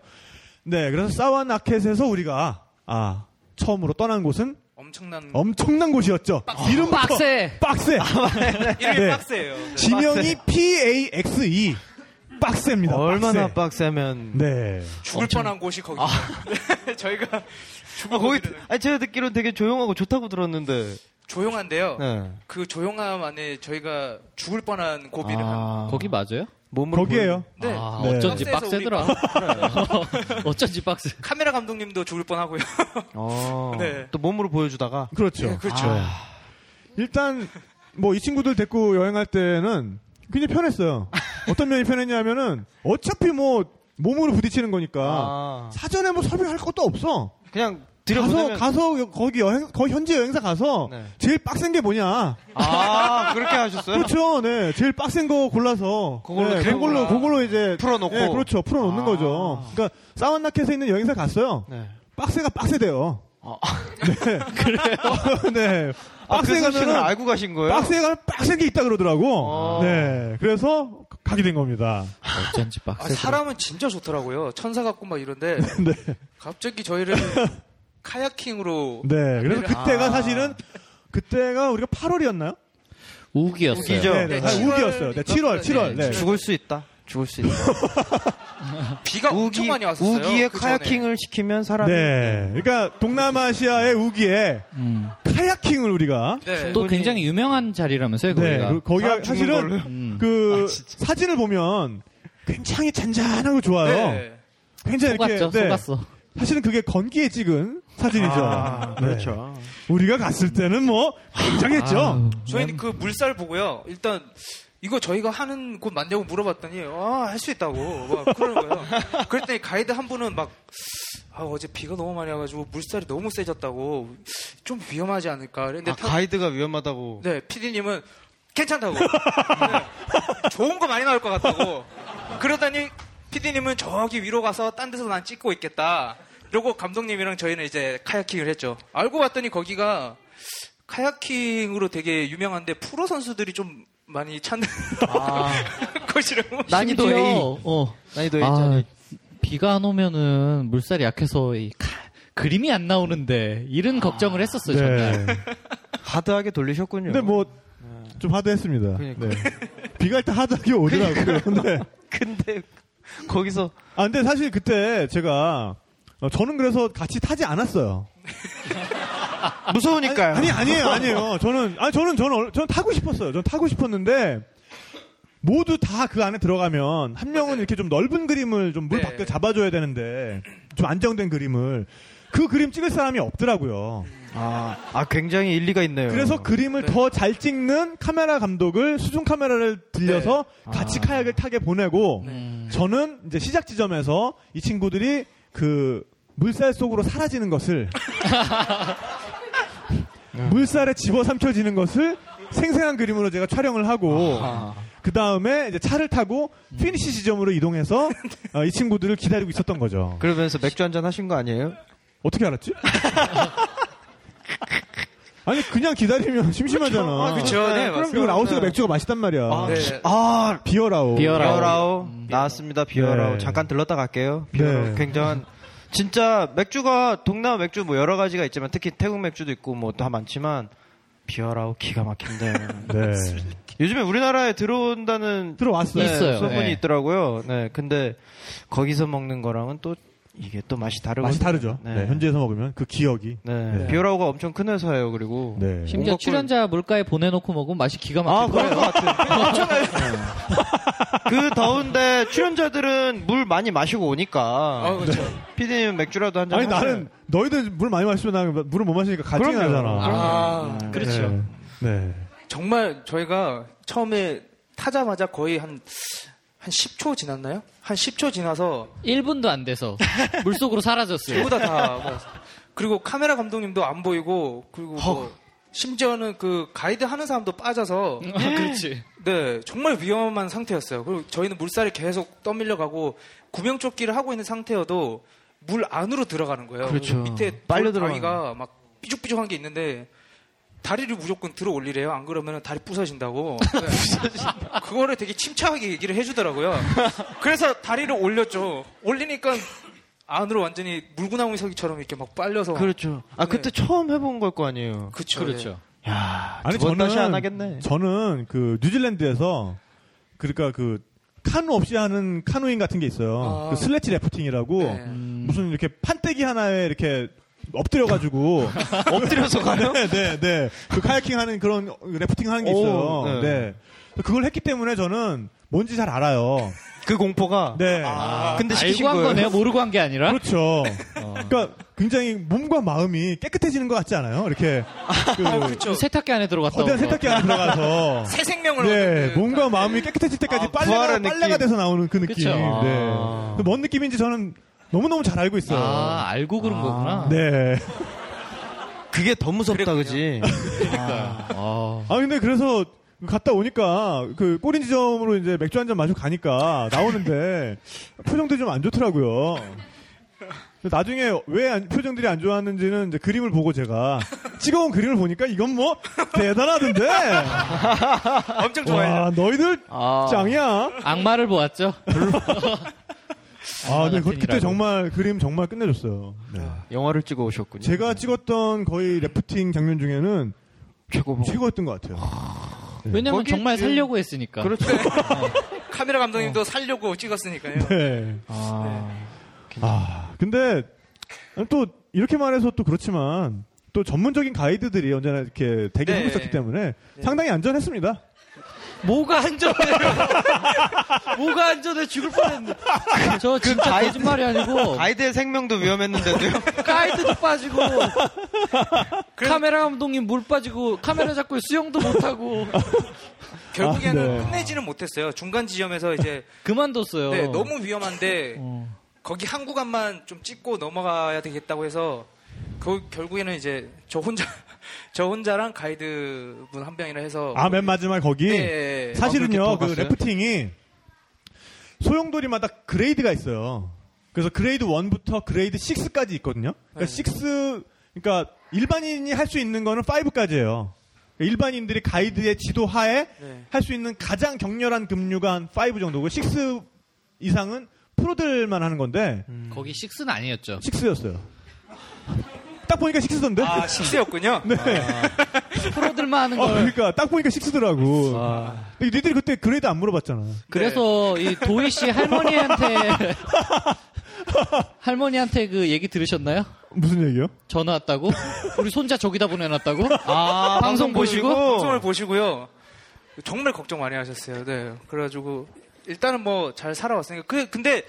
Speaker 7: 네, 그래서 사와나켓에서 우리가 아 처음으로 떠난 곳은
Speaker 8: 엄청난 아,
Speaker 7: 엄청난 곳이었죠. 이름부터
Speaker 2: 빡세!
Speaker 7: 빡세.
Speaker 8: 이름이
Speaker 7: 네.
Speaker 8: 빡세요. 네.
Speaker 7: 지명이 P A X E 빡세입니다.
Speaker 1: 어, 얼마나
Speaker 7: 빡세.
Speaker 1: 빡세면.
Speaker 7: 네.
Speaker 8: 죽을 뻔한 곳이 거기. 네, 저희가 죽을
Speaker 1: 아, 거기,
Speaker 8: 거기는
Speaker 1: 아니, 제가 듣기로는 되게 조용하고 좋다고 들었는데.
Speaker 8: 조용한데요.
Speaker 1: 네.
Speaker 8: 그 조용함 안에 저희가 죽을 뻔한 고비를 한.
Speaker 2: 거기 맞아요?
Speaker 1: 몸으로.
Speaker 7: 거기에요.
Speaker 8: 네.
Speaker 2: 아,
Speaker 7: 네.
Speaker 2: 어쩐지
Speaker 8: 빡세서 우리
Speaker 2: 빡세더라. 어쩐지 빡세.
Speaker 8: 카메라 감독님도 죽을 뻔하고요.
Speaker 1: 보여- 어.
Speaker 8: 네.
Speaker 1: 또 몸으로 보여주다가.
Speaker 7: 그렇죠.
Speaker 8: 네, 그렇죠.
Speaker 1: 아.
Speaker 7: 일단 뭐 이 친구들 데리고 여행할 때는 굉장히 편했어요. 어떤 면이 편했냐면은 어차피 뭐 몸으로 부딪히는 거니까
Speaker 1: 아.
Speaker 7: 사전에 뭐 설명할 것도 없어.
Speaker 1: 그냥
Speaker 7: 가서
Speaker 1: 들여보내면.
Speaker 7: 가서 여- 거기 여행 거기 현지 여행사 가서
Speaker 1: 네.
Speaker 7: 제일 빡센 게 뭐냐?
Speaker 1: 아, 그렇게 하셨어요?
Speaker 7: 그렇죠, 네, 제일 빡센 거 골라서
Speaker 1: 그걸로
Speaker 7: 네,
Speaker 1: 데리고
Speaker 7: 그걸로
Speaker 1: 가라.
Speaker 7: 그걸로 이제
Speaker 1: 풀어놓고.
Speaker 7: 네, 그렇죠, 풀어놓는
Speaker 1: 아.
Speaker 7: 거죠. 그러니까 사원나켓에 있는 여행사 갔어요.
Speaker 1: 네.
Speaker 7: 빡세가 빡세대요. 네, 그래요. 네,
Speaker 1: 아, 그
Speaker 7: 빡세
Speaker 1: 사실을
Speaker 7: 가면은
Speaker 1: 알고 가신 거예요?
Speaker 7: 빡세에 가면 빡센 게 있다 그러더라고.
Speaker 1: 아.
Speaker 7: 네, 그래서 가- 가게 된 겁니다.
Speaker 2: 어쩐지
Speaker 8: 아,
Speaker 2: 빡세.
Speaker 8: 사람은 진짜 좋더라고요. 천사 같고 막 이런데
Speaker 7: 네.
Speaker 8: 갑자기 저희를 카야킹으로
Speaker 7: 네, 그래서 그때가
Speaker 8: 아.
Speaker 7: 사실은 그때가 우리가 8월이었나요?
Speaker 2: 우기였어요.
Speaker 1: 우기죠. 그렇죠.
Speaker 7: 네, 네,
Speaker 8: 네,
Speaker 7: 사실 우기였어요. 네, 7월,
Speaker 8: 네,
Speaker 7: 7월. 네.
Speaker 1: 죽을 수 있다. 죽을 수 있다.
Speaker 8: 비가 엄청 많이 왔었어요.
Speaker 1: 우기에
Speaker 8: 그 전에.
Speaker 1: 카야킹을 시키면 사람이
Speaker 7: 네. 그러니까 동남아시아의 우기에
Speaker 2: 음.
Speaker 7: 카야킹을 우리가
Speaker 8: 네.
Speaker 2: 또 굉장히 유명한 자리라면서요,
Speaker 7: 네.
Speaker 2: 거기가.
Speaker 7: 그- 거기가
Speaker 1: 사람 죽는
Speaker 7: 사실은
Speaker 1: 걸로요?
Speaker 2: 음.
Speaker 7: 그
Speaker 1: 아, 진짜.
Speaker 7: 사진을 보면 굉장히 잔잔하고 좋아요.
Speaker 8: 네.
Speaker 7: 굉장히
Speaker 2: 속았죠,
Speaker 7: 이렇게 네.
Speaker 2: 속았어.
Speaker 7: 사실은 그게 건기에 찍은 사진이죠.
Speaker 1: 아,
Speaker 7: 네.
Speaker 1: 그렇죠.
Speaker 7: 우리가 갔을 때는 뭐 굉장했죠.
Speaker 2: 아유,
Speaker 8: 저희는 그 물살 보고요. 일단 이거 저희가 하는 곳 맞냐고 물어봤더니 아 할 수 있다고 막 그러는 거예요. 그랬더니 가이드 한 분은 막 아, 어제 비가 너무 많이 와가지고 물살이 너무 세졌다고 좀 위험하지 않을까. 그런데
Speaker 1: 아,
Speaker 8: 타-
Speaker 1: 가이드가 위험하다고.
Speaker 8: 네 PD님은 괜찮다고 네, 좋은 거 많이 나올 것 같다고 그러다니 PD님은 저기 위로 가서 딴 데서 난 찍고 있겠다. 이러고 감독님이랑 저희는 이제 카야킹을 했죠. 알고 봤더니 거기가 카야킹으로 되게 유명한데 프로 선수들이 좀 많이 찾는
Speaker 1: 아.
Speaker 8: 곳이라고.
Speaker 1: 난이도
Speaker 2: 심지어,
Speaker 1: A.
Speaker 2: 어.
Speaker 1: 난이도
Speaker 2: 아,
Speaker 1: 있잖아요.
Speaker 2: 비가 안 오면은 물살이 약해서 이 카- 그림이 안 나오는데 이런 걱정을 했었어요,
Speaker 7: 네.
Speaker 2: 정말.
Speaker 1: 하드하게 돌리셨군요.
Speaker 7: 근데 뭐 좀 하드했습니다.
Speaker 1: 그러니까.
Speaker 7: 네. 비가 일단 하드하게 오더라고요. 근데
Speaker 1: 근데 거기서
Speaker 7: 아 근데 사실 그때 제가 어, 저는 그래서 같이 타지 않았어요.
Speaker 1: 무서우니까요.
Speaker 7: 아니 아니에요 아니에요 저는 아 저는 저는 얼- 저는 타고 싶었어요 저는 타고 싶었는데 모두 다 그 안에 들어가면 한 명은 이렇게 좀 넓은 그림을 좀 물
Speaker 8: 네.
Speaker 7: 밖에 잡아줘야 되는데 좀 안정된 그림을 그 그림 찍을 사람이 없더라고요
Speaker 1: 아, 아, 굉장히 일리가 있네요.
Speaker 7: 그래서 그림을 더 잘 찍는 카메라 감독을 수중 카메라를 들려서 같이
Speaker 1: 아. 네.
Speaker 7: 카약을 타게 보내고 저는 이제 시작 지점에서 이 친구들이 그 물살 속으로 사라지는 것을 물살에 집어삼켜지는 것을 생생한 그림으로 제가 촬영을 하고
Speaker 1: 아.
Speaker 7: 그 다음에 이제 차를 타고 피니시 지점으로 이동해서 어, 이 친구들을 기다리고 있었던 거죠.
Speaker 1: 그러면서 맥주 한잔 하신 거 아니에요?
Speaker 7: 어떻게 알았지? 아니 그냥 기다리면 심심하잖아. 그러니까
Speaker 1: 아, 그쵸.
Speaker 8: 네,
Speaker 1: 네,
Speaker 7: 그리고 라오스가 맥주가 맛있단 말이야.
Speaker 8: 네.
Speaker 1: 아,
Speaker 7: 비어라오. 음.
Speaker 2: 비어라오.
Speaker 1: 비어라오 나왔습니다. 비어라오
Speaker 7: 네.
Speaker 1: 잠깐 들렀다 갈게요. 비어라오
Speaker 7: 네.
Speaker 1: 굉장한 진짜 맥주가 동남아 맥주 뭐 여러 가지가 있지만 특히 태국 맥주도 있고 뭐 다 많지만 비어라오 기가 막힌데.
Speaker 7: 네.
Speaker 1: 요즘에 우리나라에 들어온다는
Speaker 7: 들어왔어요.
Speaker 1: 네,
Speaker 2: 있어요.
Speaker 1: 소문이
Speaker 2: 네.
Speaker 1: 있더라고요. 네, 근데 거기서 먹는 거랑은 또 이게 또 맛이 다르고
Speaker 7: 맛이 다르죠.
Speaker 1: 네.
Speaker 7: 네, 현지에서 먹으면 그 기억이.
Speaker 1: 네.
Speaker 7: 네.
Speaker 1: 비오라오가 엄청 큰 회사예요. 그리고
Speaker 7: 네.
Speaker 2: 심지어
Speaker 1: 온갖 걸-
Speaker 2: 출연자 물가에 보내놓고 먹으면 맛이 기가 막힐
Speaker 1: 아,
Speaker 2: 거예요.
Speaker 1: 그럴 것 같아요. 엄청나요. 그 더운데 출연자들은 물 많이 마시고 오니까.
Speaker 8: 아, 그렇죠.
Speaker 1: 네. 피디님 맥주라도 한잔
Speaker 7: 아, 그렇죠. 아니 나는 너희들 물 많이 마시면 나 물을 못 마시니까 갈증이
Speaker 1: 그럼요.
Speaker 7: 나잖아.
Speaker 8: 아,
Speaker 7: 그렇죠. 네.
Speaker 8: 정말 저희가 처음에 타자마자 거의 한, 한 10초 지났나요? 한 10초 지나서
Speaker 2: 1분도 안 돼서 물속으로 사라졌어요.
Speaker 8: 전부 다 다. 뭐. 그리고 카메라 감독님도 안 보이고, 그리고 뭐 심지어는 그 가이드 하는 사람도 빠져서,
Speaker 2: 아, 그렇지.
Speaker 8: 네, 정말 위험한 상태였어요. 그리고 저희는 물살이 계속 떠밀려가고, 구명조끼를 하고 있는 상태여도 물 안으로 들어가는 거예요.
Speaker 1: 그렇죠.
Speaker 8: 밑에
Speaker 1: 빨려
Speaker 8: 바위가 막 삐죽삐죽한 게 있는데, 다리를 무조건 들어 올리래요. 안 그러면 다리 부서진다고. 네. 그거를 되게 침착하게 얘기를 해주더라고요. 그래서 다리를 올렸죠. 올리니까 안으로 완전히 물구나무서기처럼 이렇게 막 빨려서.
Speaker 1: 그렇죠. 아 그때 처음 해본 걸 거 아니에요.
Speaker 8: 그쵸.
Speaker 2: 그렇죠.
Speaker 1: 야,
Speaker 7: 아니,
Speaker 1: 두번
Speaker 7: 저는-
Speaker 1: 다시 안 하겠네.
Speaker 7: 저는 그 뉴질랜드에서 그러니까 그 카누 없이 하는 카누잉 같은 게 있어요.
Speaker 8: 아.
Speaker 7: 그 슬래치 래프팅이라고
Speaker 8: 네.
Speaker 1: 음.
Speaker 7: 무슨 이렇게 판때기 하나에 이렇게 엎드려가지고
Speaker 1: 엎드려서 가요?
Speaker 7: 네, 네, 네. 그 카야킹 하는 그런 래프팅 하는 게 있어요.
Speaker 1: 오, 네.
Speaker 7: 네. 그걸 했기 때문에 저는 뭔지 잘 알아요.
Speaker 1: 그 공포가.
Speaker 7: 네.
Speaker 1: 아, 근데 시키신
Speaker 2: 아, 알고 한
Speaker 1: 거예요.
Speaker 2: 거네요. 모르고 한 게 아니라.
Speaker 7: 그렇죠.
Speaker 1: 어.
Speaker 7: 그러니까 굉장히 몸과 마음이 깨끗해지는 것 같지 않아요? 이렇게 그
Speaker 8: 그쵸.
Speaker 2: 세탁기 안에 들어갔다.
Speaker 7: 거대한
Speaker 2: 온 거.
Speaker 7: 세탁기 안에 들어가서
Speaker 8: 새 생명을
Speaker 7: 네,
Speaker 8: 얻은 그-
Speaker 7: 몸과 마음이 깨끗해질 때까지
Speaker 1: 아,
Speaker 7: 빨래가,
Speaker 1: 부활한
Speaker 7: 빨래가
Speaker 1: 느낌.
Speaker 7: 돼서 나오는 그 느낌.
Speaker 2: 그쵸. 아.
Speaker 7: 네. 그뭔 느낌인지 저는 너무너무 잘 알고 있어요.
Speaker 2: 아, 알고 그런 거구나.
Speaker 7: 네.
Speaker 1: 그게 더 무섭다,
Speaker 8: 그랬군요.
Speaker 1: 그지
Speaker 7: 아, 근데 그래서 갔다 오니까 그 꼬린 지점으로 이제 맥주 한 잔 마시고 가니까 나오는데 표정들이 좀 안 좋더라고요. 근데 나중에 왜 안- 표정들이 안 좋았는지는 이제 그림을 보고 제가 찍어온 그림을 보니까 이건 뭐 대단하던데.
Speaker 8: 엄청 좋아해요.
Speaker 7: 와, 너희들 짱이야.
Speaker 2: 악마를 보았죠.
Speaker 7: 아, 네, 그-
Speaker 2: 팬이라고.
Speaker 7: 그때 정말 그림 정말 끝내줬어요. 네.
Speaker 1: 영화를 찍어 오셨군요.
Speaker 7: 제가 찍었던 거의 래프팅 장면 중에는
Speaker 1: 최고
Speaker 7: 최고였던 것 같아요.
Speaker 2: 왜냐면
Speaker 1: 거기에
Speaker 2: 정말
Speaker 1: 지금-
Speaker 2: 살려고 했으니까.
Speaker 1: 그렇죠.
Speaker 8: 카메라 감독님도 살려고 찍었으니까요.
Speaker 7: 어. 네.
Speaker 1: 아,
Speaker 7: 아, 근데 또 이렇게 말해서 또 그렇지만 또 전문적인 가이드들이 언제나 이렇게 대기 하고
Speaker 8: 네.
Speaker 7: 있었기 때문에 상당히 안전했습니다.
Speaker 2: 뭐가 안전해요? 뭐가 안전해 죽을 뻔했는데. 저 진짜
Speaker 1: 가이드-
Speaker 2: 거짓말이 아니고
Speaker 1: 아이들의 생명도 위험했는데도요.
Speaker 2: 네. 가이드도 빠지고
Speaker 9: 그-
Speaker 2: 카메라 감독님 물 빠지고 카메라 잡고 수영도 못 하고
Speaker 8: 결국에는
Speaker 7: 아, 네.
Speaker 8: 끝내지는 못했어요. 중간 지점에서 이제
Speaker 2: 그만뒀어요.
Speaker 8: 네, 너무 위험한데
Speaker 7: 어.
Speaker 8: 거기 한 구간만 좀 찍고 넘어가야 되겠다고 해서 그 결국에는 이제 저 혼자 저 혼자랑 가이드 분 한 명이라
Speaker 9: 어,
Speaker 8: 해서
Speaker 7: 아, 맨 마지막 거기
Speaker 8: 네.
Speaker 7: 사실은요, 그
Speaker 1: 봤어요?
Speaker 7: 래프팅이 소용돌이마다 그레이드가 있어요. 그래서 그레이드 1부터 그레이드 6까지 있거든요. 그러니까 6, 그러니까 일반인이 할 수 있는 거는 5까지예요. 그러니까 일반인들이 가이드의 지도 하에
Speaker 8: 네.
Speaker 7: 할 수 있는 가장 격렬한 급류가 한 5 정도고 6 이상은 프로들만 하는 건데
Speaker 2: 거기 식스는 아니었죠.
Speaker 7: 6였어요. 딱 보니까 6던데?
Speaker 8: 아 식스였군요.
Speaker 7: 네.
Speaker 2: 프로들만 하는
Speaker 7: 어,
Speaker 2: 걸.
Speaker 7: 그러니까 딱 보니까 6더라고. 니들이 그때 그레이드 안 물어봤잖아.
Speaker 2: 그래서 이 도희 씨 할머니한테 할머니한테 그 얘기 들으셨나요?
Speaker 7: 무슨 얘기요?
Speaker 2: 전화 왔다고? 우리 손자 저기다 보내놨다고?
Speaker 1: 아,
Speaker 2: 방송
Speaker 7: 어.
Speaker 2: 보시고?
Speaker 8: 방송을 보시고요. 정말 걱정 많이 하셨어요. 네. 그래가지고 일단은 뭐 잘 살아왔으니까. 그 근데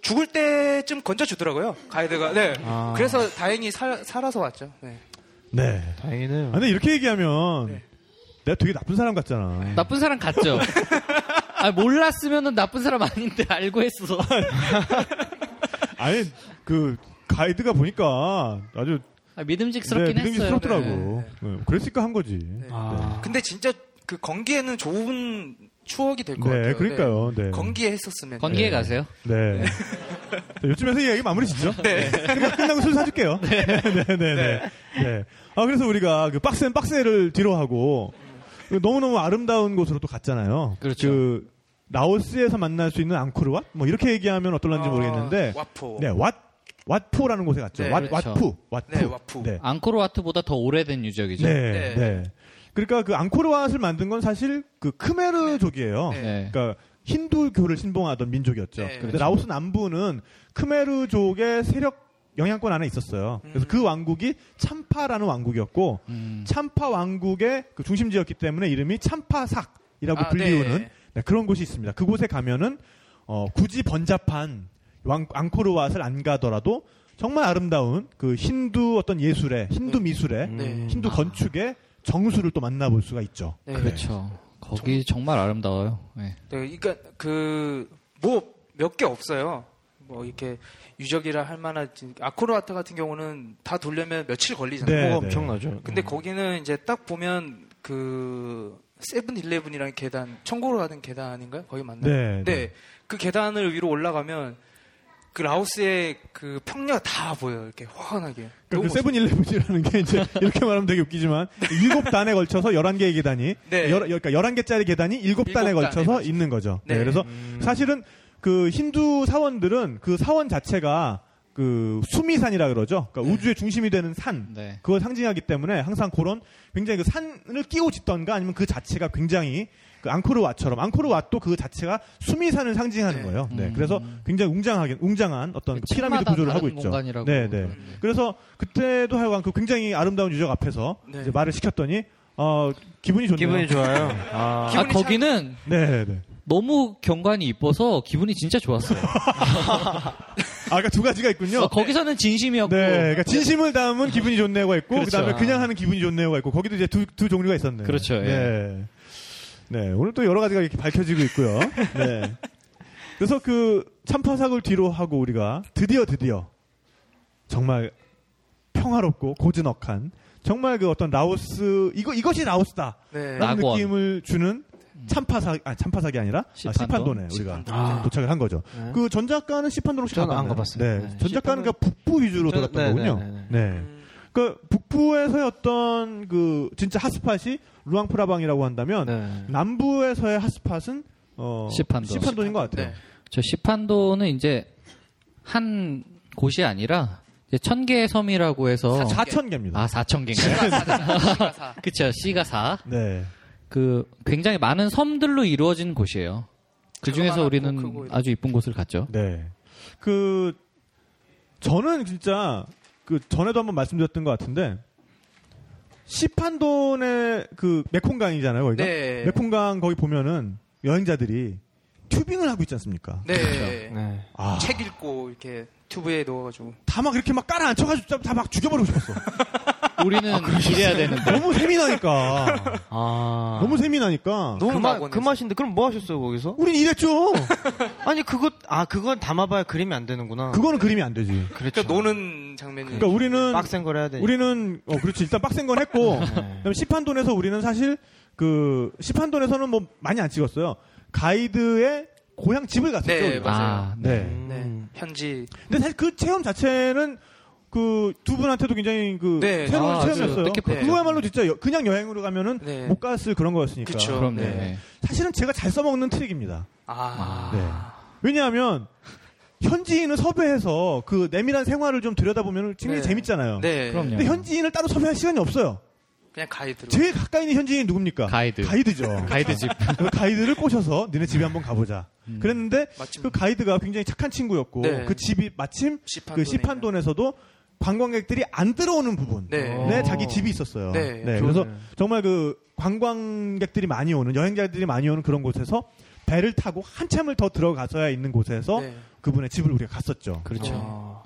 Speaker 8: 죽을 때쯤 건져주더라고요. 가이드가. 네.
Speaker 7: 아.
Speaker 8: 그래서 다행히 살, 살아서 왔죠. 네.
Speaker 7: 네.
Speaker 1: 다행이네요.
Speaker 7: 아, 근데 이렇게 얘기하면 내가 되게 나쁜 사람 같잖아.
Speaker 2: 나쁜 사람 같죠? 아, 몰랐으면 나쁜 사람 아닌데 알고 했어.
Speaker 7: 아니 그 가이드가 보니까 아주
Speaker 2: 아, 믿음직스럽긴
Speaker 7: 네,
Speaker 2: 했어요.
Speaker 7: 믿음직스럽더라고. 네, 그랬으니까 한 거지.
Speaker 8: 아.
Speaker 9: 근데 진짜 그 건기에는 좋은 추억이 될 것
Speaker 7: 네,
Speaker 9: 같아요. 네.
Speaker 7: 그러니까요. 네.
Speaker 9: 건기에 했었으면.
Speaker 2: 건기에 가세요.
Speaker 7: 네. 자, 요쯤에서 이 이야기 마무리 짓죠? 네. 끝나고 술 사줄게요. 네. 네, 네, 네. 네. 아, 그래서 우리가 그 빡센 빡세를 뒤로 하고 그 너무너무 아름다운 곳으로 또 갔잖아요.
Speaker 2: 그렇죠.
Speaker 7: 그 라오스에서 만날 수 있는 앙코르왓? 뭐 이렇게 얘기하면 어떨런지
Speaker 9: 아,
Speaker 7: 모르겠는데.
Speaker 9: 와포.
Speaker 7: 네, 왓, 왓포라는 곳에 갔죠.
Speaker 9: 네,
Speaker 7: 왓,
Speaker 2: 그렇죠.
Speaker 7: 왓푸. 왓푸.
Speaker 9: 네, 왓푸.
Speaker 7: 네.
Speaker 2: 앙코르와트보다 더 오래된 유적이죠.
Speaker 7: 네,
Speaker 9: 네.
Speaker 7: 네. 그러니까 그 앙코르왓을 만든 건 사실 그 크메르족이에요.
Speaker 2: 네.
Speaker 7: 그러니까 힌두교를 신봉하던 민족이었죠.
Speaker 9: 네,
Speaker 7: 근데
Speaker 9: 그렇죠.
Speaker 7: 라오스 남부는 크메르족의 세력 영향권 안에 있었어요. 그래서
Speaker 9: 음.
Speaker 7: 그 왕국이 참파라는 왕국이었고
Speaker 2: 음.
Speaker 7: 참파 왕국의 그 중심지였기 때문에 이름이 참파삭이라고
Speaker 9: 아,
Speaker 7: 불리우는
Speaker 9: 네.
Speaker 7: 네, 그런 곳이 있습니다. 그곳에 가면은 어, 굳이 번잡한 왕, 앙코르왓을 안 가더라도 정말 아름다운 그 힌두 어떤 예술의 힌두 미술의
Speaker 2: 음.
Speaker 9: 네.
Speaker 7: 힌두 건축의 정수를 또 만나볼 수가 있죠.
Speaker 9: 네.
Speaker 2: 그렇죠. 거기 정말 아름다워요. 네.
Speaker 9: 네, 그러니까 그 뭐 몇 개 없어요. 뭐 이렇게 유적이라 할 만한 아코르아트 같은 경우는 다 돌려면 며칠 걸리잖아요.
Speaker 7: 네,
Speaker 1: 뭐가
Speaker 7: 네.
Speaker 1: 엄청나죠.
Speaker 9: 근데 거기는 이제 딱 보면 그 세븐일레븐이라는 계단, 청고로 가는 계단 아닌가요? 거기 맞나요?
Speaker 7: 네, 네.
Speaker 9: 그 계단을 위로 올라가면 그 라오스의 그 평야가 다 보여요. 이렇게 환하게.
Speaker 7: 그
Speaker 9: 너무 멋있-
Speaker 7: 세븐일레븐이라는 게 이제 이렇게 말하면 되게 웃기지만 일곱 단에 걸쳐서 열한 개의 계단이
Speaker 9: 네.
Speaker 7: 열, 그러니까 11개짜리 계단이 일곱
Speaker 9: 일곱
Speaker 7: 단에
Speaker 9: 단에
Speaker 7: 걸쳐서
Speaker 9: 걸쳐.
Speaker 7: 있는 거죠. 네,
Speaker 9: 네.
Speaker 7: 그래서 사실은 그 힌두 사원들은 그 사원 자체가 그 수미산이라 그러죠. 그러니까
Speaker 9: 네.
Speaker 7: 우주의 중심이 되는 산.
Speaker 2: 네.
Speaker 7: 그걸 상징하기 때문에 항상 그런 굉장히 그 산을 끼고 짓던가 아니면 그 자체가 굉장히 그 앙코르왓처럼 앙코르왓도 그 자체가 수미산을 상징하는
Speaker 9: 네.
Speaker 7: 거예요. 네. 그래서 굉장히 웅장하게 웅장한 어떤 그 피라미드
Speaker 2: 층마다
Speaker 7: 구조를
Speaker 2: 다른
Speaker 7: 하고 있죠.
Speaker 2: 공간이라고
Speaker 7: 네, 네.
Speaker 2: 그러는데.
Speaker 7: 그래서 그때도 하여간 그 굉장히 아름다운 유적 앞에서
Speaker 9: 네.
Speaker 7: 이제 말을 시켰더니 어 기분이 좋네요.
Speaker 1: 기분이 좋아요. 아.
Speaker 2: 아, 거기는
Speaker 7: 네, 네.
Speaker 2: 너무 경관이 이뻐서 기분이 진짜 좋았어요.
Speaker 7: 아, 그러니까 두 가지가 있군요.
Speaker 2: 어, 거기서는 진심이었고
Speaker 7: 네, 그러니까 진심을 담은 기분이 좋네요가 있고, 그
Speaker 2: 그렇죠.
Speaker 7: 다음에 그냥 하는 기분이 좋네요가 있고, 거기도 이제 두, 두 종류가 있었네요.
Speaker 2: 그렇죠, 예.
Speaker 7: 네. 네, 오늘 또 여러 가지가 이렇게 밝혀지고 있고요. 네. 그래서 그 참파삭을 뒤로 하고 우리가 드디어 드디어 정말 평화롭고 고즈넉한 정말 그 어떤 라오스 이거 이것이 라오스다
Speaker 9: 네.
Speaker 2: 나-
Speaker 7: 라는
Speaker 2: 낙원.
Speaker 7: 느낌을 주는 참파삭 아 참파삭이 아니라
Speaker 2: 시판도?
Speaker 7: 시판도. 네 우리가
Speaker 1: 음. 시판도.
Speaker 7: 도착을 한 거죠.
Speaker 1: 네.
Speaker 7: 그 전작가는 시판도 혹시
Speaker 1: 저는
Speaker 7: 가봤나요?
Speaker 1: 안 가봤어요.
Speaker 7: 네,
Speaker 1: 네.
Speaker 7: 전작가는
Speaker 1: 시판은-
Speaker 7: 그 북부 위주로
Speaker 1: 저-
Speaker 7: 돌았던
Speaker 1: 네,
Speaker 7: 거군요.
Speaker 1: 네, 네,
Speaker 7: 네. 그 북부에서의 어떤 그 진짜 핫스팟이 루앙프라방이라고 한다면
Speaker 1: 네.
Speaker 7: 남부에서의 핫스팟은 어
Speaker 2: 시판도.
Speaker 7: 인것 같아요.
Speaker 9: 네.
Speaker 2: 저 시판도는 이제 한 곳이 아니라 이제 천개의 섬이라고 해서
Speaker 7: 4천 개입니다.
Speaker 2: 아 4천 개인가요? 그쵸 C가 4.
Speaker 7: 네.
Speaker 2: 그 굉장히 많은 섬들로 이루어진 곳이에요. 그 중에서
Speaker 9: 그만하고
Speaker 2: 우리는
Speaker 9: 크고 이런-
Speaker 2: 아주 이쁜 곳을 갔죠.
Speaker 7: 네. 그 저는 진짜 그 전에도 한번 말씀드렸던 것 같은데 시판돈의 그 메콩강이잖아요, 거기가.
Speaker 9: 네.
Speaker 7: 메콩강 거기 보면은 여행자들이 튜빙을 하고 있지 않습니까?
Speaker 9: 네.
Speaker 1: 네.
Speaker 7: 아,
Speaker 9: 책 읽고 이렇게 튜브에 넣어가지고.
Speaker 7: 다 막 이렇게 막 깔아앉혀가지고 다 막 죽여버리고 싶었어.
Speaker 2: 우리는 이래야 되는데.
Speaker 7: 너무 세미나니까.
Speaker 1: 아.
Speaker 7: 너무 세미나니까.
Speaker 9: 너무
Speaker 1: 그, 마,
Speaker 9: 낙원했어요.
Speaker 1: 그 맛인데 그럼 뭐 하셨어요 거기서?
Speaker 7: 우린 이랬죠.
Speaker 1: 아니 그거 아 그건 담아봐야 그림이 안 되는구나.
Speaker 7: 그거는 그림이 안 되지.
Speaker 1: 그렇죠.
Speaker 9: 그러니까 노는 장면이.
Speaker 7: 그러니까 우리는
Speaker 1: 빡센 걸 해야
Speaker 2: 네.
Speaker 1: 되니까.
Speaker 7: 우리는 어 그렇지 일단 빡센 건 했고 그다음에 시판돈에서 우리는 사실 그 시판돈에서는 뭐 많이 안 찍었어요 가이드의 고향 집을 갔었죠
Speaker 9: 네,
Speaker 7: 우리가.
Speaker 9: 맞아요.
Speaker 2: 아, 네.
Speaker 7: 네.
Speaker 9: 네. 현지.
Speaker 7: 근데 사실 그 체험 자체는 그 두 분한테도 굉장히 그
Speaker 9: 네.
Speaker 7: 새로운
Speaker 2: 아, 아주
Speaker 7: 체험이었어요
Speaker 2: 뜻깊었죠.
Speaker 7: 그거야말로 진짜 여- 그냥 여행으로 가면은
Speaker 9: 네.
Speaker 7: 못 갔을 그런 거였으니까
Speaker 9: 그쵸.
Speaker 2: 그럼요.
Speaker 9: 네.
Speaker 2: 네.
Speaker 7: 사실은 제가 잘 써먹는 트릭입니다
Speaker 9: 아.
Speaker 7: 왜냐하면 현지인을 섭외해서 그 내밀한 생활을 좀 들여다보면 굉장히
Speaker 9: 네.
Speaker 7: 재밌잖아요
Speaker 9: 네.
Speaker 2: 그럼요.
Speaker 7: 근데 현지인을 따로 섭외할 시간이 없어요
Speaker 9: 그냥 가이드로.
Speaker 7: 제일 가까이 있는 현지인 누굽니까?
Speaker 2: 가이드.
Speaker 7: 가이드죠.
Speaker 2: 가이드 집.
Speaker 7: 그 가이드를 꼬셔서 니네 집에 한번 가보자. 그랬는데
Speaker 9: 마침
Speaker 7: 그 가이드가 굉장히 착한 친구였고
Speaker 9: 음. 네.
Speaker 7: 그 집이 마침
Speaker 9: 시판돈에
Speaker 7: 그 시판돈에서도 관광객들이 안 들어오는 부분에
Speaker 9: 네.
Speaker 7: 자기 집이 있었어요.
Speaker 9: 네.
Speaker 7: 그래서
Speaker 1: 좋네요.
Speaker 7: 정말 그 관광객들이 많이 오는 여행자들이 많이 오는 그런 곳에서 배를 타고 한참을 더 들어가서야 있는 곳에서
Speaker 9: 네.
Speaker 7: 그분의 집을 우리가 갔었죠.
Speaker 2: 그렇죠.
Speaker 9: 아.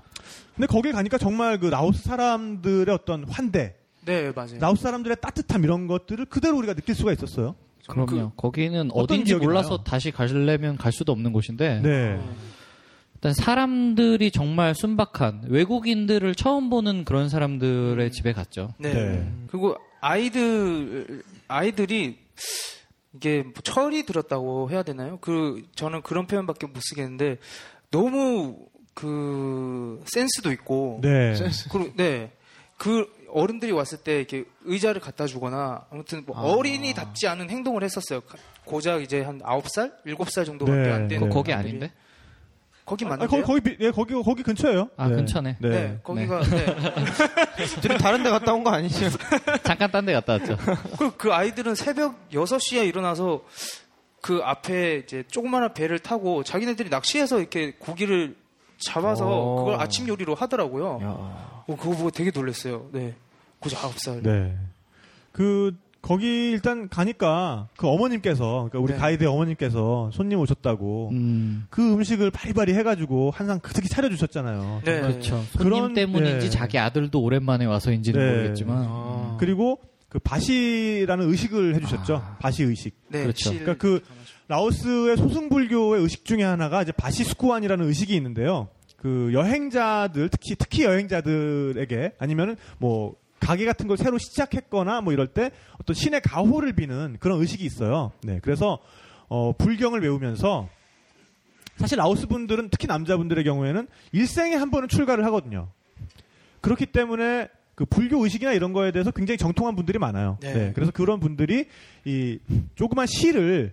Speaker 7: 근데 거기 가니까 정말 그 라오스 사람들의 어떤 환대,
Speaker 9: 네, 맞아요.
Speaker 7: 라오스 사람들의 따뜻함 이런 것들을 그대로 우리가 느낄 수가 있었어요.
Speaker 9: 저는
Speaker 2: 그럼요. 거기는
Speaker 7: 어떤
Speaker 2: 어딘지
Speaker 7: 기억이
Speaker 2: 몰라서
Speaker 7: 나요?
Speaker 2: 네. 다시 가려면 갈 수도 없는 곳인데
Speaker 7: 네.
Speaker 2: 일단 일단 사람들이 정말 순박한 외국인들을 처음 보는 그런 사람들의 집에 갔죠.
Speaker 7: 네.
Speaker 9: 네. 그리고 아이들 아이들이 이게 뭐 철이 들었다고 해야 되나요? 그 저는 그런 표현밖에 못 쓰겠는데 너무 그 센스도 있고
Speaker 7: 네.
Speaker 9: 그리고 네. 그 어른들이 왔을 때 이렇게 의자를 갖다 주거나 아무튼 뭐 어린이답지 않은 행동을 했었어요. 고작 이제 한 9살, 7살 정도밖에
Speaker 7: 네.
Speaker 9: 안
Speaker 7: 네.
Speaker 9: 되는
Speaker 2: 거기
Speaker 9: 아이들이.
Speaker 2: 아닌데?
Speaker 9: 거기
Speaker 7: 아, 거기
Speaker 9: 맞는데요?
Speaker 7: 거기 비- 예, 거기 거기 근처예요.
Speaker 2: 아, 근처네.
Speaker 7: 네.
Speaker 9: 네. 거기가 네.
Speaker 1: 둘이 다른 데 갔다 온 거 아니죠?
Speaker 2: 잠깐 딴 데 갔다 왔죠.
Speaker 9: 그리고 그 아이들은 새벽 6시에 일어나서 그 앞에 이제 조그마한 배를 타고 자기네들이 낚시해서 이렇게 고기를 잡아서
Speaker 7: 어.
Speaker 1: 오.
Speaker 9: 그걸 아침 요리로 하더라고요. 어, 그거 보고 되게 놀랐어요. 네. 고작 9살.
Speaker 7: 네. 그 거기 일단 가니까 그 어머님께서 그러니까 우리
Speaker 9: 네.
Speaker 7: 가이드 어머님께서 손님 오셨다고
Speaker 2: 음,
Speaker 7: 그 음식을 바리바리 해가지고 한상 그득히 차려주셨잖아요.
Speaker 9: 네.
Speaker 2: 그렇죠. 손님
Speaker 7: 그런-
Speaker 2: 때문인지
Speaker 7: 네.
Speaker 2: 자기 아들도 오랜만에 와서인지는
Speaker 7: 네.
Speaker 2: 모르겠지만 음. 어.
Speaker 7: 그리고 그 바시라는 의식을 해주셨죠.
Speaker 2: 아.
Speaker 7: 바시 의식.
Speaker 9: 네,
Speaker 2: 그렇죠.
Speaker 9: 실-
Speaker 7: 그러니까 그 라오스의 소승불교의 의식 중에 하나가 이제 바시스쿠안이라는 의식이 있는데요. 그 여행자들 특히 특히 여행자들에게 아니면은 뭐 가게 같은 걸 새로 시작했거나 뭐 이럴 때 어떤 신의 가호를 비는 그런 의식이 있어요. 네, 그래서 어, 불경을 외우면서 사실 라오스 분들은 특히 남자분들의 경우에는 일생에 한 번은 출가를 하거든요. 그렇기 때문에 그 불교 의식이나 이런 거에 대해서 굉장히 정통한 분들이 많아요.
Speaker 9: 네.
Speaker 7: 네, 그래서 그런 분들이 이 조그만 실을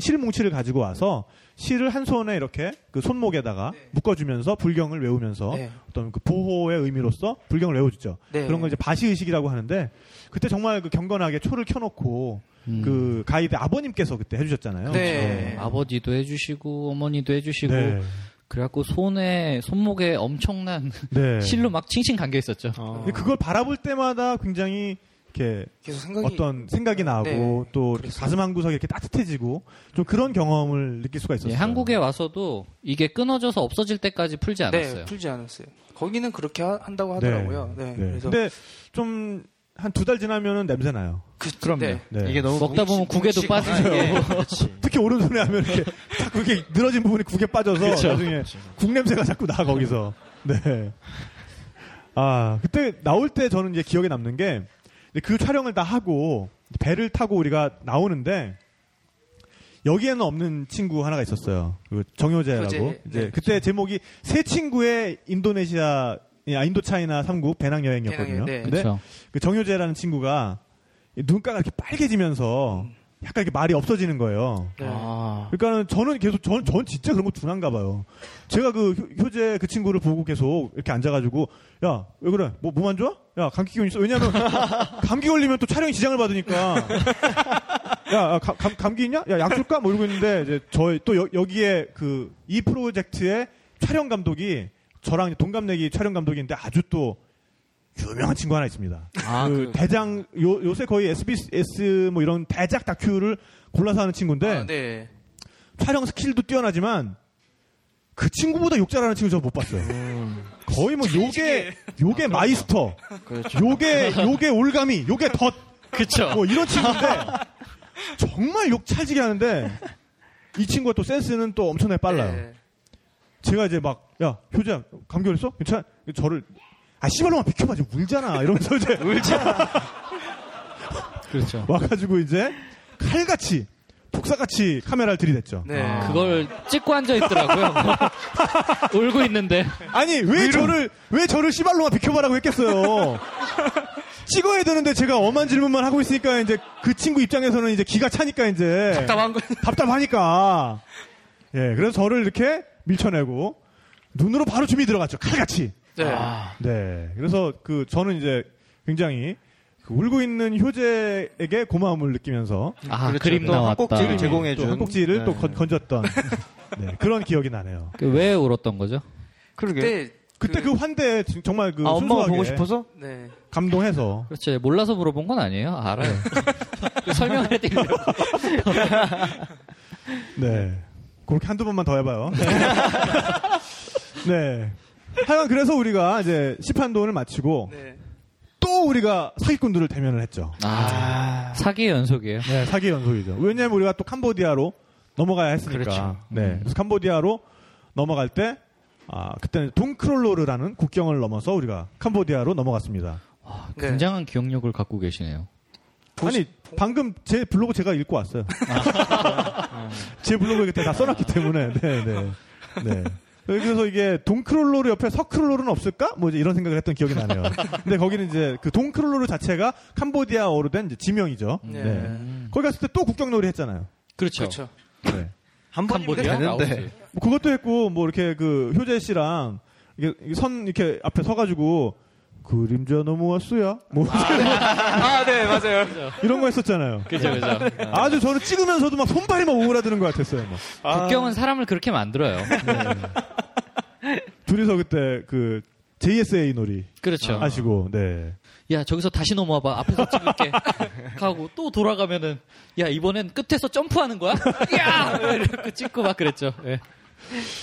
Speaker 7: 실 뭉치를 가지고 와서 실을 한 손에 이렇게 그 손목에다가 묶어주면서 불경을 외우면서
Speaker 9: 네.
Speaker 7: 어떤 그 보호의 의미로서 불경을 외워주죠.
Speaker 9: 네.
Speaker 7: 그런 걸 이제 바시 의식이라고 하는데 그때 정말 그 경건하게 초를 켜놓고
Speaker 2: 음.
Speaker 7: 그 가이드 아버님께서 그때 해주셨잖아요. 그렇죠.
Speaker 9: 네.
Speaker 2: 아버지도 해주시고 어머니도 해주시고
Speaker 7: 네.
Speaker 2: 그래갖고 손에 손목에 엄청난
Speaker 7: 네.
Speaker 2: 실로 막 칭칭 감겨 있었죠.
Speaker 7: 근데 그걸 바라볼 때마다 굉장히 이렇게
Speaker 9: 어. 계속 생각이
Speaker 7: 어떤 생각이 나고
Speaker 9: 네,
Speaker 7: 또 이렇게
Speaker 9: 그랬어요.
Speaker 7: 가슴 한 구석이 이렇게 따뜻해지고 좀 그런 경험을 느낄 수가 있었어요.
Speaker 9: 네,
Speaker 2: 예, 한국에 와서도 이게 끊어져서 없어질 때까지 풀지 않았어요.
Speaker 9: 네, 풀지 않았어요. 거기는 그렇게 하- 한다고 하더라고요. 네. 그래서
Speaker 7: 근데 좀 한 두 달 지나면은 냄새 나요.
Speaker 2: 그럼요.
Speaker 9: 네.
Speaker 7: 네.
Speaker 1: 이게 너무
Speaker 2: 먹다 보면
Speaker 1: 뭉치-
Speaker 2: 국에도 빠지는
Speaker 1: 뭉치구나.
Speaker 2: 게.
Speaker 1: 예, 그렇지.
Speaker 7: 특히 오른손에 하면 이렇게 자꾸 이게 늘어진 부분이 국에 빠져서 나중에 국 냄새가 자꾸 나 거기서. 네. 아 그때 나올 때 저는 이제 기억에 남는 게 그 촬영을 다 하고 배를 타고 우리가 나오는데 여기에는 없는 친구 하나가 있었어요. 그 정효재라고.
Speaker 9: 효재,
Speaker 7: 이제
Speaker 9: 네,
Speaker 7: 그때 제목이 세 친구의 인도네시아 아 인도차이나 3국 배낭 여행이었거든요.
Speaker 9: 배낭여행, 네.
Speaker 7: 근데
Speaker 2: 그렇죠.
Speaker 7: 그 정효재라는 친구가 이 눈가가 이렇게 빨개지면서
Speaker 9: 음.
Speaker 7: 약간 이렇게 말이 없어지는 거예요.
Speaker 9: 네.
Speaker 1: 아.
Speaker 7: 그러니까는 저는 계속 전, 전 진짜 그런 거 둔한가 봐요. 제가 그 효- 효재 그 친구를 보고 계속 이렇게 앉아가지고 야 왜 그래 뭐 몸 안 좋아? 야 감기 기운 있어? 왜냐면 감기 걸리면 또 촬영에 지장을 받으니까. 야, 야, 감, 감- 감기 있냐? 야, 약 줄까? 뭐 이러고 있는데, 이제, 저희, 또 여, 기에 그, 이 프로젝트의 촬영 감독이, 저랑 동갑내기 촬영 감독인데 아주 또, 유명한 친구 하나 있습니다.
Speaker 2: 아,
Speaker 7: 그 대장, 요, 요새 거의 SBS 뭐 이런 대작 다큐를 골라서 하는 친구인데,
Speaker 9: 아, 네.
Speaker 7: 촬영 스킬도 뛰어나지만, 그 친구보다 욕 잘하는 친구 저못 봤어요. 거의 뭐 요게, 요게 마이스터,
Speaker 1: 그렇죠.
Speaker 7: 요게, 요게 올가미, 요게 덧,
Speaker 2: 그쵸.
Speaker 7: 뭐 이런 친구인데 정말 욕 찰지게 하는데 이 친구가 또 센스는 또 엄청나게 빨라요.
Speaker 9: 네.
Speaker 7: 제가 이제 막 야 효재야 감기 걸렸어? 괜찮아? 저를 아 씨발로만 비켜봐 지금 울잖아 이러면서 이제
Speaker 2: 그렇죠.
Speaker 7: 와가지고 이제 칼같이 복사같이 카메라를 들이댔죠.
Speaker 9: 네.
Speaker 2: 그걸 찍고 앉아 있더라고요. 울고 있는데.
Speaker 7: 아니 왜 저를 왜 저를 씨발로만 비켜봐라고 했겠어요. 찍어야 되는데 제가 엄한 질문만 하고 있으니까 이제 그 친구 입장에서는 이제 기가 차니까 이제
Speaker 9: 답답한 거.
Speaker 7: 답답하니까. 예, 그래서 저를 이렇게 밀쳐내고 눈으로 바로 줌이 들어갔죠. 칼같이.
Speaker 9: 네.
Speaker 7: 네. 그래서 그 저는 이제 굉장히 그 울고 있는 효재에게 고마움을 느끼면서
Speaker 2: 아,
Speaker 1: 그렇죠.
Speaker 2: 그림
Speaker 1: 또
Speaker 2: 나왔다.
Speaker 1: 한국지를 제공해준
Speaker 7: 또 한꼭지를 또
Speaker 1: 네.
Speaker 7: 건, 건졌던 네, 그런 기억이 나네요.
Speaker 2: 그왜 울었던 거죠?
Speaker 1: 그러게.
Speaker 9: 그때
Speaker 7: 그때 그 환대 정말 그
Speaker 1: 아 엄마가
Speaker 7: 순수하게
Speaker 1: 보고 싶어서
Speaker 9: 네.
Speaker 7: 감동해서
Speaker 2: 그렇죠. 몰라서 물어본 건 아니에요. 알아요.
Speaker 1: 네.
Speaker 2: 그 설명을 해드리려고.
Speaker 7: 네. 그렇게 한두 번만 더 해봐요. 네. 하여간 그래서 우리가 이제 시판돈을 마치고
Speaker 9: 네.
Speaker 7: 또 우리가 사기꾼들을 대면을 했죠.
Speaker 2: 아, 사기 연속이에요.
Speaker 7: 네, 사기 연속이죠. 왜냐하면 우리가 또 캄보디아로 넘어가야 했으니까.
Speaker 2: 그렇죠.
Speaker 7: 네, 그래서 캄보디아로 넘어갈 때 아, 그때는 동크롤로르라는 국경을 넘어서 우리가 캄보디아로 넘어갔습니다.
Speaker 9: 네.
Speaker 2: 아, 굉장한 기억력을 갖고 계시네요.
Speaker 7: 아니 방금 제 블로그 제가 읽고 왔어요. 제 블로그에 그때 다 써놨기 때문에. 네, 네. 네. 그래서 이게 동크롤로르 옆에 서크롤로르는 없을까? 뭐 이제 이런 생각을 했던 기억이 나네요. 근데 거기는 이제 그 동크롤로르 자체가 캄보디아어로 된 이제 지명이죠.
Speaker 9: 네.
Speaker 7: 네. 거기 갔을 때 또 국경놀이 했잖아요.
Speaker 2: 그렇죠.
Speaker 9: 그렇죠.
Speaker 7: 네.
Speaker 1: 한 번이면
Speaker 2: 캄보디아
Speaker 1: 되는데.
Speaker 2: 나오지.
Speaker 7: 뭐 그것도 했고 뭐 이렇게 그 효재 씨랑 이게 이게 선 이렇게 앞에 서가지고 그림자 넘어왔어요. 뭐
Speaker 9: 아, 네, 맞아요.
Speaker 7: 이런 거 했었잖아요.
Speaker 2: 그죠, 그죠.
Speaker 7: 아주 저는 찍으면서도 막 손발이 막 오그라드는 것 같았어요. 막.
Speaker 2: 국경은 사람을 그렇게 만들어요.
Speaker 7: 둘이서 그때 그 JSA 놀이
Speaker 2: 그렇죠.
Speaker 7: 하시고 네.
Speaker 2: 야 저기서 다시 넘어와봐 앞에서 찍을게 하고 또 돌아가면은 야 이번엔 끝에서 점프하는 거야 야 이렇게 찍고 막 그랬죠 예.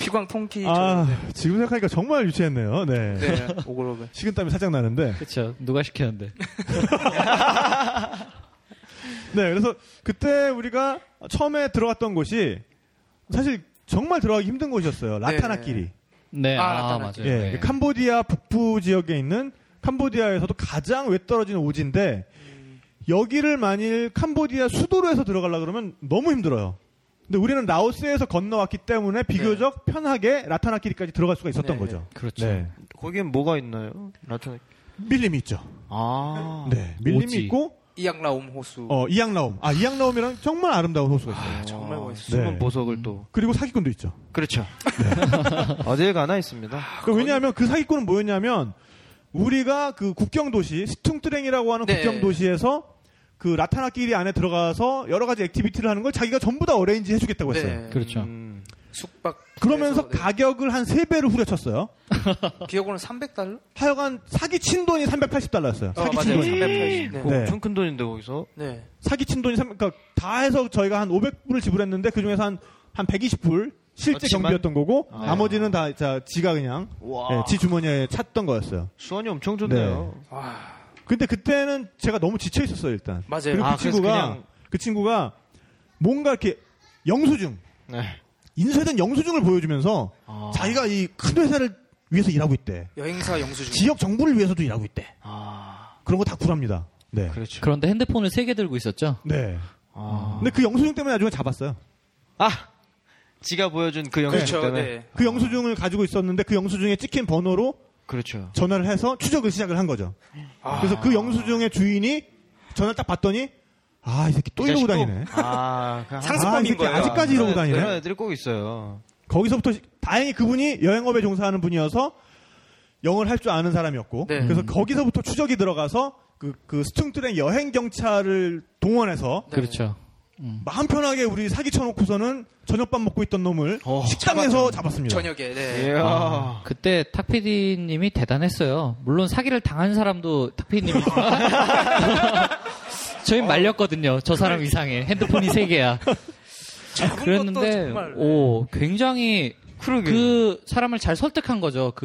Speaker 9: 피광 통키.
Speaker 7: 아 지금 생각하니까 정말 유치했네요. 네.
Speaker 9: 네, 오그로벨.
Speaker 7: 식은땀이 살짝 나는데.
Speaker 2: 그쵸 그렇죠. 누가 시켰는데
Speaker 7: 네. 그래서 그때 우리가 처음에 들어갔던 곳이 사실 정말 들어가기 힘든 곳이었어요. 라타나끼리.
Speaker 2: 네
Speaker 9: 아,
Speaker 2: 아, 맞아요
Speaker 9: 나타났죠.
Speaker 7: 예,
Speaker 2: 네.
Speaker 7: 그 캄보디아 북부 지역에 있는 캄보디아에서도 가장 외떨어진 오지인데 여기를 만일 캄보디아 수도로 해서 들어가려 그러면 너무 힘들어요. 근데 우리는 라오스에서 건너왔기
Speaker 2: 네.
Speaker 7: 때문에 비교적 편하게 라타나키리까지 들어갈 수가 있었던
Speaker 9: 네,
Speaker 7: 거죠.
Speaker 2: 그렇죠
Speaker 7: 네.
Speaker 1: 거기엔 뭐가 있나요? 라타나.
Speaker 7: 밀림이 있죠.
Speaker 1: 아.
Speaker 7: 네. 밀림이
Speaker 2: 오지.
Speaker 7: 있고
Speaker 9: 이양라움 호수.
Speaker 7: 어, 이양라움. 아, 이양라움이랑 정말 아름다운 호수가 있어요.
Speaker 9: 아, 정말 멋있어.
Speaker 1: 숨은
Speaker 7: 네.
Speaker 1: 보석을 또.
Speaker 7: 그리고 사기꾼도 있죠.
Speaker 1: 그렇죠. 어딜 가나 있습니다.
Speaker 7: 그 왜냐하면 그 사기꾼은 뭐였냐면 우리가 그 국경 도시 스퉁트랭이라고 하는
Speaker 9: 네.
Speaker 7: 국경 도시에서 그 라타나끼리 안에 들어가서 여러 가지 액티비티를 하는 걸 자기가 전부 다 어레인지 해주겠다고 했어요.
Speaker 9: 네.
Speaker 2: 그렇죠
Speaker 1: 음.
Speaker 9: 숙박.
Speaker 7: 그러면서
Speaker 9: 그래서,
Speaker 7: 가격을 한 세배를 후려쳤어요.
Speaker 9: 네. 기억으로는
Speaker 2: 어,
Speaker 9: 300달러?
Speaker 7: 하여간 사기 친 돈이 380달러였어요.
Speaker 9: 어,
Speaker 7: 사기 친
Speaker 9: 맞아요.
Speaker 7: 돈이.
Speaker 9: 380. 네.
Speaker 1: 그거
Speaker 7: 네.
Speaker 1: 엄청 큰 돈인데 거기서.
Speaker 9: 네.
Speaker 7: 사기 친 돈이 3 그러니까 다 해서 저희가 한 500불을 지불했는데 그 중에서 한, 한 120불 실제
Speaker 1: 그렇지만-
Speaker 7: 경비였던 거고
Speaker 1: 아.
Speaker 7: 나머지는 다 자, 지가 그냥
Speaker 1: 와.
Speaker 7: 예, 지 주머니에 찼던 거였어요.
Speaker 1: 수원이 엄청 좋네요.
Speaker 9: 와.
Speaker 7: 근데 그때는 제가 너무 지쳐 있었어요 일단.
Speaker 9: 맞아요.
Speaker 7: 그리고
Speaker 1: 아,
Speaker 7: 그
Speaker 1: 그래서
Speaker 7: 친구가
Speaker 1: 그냥-
Speaker 7: 그 친구가 뭔가 이렇게 영수증
Speaker 1: 네.
Speaker 7: 인쇄된 영수증을 보여주면서
Speaker 1: 아.
Speaker 7: 자기가 이 큰 회사를 위해서 일하고 있대.
Speaker 9: 여행사 영수증.
Speaker 7: 지역 정부를 위해서도 일하고 있대.
Speaker 1: 아.
Speaker 7: 그런 거 다 굴합니다. 네.
Speaker 1: 그렇죠.
Speaker 2: 그런데 핸드폰을 세 개 들고 있었죠
Speaker 7: 네.
Speaker 1: 아.
Speaker 7: 근데 그 영수증 때문에 나중에 잡았어요.
Speaker 1: 아. 지가 보여준 그 영상
Speaker 9: 그렇죠.
Speaker 1: 때문에.
Speaker 9: 네.
Speaker 7: 그 영수증을 가지고 있었는데 그 영수증에 찍힌 번호로
Speaker 1: 그렇죠.
Speaker 7: 전화를 해서 추적을 시작을 한 거죠.
Speaker 1: 아.
Speaker 7: 그래서 그 영수증의 주인이 전화를 딱 봤더니 아 이 새끼 또
Speaker 1: 이
Speaker 7: 이러고
Speaker 1: 자식 또-
Speaker 7: 다니네.
Speaker 1: 아,
Speaker 9: 상습-
Speaker 1: 그
Speaker 7: 아,
Speaker 1: 한-
Speaker 7: 이
Speaker 9: 상습범인
Speaker 7: 새끼
Speaker 9: 거예요.
Speaker 7: 아직까지 이러고 다니네.
Speaker 1: 그런 애들이 꼭 있어요.
Speaker 7: 거기서부터 시- 다행히 그분이 여행업에 종사하는 분이어서 영어를 할 줄 아는 사람이었고
Speaker 9: 네.
Speaker 7: 그래서 거기서부터 추적이 들어가서 그, 그 스퉁트랭 여행 경찰을 동원해서
Speaker 9: 네.
Speaker 2: 그렇죠
Speaker 7: 마음 편하게 우리 사기 쳐놓고서는 저녁밥 먹고 있던 놈을
Speaker 1: 어,
Speaker 7: 식당에서 잡았습니다.
Speaker 9: 저녁에. 네.
Speaker 2: 예.
Speaker 1: 이야.
Speaker 7: 아.
Speaker 2: 그때 탁 PD님이 대단했어요 물론 사기를 당한 사람도 탁 PD님이지만 저희 말렸거든요 저 사람 이상해 핸드폰이 세 개야
Speaker 9: 적은 것도
Speaker 2: 그랬는데
Speaker 9: 정말- 네.
Speaker 2: 오 굉장히
Speaker 1: 그러게.
Speaker 2: 그 사람을 잘 설득한 거죠. 그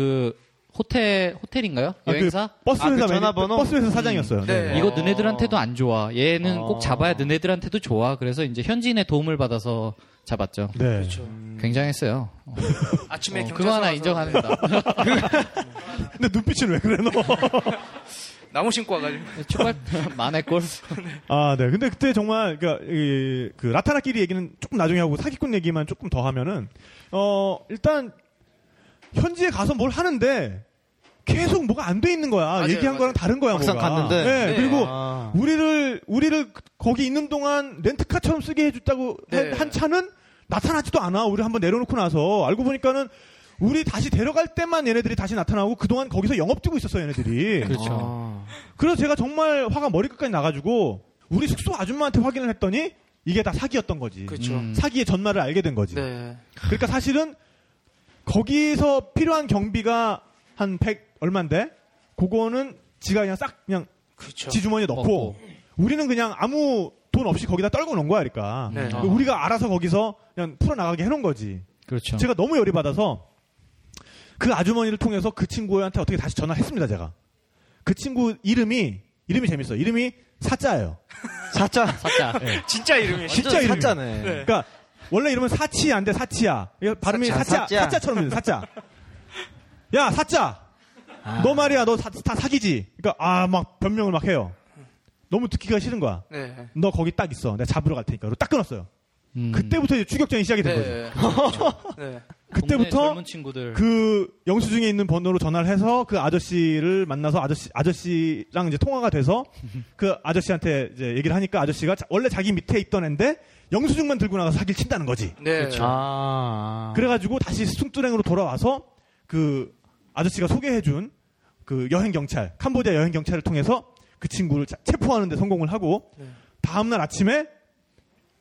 Speaker 2: 호텔 호텔인가요?
Speaker 7: 아, 그
Speaker 2: 여행사?
Speaker 7: 버스
Speaker 1: 아, 그
Speaker 7: 회사
Speaker 1: 전화번호?
Speaker 7: 버스 회사 사장이었어요.
Speaker 9: 네.
Speaker 2: 이거
Speaker 9: 어.
Speaker 2: 너네들한테도 안 좋아. 얘는
Speaker 1: 어.
Speaker 2: 꼭 잡아야 너네들한테도 좋아. 그래서 이제 현지인의 도움을 받아서 잡았죠.
Speaker 7: 네.
Speaker 9: 그렇죠.
Speaker 2: 굉장했어요. 어,
Speaker 9: 아침에 경찰서
Speaker 2: 그거 하나
Speaker 9: 와서
Speaker 2: 인정합니다.
Speaker 7: 근데 눈빛은 왜 그래 너?
Speaker 9: 나무 신고 와가지고.
Speaker 2: 출발 만의 골.
Speaker 7: 아, 네. 근데 그때 정말 그러니까 이, 그 라타나끼리 얘기는 조금 나중에 하고 사기꾼 얘기만 조금 더 하면은 어 일단 현지에 가서 뭘 하는데 계속 뭐가 안 돼 있는 거야.
Speaker 9: 맞아요,
Speaker 7: 얘기한
Speaker 9: 맞아요.
Speaker 7: 거랑 다른 거야.
Speaker 1: 막상
Speaker 7: 뭐가.
Speaker 1: 갔는데.
Speaker 7: 네,
Speaker 9: 네.
Speaker 7: 그리고
Speaker 1: 아.
Speaker 7: 우리를 우리를 거기 있는 동안 렌트카처럼 쓰게 해줬다고
Speaker 9: 네.
Speaker 7: 한 차는 나타나지도 않아. 우리 한번 내려놓고 나서 알고 보니까는. 우리 다시 데려갈 때만 얘네들이 다시 나타나고 그동안 거기서 영업 뛰고 있었어 얘네들이.
Speaker 2: 그렇죠.
Speaker 1: 아.
Speaker 7: 그래서 제가 정말 화가 머리끝까지 나가지고 우리 숙소 아줌마한테 확인을 했더니 이게 다 사기였던 거지.
Speaker 9: 그렇죠.
Speaker 2: 음.
Speaker 7: 사기의 전말을 알게 된 거지.
Speaker 9: 네.
Speaker 7: 그러니까 사실은 거기서 필요한 경비가 한 100 얼만데 그거는 지가 그냥 싹 그냥
Speaker 9: 그렇죠.
Speaker 7: 지 주머니에 넣고
Speaker 2: 넣고.
Speaker 7: 우리는 그냥 아무 돈 없이 거기다 떨고 놓은 거야, 그러니까.
Speaker 9: 네.
Speaker 7: 그러니까 우리가 알아서 거기서 그냥 풀어나가게 해놓은 거지.
Speaker 2: 그렇죠.
Speaker 7: 제가 너무 열이 받아서 그 아주머니를 통해서 그 친구한테 어떻게 다시 전화했습니다 제가 그 친구 이름이 이름이 재밌어 요 이름이 사자예요
Speaker 1: 사자.
Speaker 2: 사자.
Speaker 9: 진짜 이름이.
Speaker 7: 진짜 이름이
Speaker 1: 사자네.
Speaker 9: 네.
Speaker 7: 그러니까 원래 이름은 사치야인데 사치야 이거 발음이
Speaker 1: 사치야,
Speaker 7: 사자
Speaker 1: 사치야.
Speaker 7: 사자처럼 들려 사자 야 사짜
Speaker 1: 아.
Speaker 7: 너 말이야 너 다 사기지 그러니까 아 막 변명을 막 해요 너무 듣기가 싫은 거야
Speaker 2: 그러니까
Speaker 9: 네.
Speaker 7: 너 거기 딱 있어 내가 잡으러 갈 테니까 그리고 딱 끊었어요
Speaker 1: 음.
Speaker 2: 음.
Speaker 7: 그때부터 이제 추격전이 시작이 된 거죠
Speaker 9: 네. 그렇죠. 네.
Speaker 7: 그때부터
Speaker 2: 젊은 친구들
Speaker 7: 그 영수증에 있는 번호로 전화를 해서 그 아저씨를 만나서 아저씨 아저씨랑 이제 통화가 돼서 그 아저씨한테 이제 얘기를 하니까 아저씨가 자- 원래 자기 밑에 있던 앤데 영수증만 들고 나가서 사기를 친다는 거지.
Speaker 9: 네.
Speaker 2: 그렇죠.
Speaker 1: 아.
Speaker 7: 그래가지고 다시 숭뚜랭으로 돌아와서 그 아저씨가 소개해준 그 여행 경찰 캄보디아 여행 경찰을 통해서 그 친구를 자- 체포하는데 성공을 하고
Speaker 9: 네.
Speaker 7: 다음날 아침에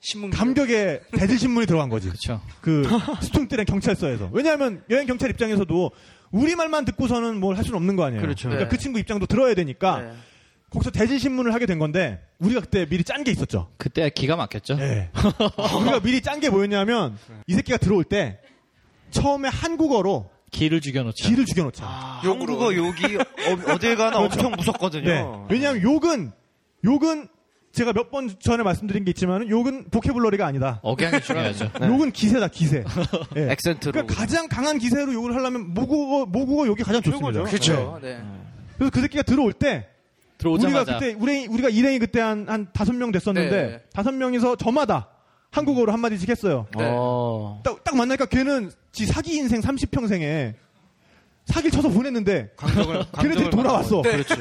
Speaker 9: 신문
Speaker 7: 감격에 대질 신문이 들어간 거지.
Speaker 2: 그렇죠.
Speaker 7: 그 스퉁뜨랭 경찰서에서 왜냐하면 여행 경찰 입장에서도 우리 말만 듣고서는 뭘 할 수는 없는 거 아니에요.
Speaker 1: 그렇죠.
Speaker 7: 러니까
Speaker 9: 네.
Speaker 7: 그 친구 입장도 들어야 되니까
Speaker 9: 네.
Speaker 7: 거기서 대질 신문을 하게 된 건데 우리가 그때 미리 짠 게 있었죠.
Speaker 2: 그때 기가 막혔죠.
Speaker 7: 예. 우리가 미리 짠 게 뭐였냐면 이 새끼가 들어올 때 처음에 한국어로
Speaker 2: 기를 죽여놓죠.
Speaker 7: 기를 죽여놓자.
Speaker 1: 아, 한국어 욕이 어, 어딜 가나 엄청 무섭거든요.
Speaker 7: 그렇죠. 네. 왜냐하면 욕은 욕은 제가 몇 번 전에 말씀드린 게 있지만 욕은 보케블러리가 아니다.
Speaker 2: 억양이 중요하죠.
Speaker 1: 네.
Speaker 7: 욕은 기세다 기세. 예.
Speaker 1: 액센트로.
Speaker 7: 그러니까 가장 강한 기세로 욕을 하려면 모국어 모국어 욕이 가장 좋습니다.
Speaker 9: 그렇죠. 네.
Speaker 7: 그래서 그 새끼가 들어올 때 우리가
Speaker 2: 들어오자마자
Speaker 7: 그때 우리 우리가 일행이 그때 한 한 다섯 명 됐었는데
Speaker 9: 네.
Speaker 7: 다섯 명이서 저마다 한국어로 한 마디씩 했어요.
Speaker 9: 네.
Speaker 1: 어.
Speaker 7: 딱, 딱 만나니까 걔는 지 사기 인생 30평생에 사기를 쳐서 보냈는데
Speaker 1: 강력을
Speaker 7: 걔네들이 돌아왔어.
Speaker 1: 그렇죠.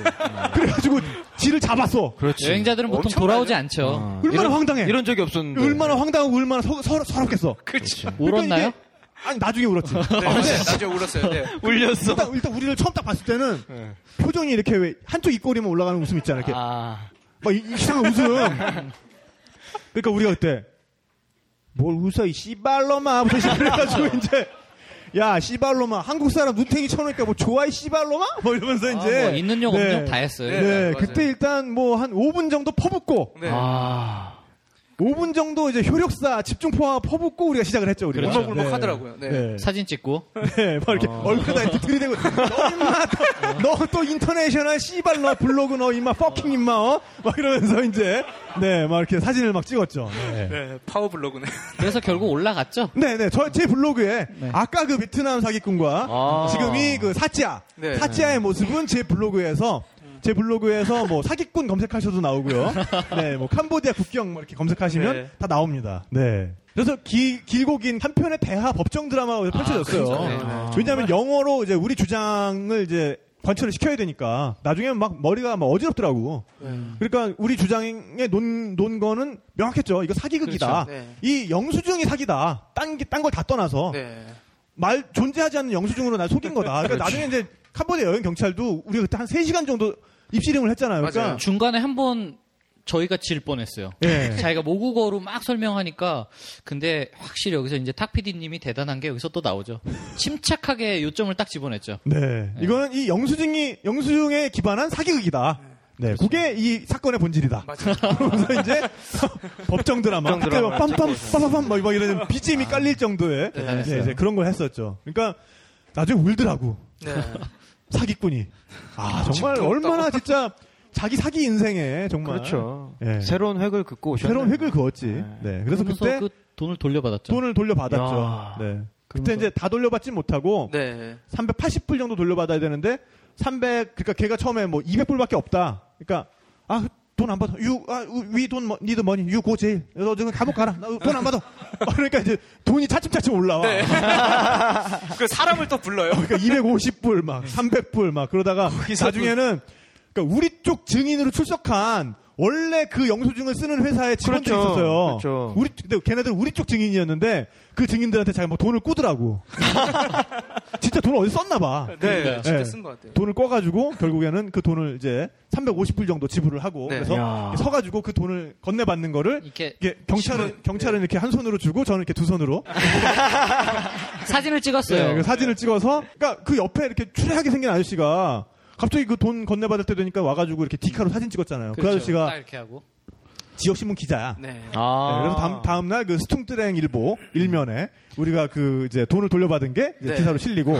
Speaker 7: 그래가지고 지를 잡았어.
Speaker 1: 그렇지.
Speaker 2: 여행자들은 보통 돌아오지 않죠.
Speaker 1: 어.
Speaker 7: 얼마나
Speaker 1: 이런-
Speaker 7: 황당해.
Speaker 1: 그렇죠. 이런 적이 없었는데.
Speaker 7: 네. 얼마나 황당하고 얼마나 서, 서, 서럽겠어. 그러니까
Speaker 9: 그렇죠.
Speaker 2: 울었나요?
Speaker 7: 이게- 아니 나중에 울었지.
Speaker 9: 네. 네. 나중에 울었어요. 네.
Speaker 1: 울렸어.
Speaker 7: 일단, 일단 우리를 처음 딱 봤을 때는
Speaker 1: 네.
Speaker 7: 표정이 이렇게 왜 한쪽 입꼬리만 올라가는 웃음 있잖아. 이렇게
Speaker 1: 아.
Speaker 7: 막 이- 이상한 웃음. 그러니까 우리가 그때 뭘 웃어 이 씨발로마부터 시작해가지고 이제 야 씨발로마 한국 사람 눈탱이 쳐놓으니까 뭐 좋아 이 씨발로마 뭐 이러면서
Speaker 2: 아,
Speaker 7: 이제
Speaker 2: 뭐 있는 욕 없는
Speaker 7: 네.
Speaker 2: 욕다 했어요.
Speaker 7: 네,
Speaker 9: 네, 맞아요.
Speaker 7: 그때 일단 뭐 한 5분 정도 퍼붓고
Speaker 9: 네.
Speaker 7: 5분 정도 이제 효력사 집중포화 퍼붓고 우리가 시작을 했죠 우리가.
Speaker 2: 그렇죠.
Speaker 9: 울먹울먹하더라고요. 네.
Speaker 7: 네.
Speaker 2: 사진 찍고
Speaker 7: 네, 막 이렇게 얼굴에다 이렇게 들이대고 너 임마 너또 인터내셔널 씨발 너 블로그 너 임마 퍼킹 임마 어? 막 이러면서 이제 네 막 이렇게 사진을 막 찍었죠. 네.
Speaker 9: 네. 파워 블로그네.
Speaker 2: 그래서 결국 올라갔죠.
Speaker 7: 네, 네. 저, 제 블로그에 아까 그 베트남 사기꾼과
Speaker 1: 아.
Speaker 7: 지금이 그 사찌아.
Speaker 9: 네.
Speaker 7: 사찌아의 모습은 제 블로그에서 제 블로그에서 뭐 사기꾼 검색하셔도 나오고요. 네, 뭐 캄보디아 국경 뭐 이렇게 검색하시면
Speaker 9: 네.
Speaker 7: 다 나옵니다. 네. 그래서 기- 길고 긴 한 편의 대하 법정 드라마가 펼쳐졌어요.
Speaker 9: 그렇죠. 네, 네.
Speaker 7: 왜냐하면 영어로 이제 우리 주장을 이제 관철을 시켜야 되니까 나중에 막 머리가 막 어지럽더라고. 그러니까 우리 주장에 논, 논 거는 명확했죠. 이거 사기극이다.
Speaker 9: 그렇죠. 네.
Speaker 7: 이 영수증이 사기다. 딴, 게- 딴 걸 다 떠나서
Speaker 9: 네.
Speaker 7: 말 존재하지 않는 영수증으로 날 속인 거다. 그러니까
Speaker 9: 그렇죠.
Speaker 7: 나중에 이제 캄보디아 여행 경찰도 우리가 그때 한 3시간 정도 입시름을 했잖아요. 그러니까
Speaker 9: 맞아요.
Speaker 2: 중간에 한 번 저희가 질 뻔했어요.
Speaker 7: 예.
Speaker 2: 자기가 모국어로 막 설명하니까 근데 확실히 여기서 이제 탁 PD님이 대단한 게 여기서 또 나오죠. 침착하게 요점을 딱 집어냈죠.
Speaker 7: 네. 이거는 이 영수증이 영수증에 기반한 사기극이다. 네, 그게 이 사건의 본질이다.
Speaker 9: 그렇죠. 맞아요.
Speaker 7: 그래서 이제 법정 드라마,
Speaker 1: 법정
Speaker 7: 그때 막
Speaker 1: 드라마
Speaker 7: 빰빰 빰빰빰 막
Speaker 9: 아.
Speaker 7: 이런 BGM이 깔릴 정도의
Speaker 2: 대단했어요.
Speaker 7: 네, 이제 그런 걸 했었죠. 그러니까 나중에 울더라고.
Speaker 9: 네.
Speaker 7: 사기꾼이. 아, 정말
Speaker 9: 부럽다고.
Speaker 7: 얼마나 진짜 자기 사기 인생에 정말
Speaker 1: 그렇죠.
Speaker 7: 예.
Speaker 1: 새로운 획을 긋고 오셨네.
Speaker 7: 새로운 획을 그었지. 네. 그래서 그때
Speaker 2: 그 돈을 돌려받았죠.
Speaker 7: 돈을 돌려받았죠.
Speaker 1: 야.
Speaker 7: 네. 그때 이제 다 돌려받진 못하고
Speaker 9: 네.
Speaker 7: 380불 정도 돌려받아야 되는데 300 그러니까 걔가 처음에 뭐 200불밖에 없다. 그러니까 아 돈 안 받아. 유아위돈 니드 머니 유고 제일. 너 지금 감옥 가라. 나 돈 안 받아. 막 그러니까 이제 돈이 차츰차츰 올라와.
Speaker 1: 네.
Speaker 9: 그 사람을 또 불러요.
Speaker 7: 그러니까 250불 막
Speaker 1: 네.
Speaker 7: 300불 막 그러다가 나중에는 그러니까 우리 쪽 증인으로 출석한 원래 그 영수증을 쓰는 회사의 직원들이
Speaker 1: 그렇죠.
Speaker 7: 있었어요.
Speaker 1: 그렇죠.
Speaker 7: 우리 근데 걔네들 우리 쪽 증인이었는데 그 증인들한테 자기 막 돈을 꾸더라고. 진짜 돈을 어디 썼나 봐.
Speaker 9: 네. 진짜
Speaker 7: 네.
Speaker 9: 쓴 것 같아요.
Speaker 7: 돈을 꿔가지고 결국에는 그 돈을 이제 350불 정도 지불을 하고
Speaker 9: 네.
Speaker 7: 그래서
Speaker 1: 야.
Speaker 7: 서가지고 그 돈을 건네받는 거를
Speaker 2: 이렇게
Speaker 7: 이게 경찰은
Speaker 1: 네.
Speaker 7: 경찰은 이렇게 한 손으로 주고 저는 이렇게 두 손으로
Speaker 2: 사진을
Speaker 7: 네,
Speaker 2: 찍었어요.
Speaker 7: 그 사진을 찍어서 그러니까 그 옆에 이렇게 추레하게 생긴 아저씨가 갑자기 그 돈 건네받을 때 되니까 와가지고 이렇게 디카로 사진 찍었잖아요. 그
Speaker 2: 그렇죠.
Speaker 7: 아저씨가
Speaker 2: 딱 이렇게 하고
Speaker 7: 지역신문 기자야.
Speaker 8: 네.
Speaker 1: 아.
Speaker 7: 네, 그래서 다음, 다음날 그 스퉁뜨랭 일보 일면에 우리가 그 이제 돈을 돌려받은 게 이제
Speaker 8: 네.
Speaker 7: 기사로 실리고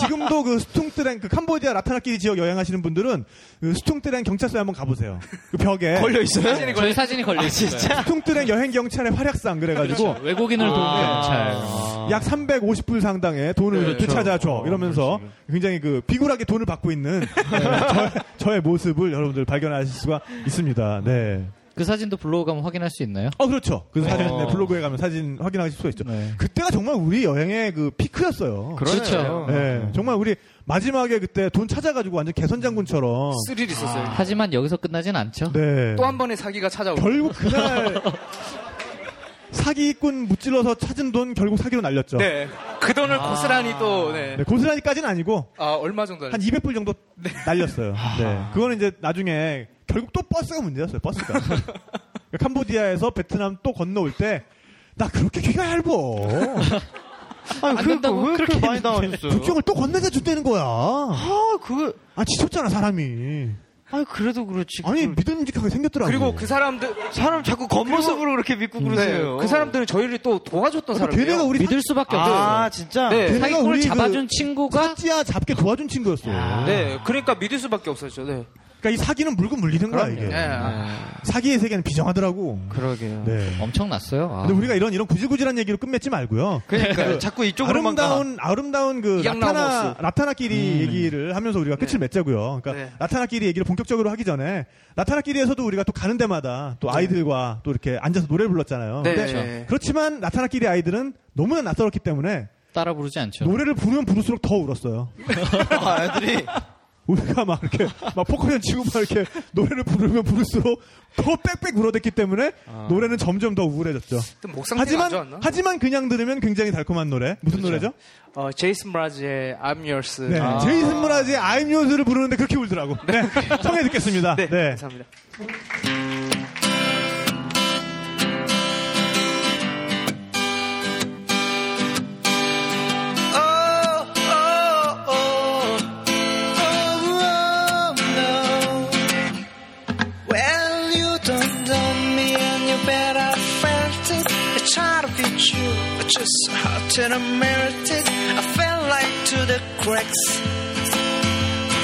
Speaker 7: 지금도 그 스퉁뜨랭 그 캄보디아 라타나끼리 지역 여행하시는 분들은 그 스퉁뜨랭 경찰서에 한번 가보세요. 그 벽에
Speaker 1: 있어요?
Speaker 2: 저희 사진이 걸려 있어요.
Speaker 7: 스퉁뜨랭 여행 경찰의 활약상 아, 그래가지고
Speaker 2: 그렇죠. 외국인을 도우는
Speaker 7: 아.
Speaker 1: 아.
Speaker 2: 경찰.
Speaker 1: 어.
Speaker 7: 약 350불 상당의 돈을
Speaker 2: 그렇죠.
Speaker 7: 되찾아줘 이러면서 굉장히 그 비굴하게 돈을 받고 있는 네, 저의, 저의 모습을 여러분들 발견하실 수가 있습니다. 네.
Speaker 2: 그 사진도 블로그 가면 확인할 수 있나요?
Speaker 7: 어 그렇죠. 그 사진
Speaker 2: 어.
Speaker 7: 네, 블로그에 가면 사진 확인하실 수가 있죠.
Speaker 2: 네.
Speaker 7: 그때가 정말 우리 여행의 그 피크였어요.
Speaker 2: 그렇죠.
Speaker 7: 네, 정말 우리 마지막에 그때 돈 찾아가지고 완전 개선장군처럼.
Speaker 8: 스릴 있었어요.
Speaker 2: 하지만 여기서 끝나진 않죠.
Speaker 7: 네.
Speaker 8: 또 한 번의 사기가 찾아오고.
Speaker 7: 결국 그날 사기꾼 무찔러서 찾은 돈 결국 사기로 날렸죠.
Speaker 8: 네. 그 돈을 고스란히 또, 네.
Speaker 7: 네, 고스란히까지는 아니고
Speaker 8: 아, 얼마 정도
Speaker 7: 한
Speaker 1: 네.
Speaker 7: 200불 정도 날렸어요.
Speaker 1: 아.
Speaker 7: 네. 그거는 이제 나중에 결국 또 버스가 문제였어요. 버스가. 그러니까 캄보디아에서 베트남 또 건너올 때 나 그렇게 귀가 얇어.
Speaker 1: 아니,
Speaker 2: 안
Speaker 1: 그
Speaker 2: 된다고
Speaker 1: 왜 그렇게
Speaker 2: 그렇게
Speaker 1: 많이 당하셨어요?
Speaker 7: 국경을 또 건너서 준다는 거야. 아,
Speaker 1: 아, 그거,
Speaker 7: 지쳤잖아, 사람이.
Speaker 1: 아 그래도 그렇지.
Speaker 7: 아니,
Speaker 1: 그걸-
Speaker 7: 믿음직하게 생겼더라고.
Speaker 8: 그리고 그 사람들,
Speaker 1: 사람 자꾸 겉모습으로 그렇게 믿고 그러세요.
Speaker 8: 네, 그 사람들은 저희를 또 도와줬던
Speaker 7: 그러니까
Speaker 8: 사람이에요.
Speaker 7: 걔네가 우리
Speaker 2: 믿을 수밖에 없어요.
Speaker 1: 아, 진짜?
Speaker 8: 네.
Speaker 7: 걔네가
Speaker 2: 사기꾼을
Speaker 7: 우리
Speaker 2: 잡아준
Speaker 7: 그
Speaker 2: 친구가
Speaker 7: 찌야 잡게 도와준 친구였어.
Speaker 8: 네, 그러니까 믿을 수밖에 없었죠. 네.
Speaker 7: 그러니까 이 사기는 물고 물리는 거야, 이게.
Speaker 8: 네.
Speaker 7: 사기의 세계는 비정하더라고.
Speaker 1: 그러게요.
Speaker 7: 네.
Speaker 2: 엄청났어요. 아.
Speaker 7: 근데 우리가 이런 이런 구질구질한 얘기로 끝맺지 말고요. 네.
Speaker 1: 그러니까 요 자꾸 이쪽으로만 가.
Speaker 7: 아름다운 아름다운 그
Speaker 8: 양나무
Speaker 7: 라타나
Speaker 8: 없어.
Speaker 7: 라타나끼리 얘기를 하면서 우리가 끝을 맺자고요. 그러니까
Speaker 8: 네.
Speaker 7: 라타나끼리 얘기를 본격적으로 하기 전에 라타나끼리에서도 우리가 또 가는 데마다 또 아이들과 또 이렇게 앉아서 노래를 불렀잖아요.
Speaker 8: 네.
Speaker 7: 근데 그렇지만 라타나끼리 아이들은 너무나 낯설었기 때문에
Speaker 2: 따라 부르지 않죠.
Speaker 7: 노래를 부르면 부를수록 더 울었어요.
Speaker 1: 아, 애들이
Speaker 7: 우리가 막 이렇게 막 포커션 치고 막 이렇게 노래를 부르면 부를수록 더 빽빽 울어댔기 때문에 노래는 점점 더 우울해졌죠.
Speaker 8: 또 목상 안
Speaker 7: 하지만
Speaker 8: 좋았나?
Speaker 7: 하지만 그냥 들으면 굉장히 달콤한 노래 무슨 노래죠?
Speaker 8: 어, 제이슨 브라즈의 I'm Yours.
Speaker 7: 네,
Speaker 8: 아.
Speaker 7: 제이슨 브라즈의 I'm Yours를 부르는데 그렇게 울더라고. 네, 청해 듣겠습니다.
Speaker 8: 네,
Speaker 7: 네.
Speaker 8: 감사합니다.
Speaker 6: Well, you don't know me and you bet I felt it. I tried to be true, but just so hot and I merited. I fell like to the cracks.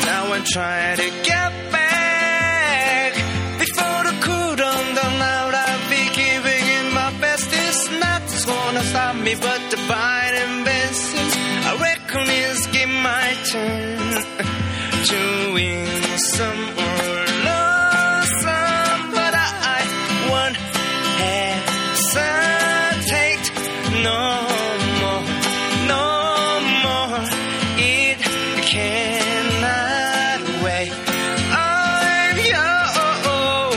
Speaker 6: Now I'm trying to get back. Before the cool dawn, dawn out, I'll be giving it my best. It's not gonna stop me, but the binding basis. I reckon it's getting my turn to win some or lose some, but I won't hesitate no more, no more. It cannot wait. I'm yours.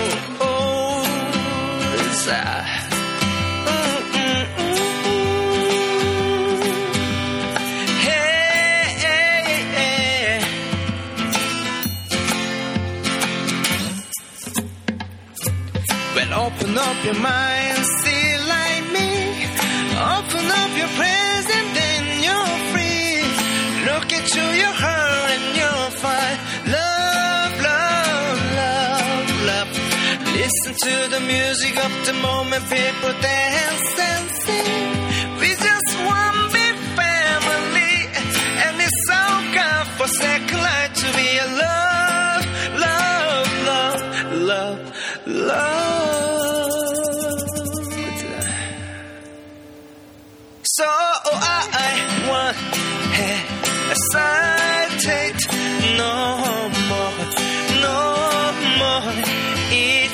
Speaker 6: Hey. Well, open up your mind, see like me. Open up your present, then you're free. Look into your heart and you'll find love, love, love, love. Listen to the music of the moment, people dance and sing. We just one big family, and it's so good for second life to be a love, love, love, love, love. So oh, I want hesitate no more, no more. It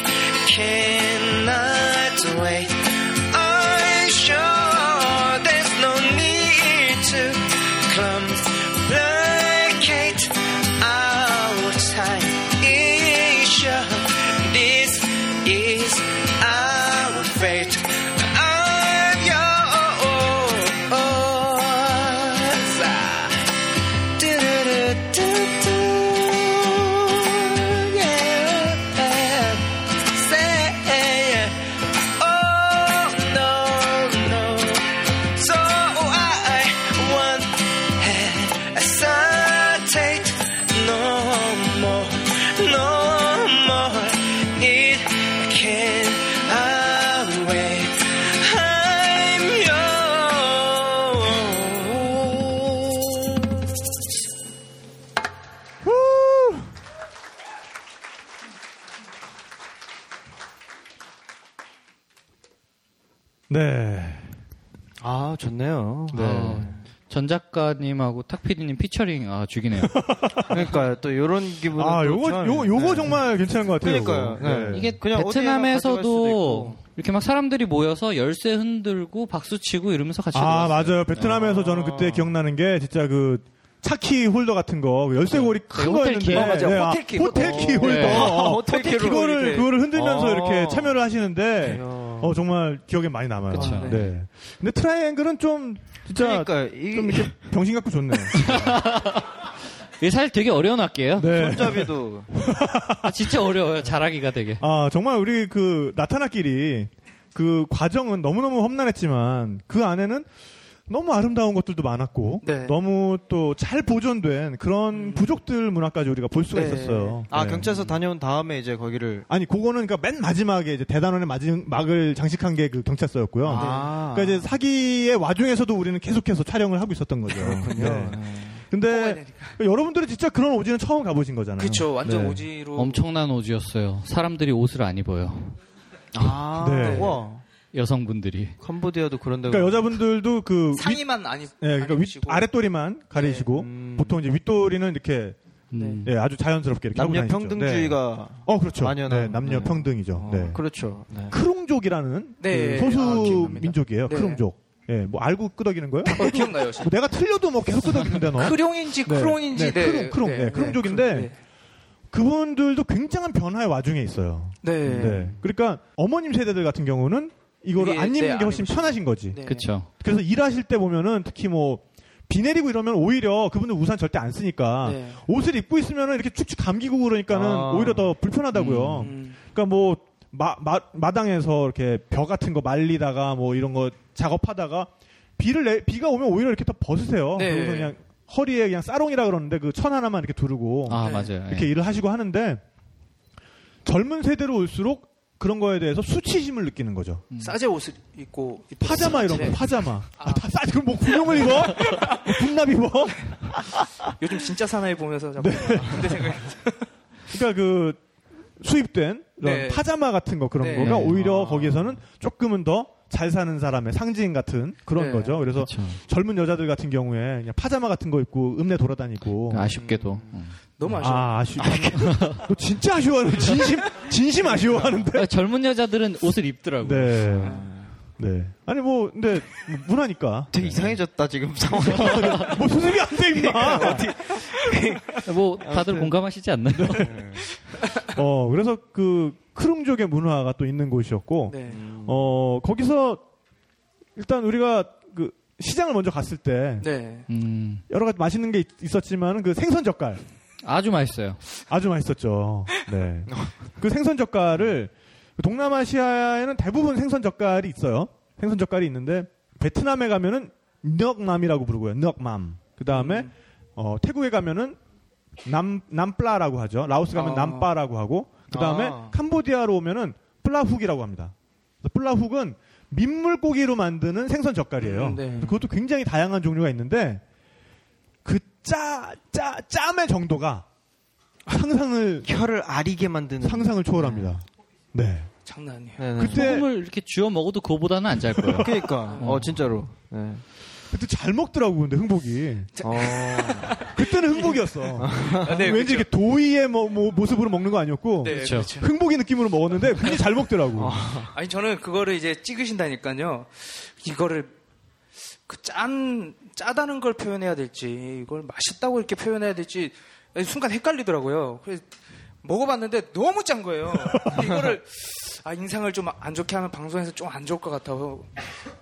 Speaker 6: cannot wait. I'm
Speaker 8: Ah.
Speaker 7: 네.
Speaker 1: 좋네요.
Speaker 2: 아, 전 작가님하고 탁 PD님 피처링 아 죽이네요.
Speaker 1: 그러니까 또 이런 기분.
Speaker 7: 아, 요거, 요, 요거 정말 괜찮은 것 같아요. 요거.
Speaker 1: 그러니까요. 네.
Speaker 7: 네.
Speaker 2: 이게
Speaker 1: 그냥 어디에나 가져갈 수도
Speaker 2: 베트남에서도
Speaker 1: 있고.
Speaker 2: 이렇게 막 사람들이 모여서 열쇠 흔들고 박수 치고 이러면서 같이
Speaker 7: 아,
Speaker 2: 놀았어요.
Speaker 7: 맞아요. 베트남에서 저는 그때 기억나는 게 진짜 그 차키 홀더 같은 거, 그 열쇠고리 큰
Speaker 2: 호텔
Speaker 7: 거였는데.
Speaker 2: 키. 어,
Speaker 9: 맞아요.
Speaker 7: 아,
Speaker 9: 호텔 키.
Speaker 7: 호텔키
Speaker 2: 어.
Speaker 7: 홀더.
Speaker 2: 네.
Speaker 7: 어,
Speaker 9: 호텔 키로
Speaker 7: 그거를,
Speaker 9: 이렇게.
Speaker 7: 그거를 흔들면서
Speaker 1: 어.
Speaker 7: 이렇게 참여를
Speaker 9: 네.
Speaker 7: 하는데, 어, 정말 기억에 많이 남아요.
Speaker 2: 그쵸.
Speaker 7: 네. 근데 트라이앵글은 좀, 진짜,
Speaker 1: 그러니까 이
Speaker 7: 좀 이렇게 병신 같고 좋네요.
Speaker 2: 이게 사실 되게 어려운 악기예요.
Speaker 7: 네.
Speaker 1: 손잡이도
Speaker 2: 아, 진짜 어려워요. 잘하기가 되게.
Speaker 7: 아, 정말 우리 그 나타나끼리 그 과정은 너무너무 험난했지만 그 안에는 너무 아름다운 것들도 많았고
Speaker 9: 네.
Speaker 7: 너무 또 잘 보존된 그런 부족들 문화까지 우리가 볼 수가
Speaker 9: 네.
Speaker 7: 있었어요.
Speaker 1: 아
Speaker 7: 네.
Speaker 1: 경찰서 다녀온 다음에 이제 거기를
Speaker 7: 아니 그거는 그러니까 맨 마지막에 이제 대단원의 마지막을 장식한 게 그 경찰서였고요.
Speaker 1: 아.
Speaker 7: 그러니까 이제 사기의 와중에서도 우리는 계속해서 촬영을 하고 있었던 거죠. 네. 근데 여러분들은 진짜 그런 오지는 처음 가보신 거잖아요.
Speaker 9: 네. 그쵸 완전
Speaker 7: 네.
Speaker 9: 오지로
Speaker 2: 엄청난 오지였어요. 사람들이 옷을 안 입어요.
Speaker 1: 아,
Speaker 7: 네.
Speaker 1: 와
Speaker 2: 여성분들이.
Speaker 1: 네. 캄보디아도 그런다고.
Speaker 7: 그러니까 여자분들도 그 위-
Speaker 9: 상의만 아니
Speaker 7: 예, 그러니까 윗, 아랫도리만
Speaker 9: 네.
Speaker 7: 가리시고
Speaker 1: 음.
Speaker 7: 보통 이제 윗도리는 이렇게
Speaker 2: 음.
Speaker 7: 예, 아주 자연스럽게 이렇게
Speaker 1: 남녀
Speaker 7: 하고 다니시죠.
Speaker 1: 평등주의가
Speaker 7: 네. 어 그렇죠.
Speaker 1: 만연한.
Speaker 7: 네, 남녀
Speaker 1: 네.
Speaker 7: 평등이죠.
Speaker 1: 어,
Speaker 7: 네.
Speaker 1: 그렇죠. 네.
Speaker 7: 크롱족이라는
Speaker 9: 네,
Speaker 7: 그 소수
Speaker 9: 아, 기억납니다.
Speaker 7: 민족이에요.
Speaker 9: 네.
Speaker 7: 크롱족. 예, 뭐 알고 끄덕이는 거예요?
Speaker 9: 어, 기억나요 진짜.
Speaker 7: 뭐 내가 틀려도 뭐 계속 끄덕이는데 너.
Speaker 9: 크룡인지
Speaker 7: 네. 네,
Speaker 9: 크롱인지 네,
Speaker 7: 크롱, 크롱, 네, 크롱족인데. 그분들도 굉장한 변화의 와중에 있어요.
Speaker 9: 네,
Speaker 7: 네.
Speaker 9: 네.
Speaker 7: 그러니까 어머님 세대들 같은 경우는 이거를
Speaker 9: 이게,
Speaker 7: 안 입는
Speaker 9: 네,
Speaker 7: 게 훨씬
Speaker 9: 안 입으시죠.
Speaker 7: 편하신 거지.
Speaker 9: 네.
Speaker 2: 그쵸.
Speaker 7: 그래서 일하실 때 보면은 특히 뭐 비 내리고 이러면 오히려 그분들 우산 절대 안 쓰니까
Speaker 9: 네.
Speaker 7: 옷을 입고 있으면은 이렇게 축축 감기고 그러니까는
Speaker 1: 아.
Speaker 7: 오히려 더 불편하다고요.
Speaker 9: 음.
Speaker 7: 그러니까 뭐 마, 마, 마당에서 이렇게 벼 같은 거 말리다가 뭐 이런 거 작업하다가 비를 내, 비가 오면 오히려 이렇게 더 벗으세요.
Speaker 9: 네.
Speaker 7: 그래서 그냥 허리에 그냥 싸롱이라 그러는데 그 천 하나만 이렇게 두르고
Speaker 2: 아,
Speaker 9: 네.
Speaker 2: 맞아요.
Speaker 7: 이렇게
Speaker 2: 예.
Speaker 7: 일을 하시고 하는데 젊은 세대로 올수록 그런 거에 대해서 수치심을 느끼는 거죠.
Speaker 2: 음.
Speaker 9: 싸제 옷을 입고
Speaker 7: 파자마 이런
Speaker 9: 네.
Speaker 7: 거 파자마. 아, 파- 싸 그럼 뭐 군용을 입어? 뭐 군납 입어?
Speaker 9: 요즘 진짜 사나이 보면서 자꾸
Speaker 7: 네.
Speaker 9: 근데 생각이
Speaker 7: 그러니까 그 수입된 이런
Speaker 9: 네.
Speaker 7: 파자마 같은 거 그런
Speaker 9: 네.
Speaker 7: 거가
Speaker 2: 네.
Speaker 7: 오히려
Speaker 2: 아.
Speaker 7: 거기에서는 조금은 더 잘 사는 사람의 상징 같은 그런
Speaker 9: 네.
Speaker 7: 거죠. 그래서
Speaker 2: 그쵸.
Speaker 7: 젊은 여자들 같은 경우에 그냥 파자마 같은 거 입고 읍내 돌아다니고
Speaker 2: 아쉽게도. 음.
Speaker 9: 너무 아쉬워.
Speaker 7: 아 아쉬워. 너 진짜 아쉬워하는 진심 진심 아쉬워하는데.
Speaker 2: 아, 젊은 여자들은 옷을 입더라고요.
Speaker 7: 네. 네. 아니 뭐 근데 문화니까.
Speaker 1: 되게 이상해졌다 지금 상황.
Speaker 7: 뭐 수습이 안 돼 임마. 네.
Speaker 2: 뭐 다들 공감하시지 않나요?
Speaker 7: 어 그래서 그 크릉족의 문화가 또 있는 곳이었고
Speaker 9: 네.
Speaker 2: 음.
Speaker 7: 어 거기서 일단 우리가 그 시장을 먼저 갔을 때
Speaker 9: 네.
Speaker 2: 음,
Speaker 7: 여러 가지 맛있는 게 있- 있었지만은 그 생선 젓갈
Speaker 2: 아주 맛있어요.
Speaker 7: 아주 맛있었죠. 네. 그 생선 젓갈을 그 동남아시아에는 대부분 생선 젓갈이 있어요. 생선 젓갈이 있는데 베트남에 가면은 넉맘이라고 부르고요. 넉맘. 그 다음에 어, 태국에 가면은 남 남플라라고 하죠. 라오스 가면
Speaker 9: 아.
Speaker 7: 남빠라고 하고 그 다음에
Speaker 1: 아.
Speaker 7: 캄보디아로 오면은 플라훅이라고 합니다. 그래서 플라훅은 민물고기로 만드는 생선 젓갈이에요.
Speaker 9: 음, 네.
Speaker 7: 그것도 굉장히 다양한 종류가 있는데 그짜 짜, 짬의 정도가 상상을
Speaker 1: 혀를 아리게 만드는.
Speaker 7: 상상을 초월합니다. 네.
Speaker 9: 장난 아니에요.
Speaker 1: 네네.
Speaker 7: 그때
Speaker 2: 소금을 이렇게 쥐어 먹어도 그거보다는 안 잘 거예요.
Speaker 1: 그러니까 어 진짜로. 네.
Speaker 7: 그때 잘 먹더라고 근데 흥복이
Speaker 1: 어.
Speaker 7: 그때는 흥복이었어.
Speaker 9: 아, 네,
Speaker 7: 왠지 이렇게 도의의 뭐, 뭐 모습으로 먹는 거 아니었고
Speaker 9: 네, 어.
Speaker 2: 그쵸.
Speaker 9: 그렇죠.
Speaker 7: 흥복이 느낌으로 먹었는데 굉장히 잘 먹더라고.
Speaker 9: 아니 저는 그거를 이제 찍으신다니까요. 이거를 그 짠 짜다는 걸 표현해야 될지 이걸 맛있다고 이렇게 표현해야 될지 순간 헷갈리더라고요. 그래서 먹어봤는데 너무 짠 거예요. 이거를 아 인상을 좀 안 좋게 하면 방송에서 좀 안 좋을 것 같아서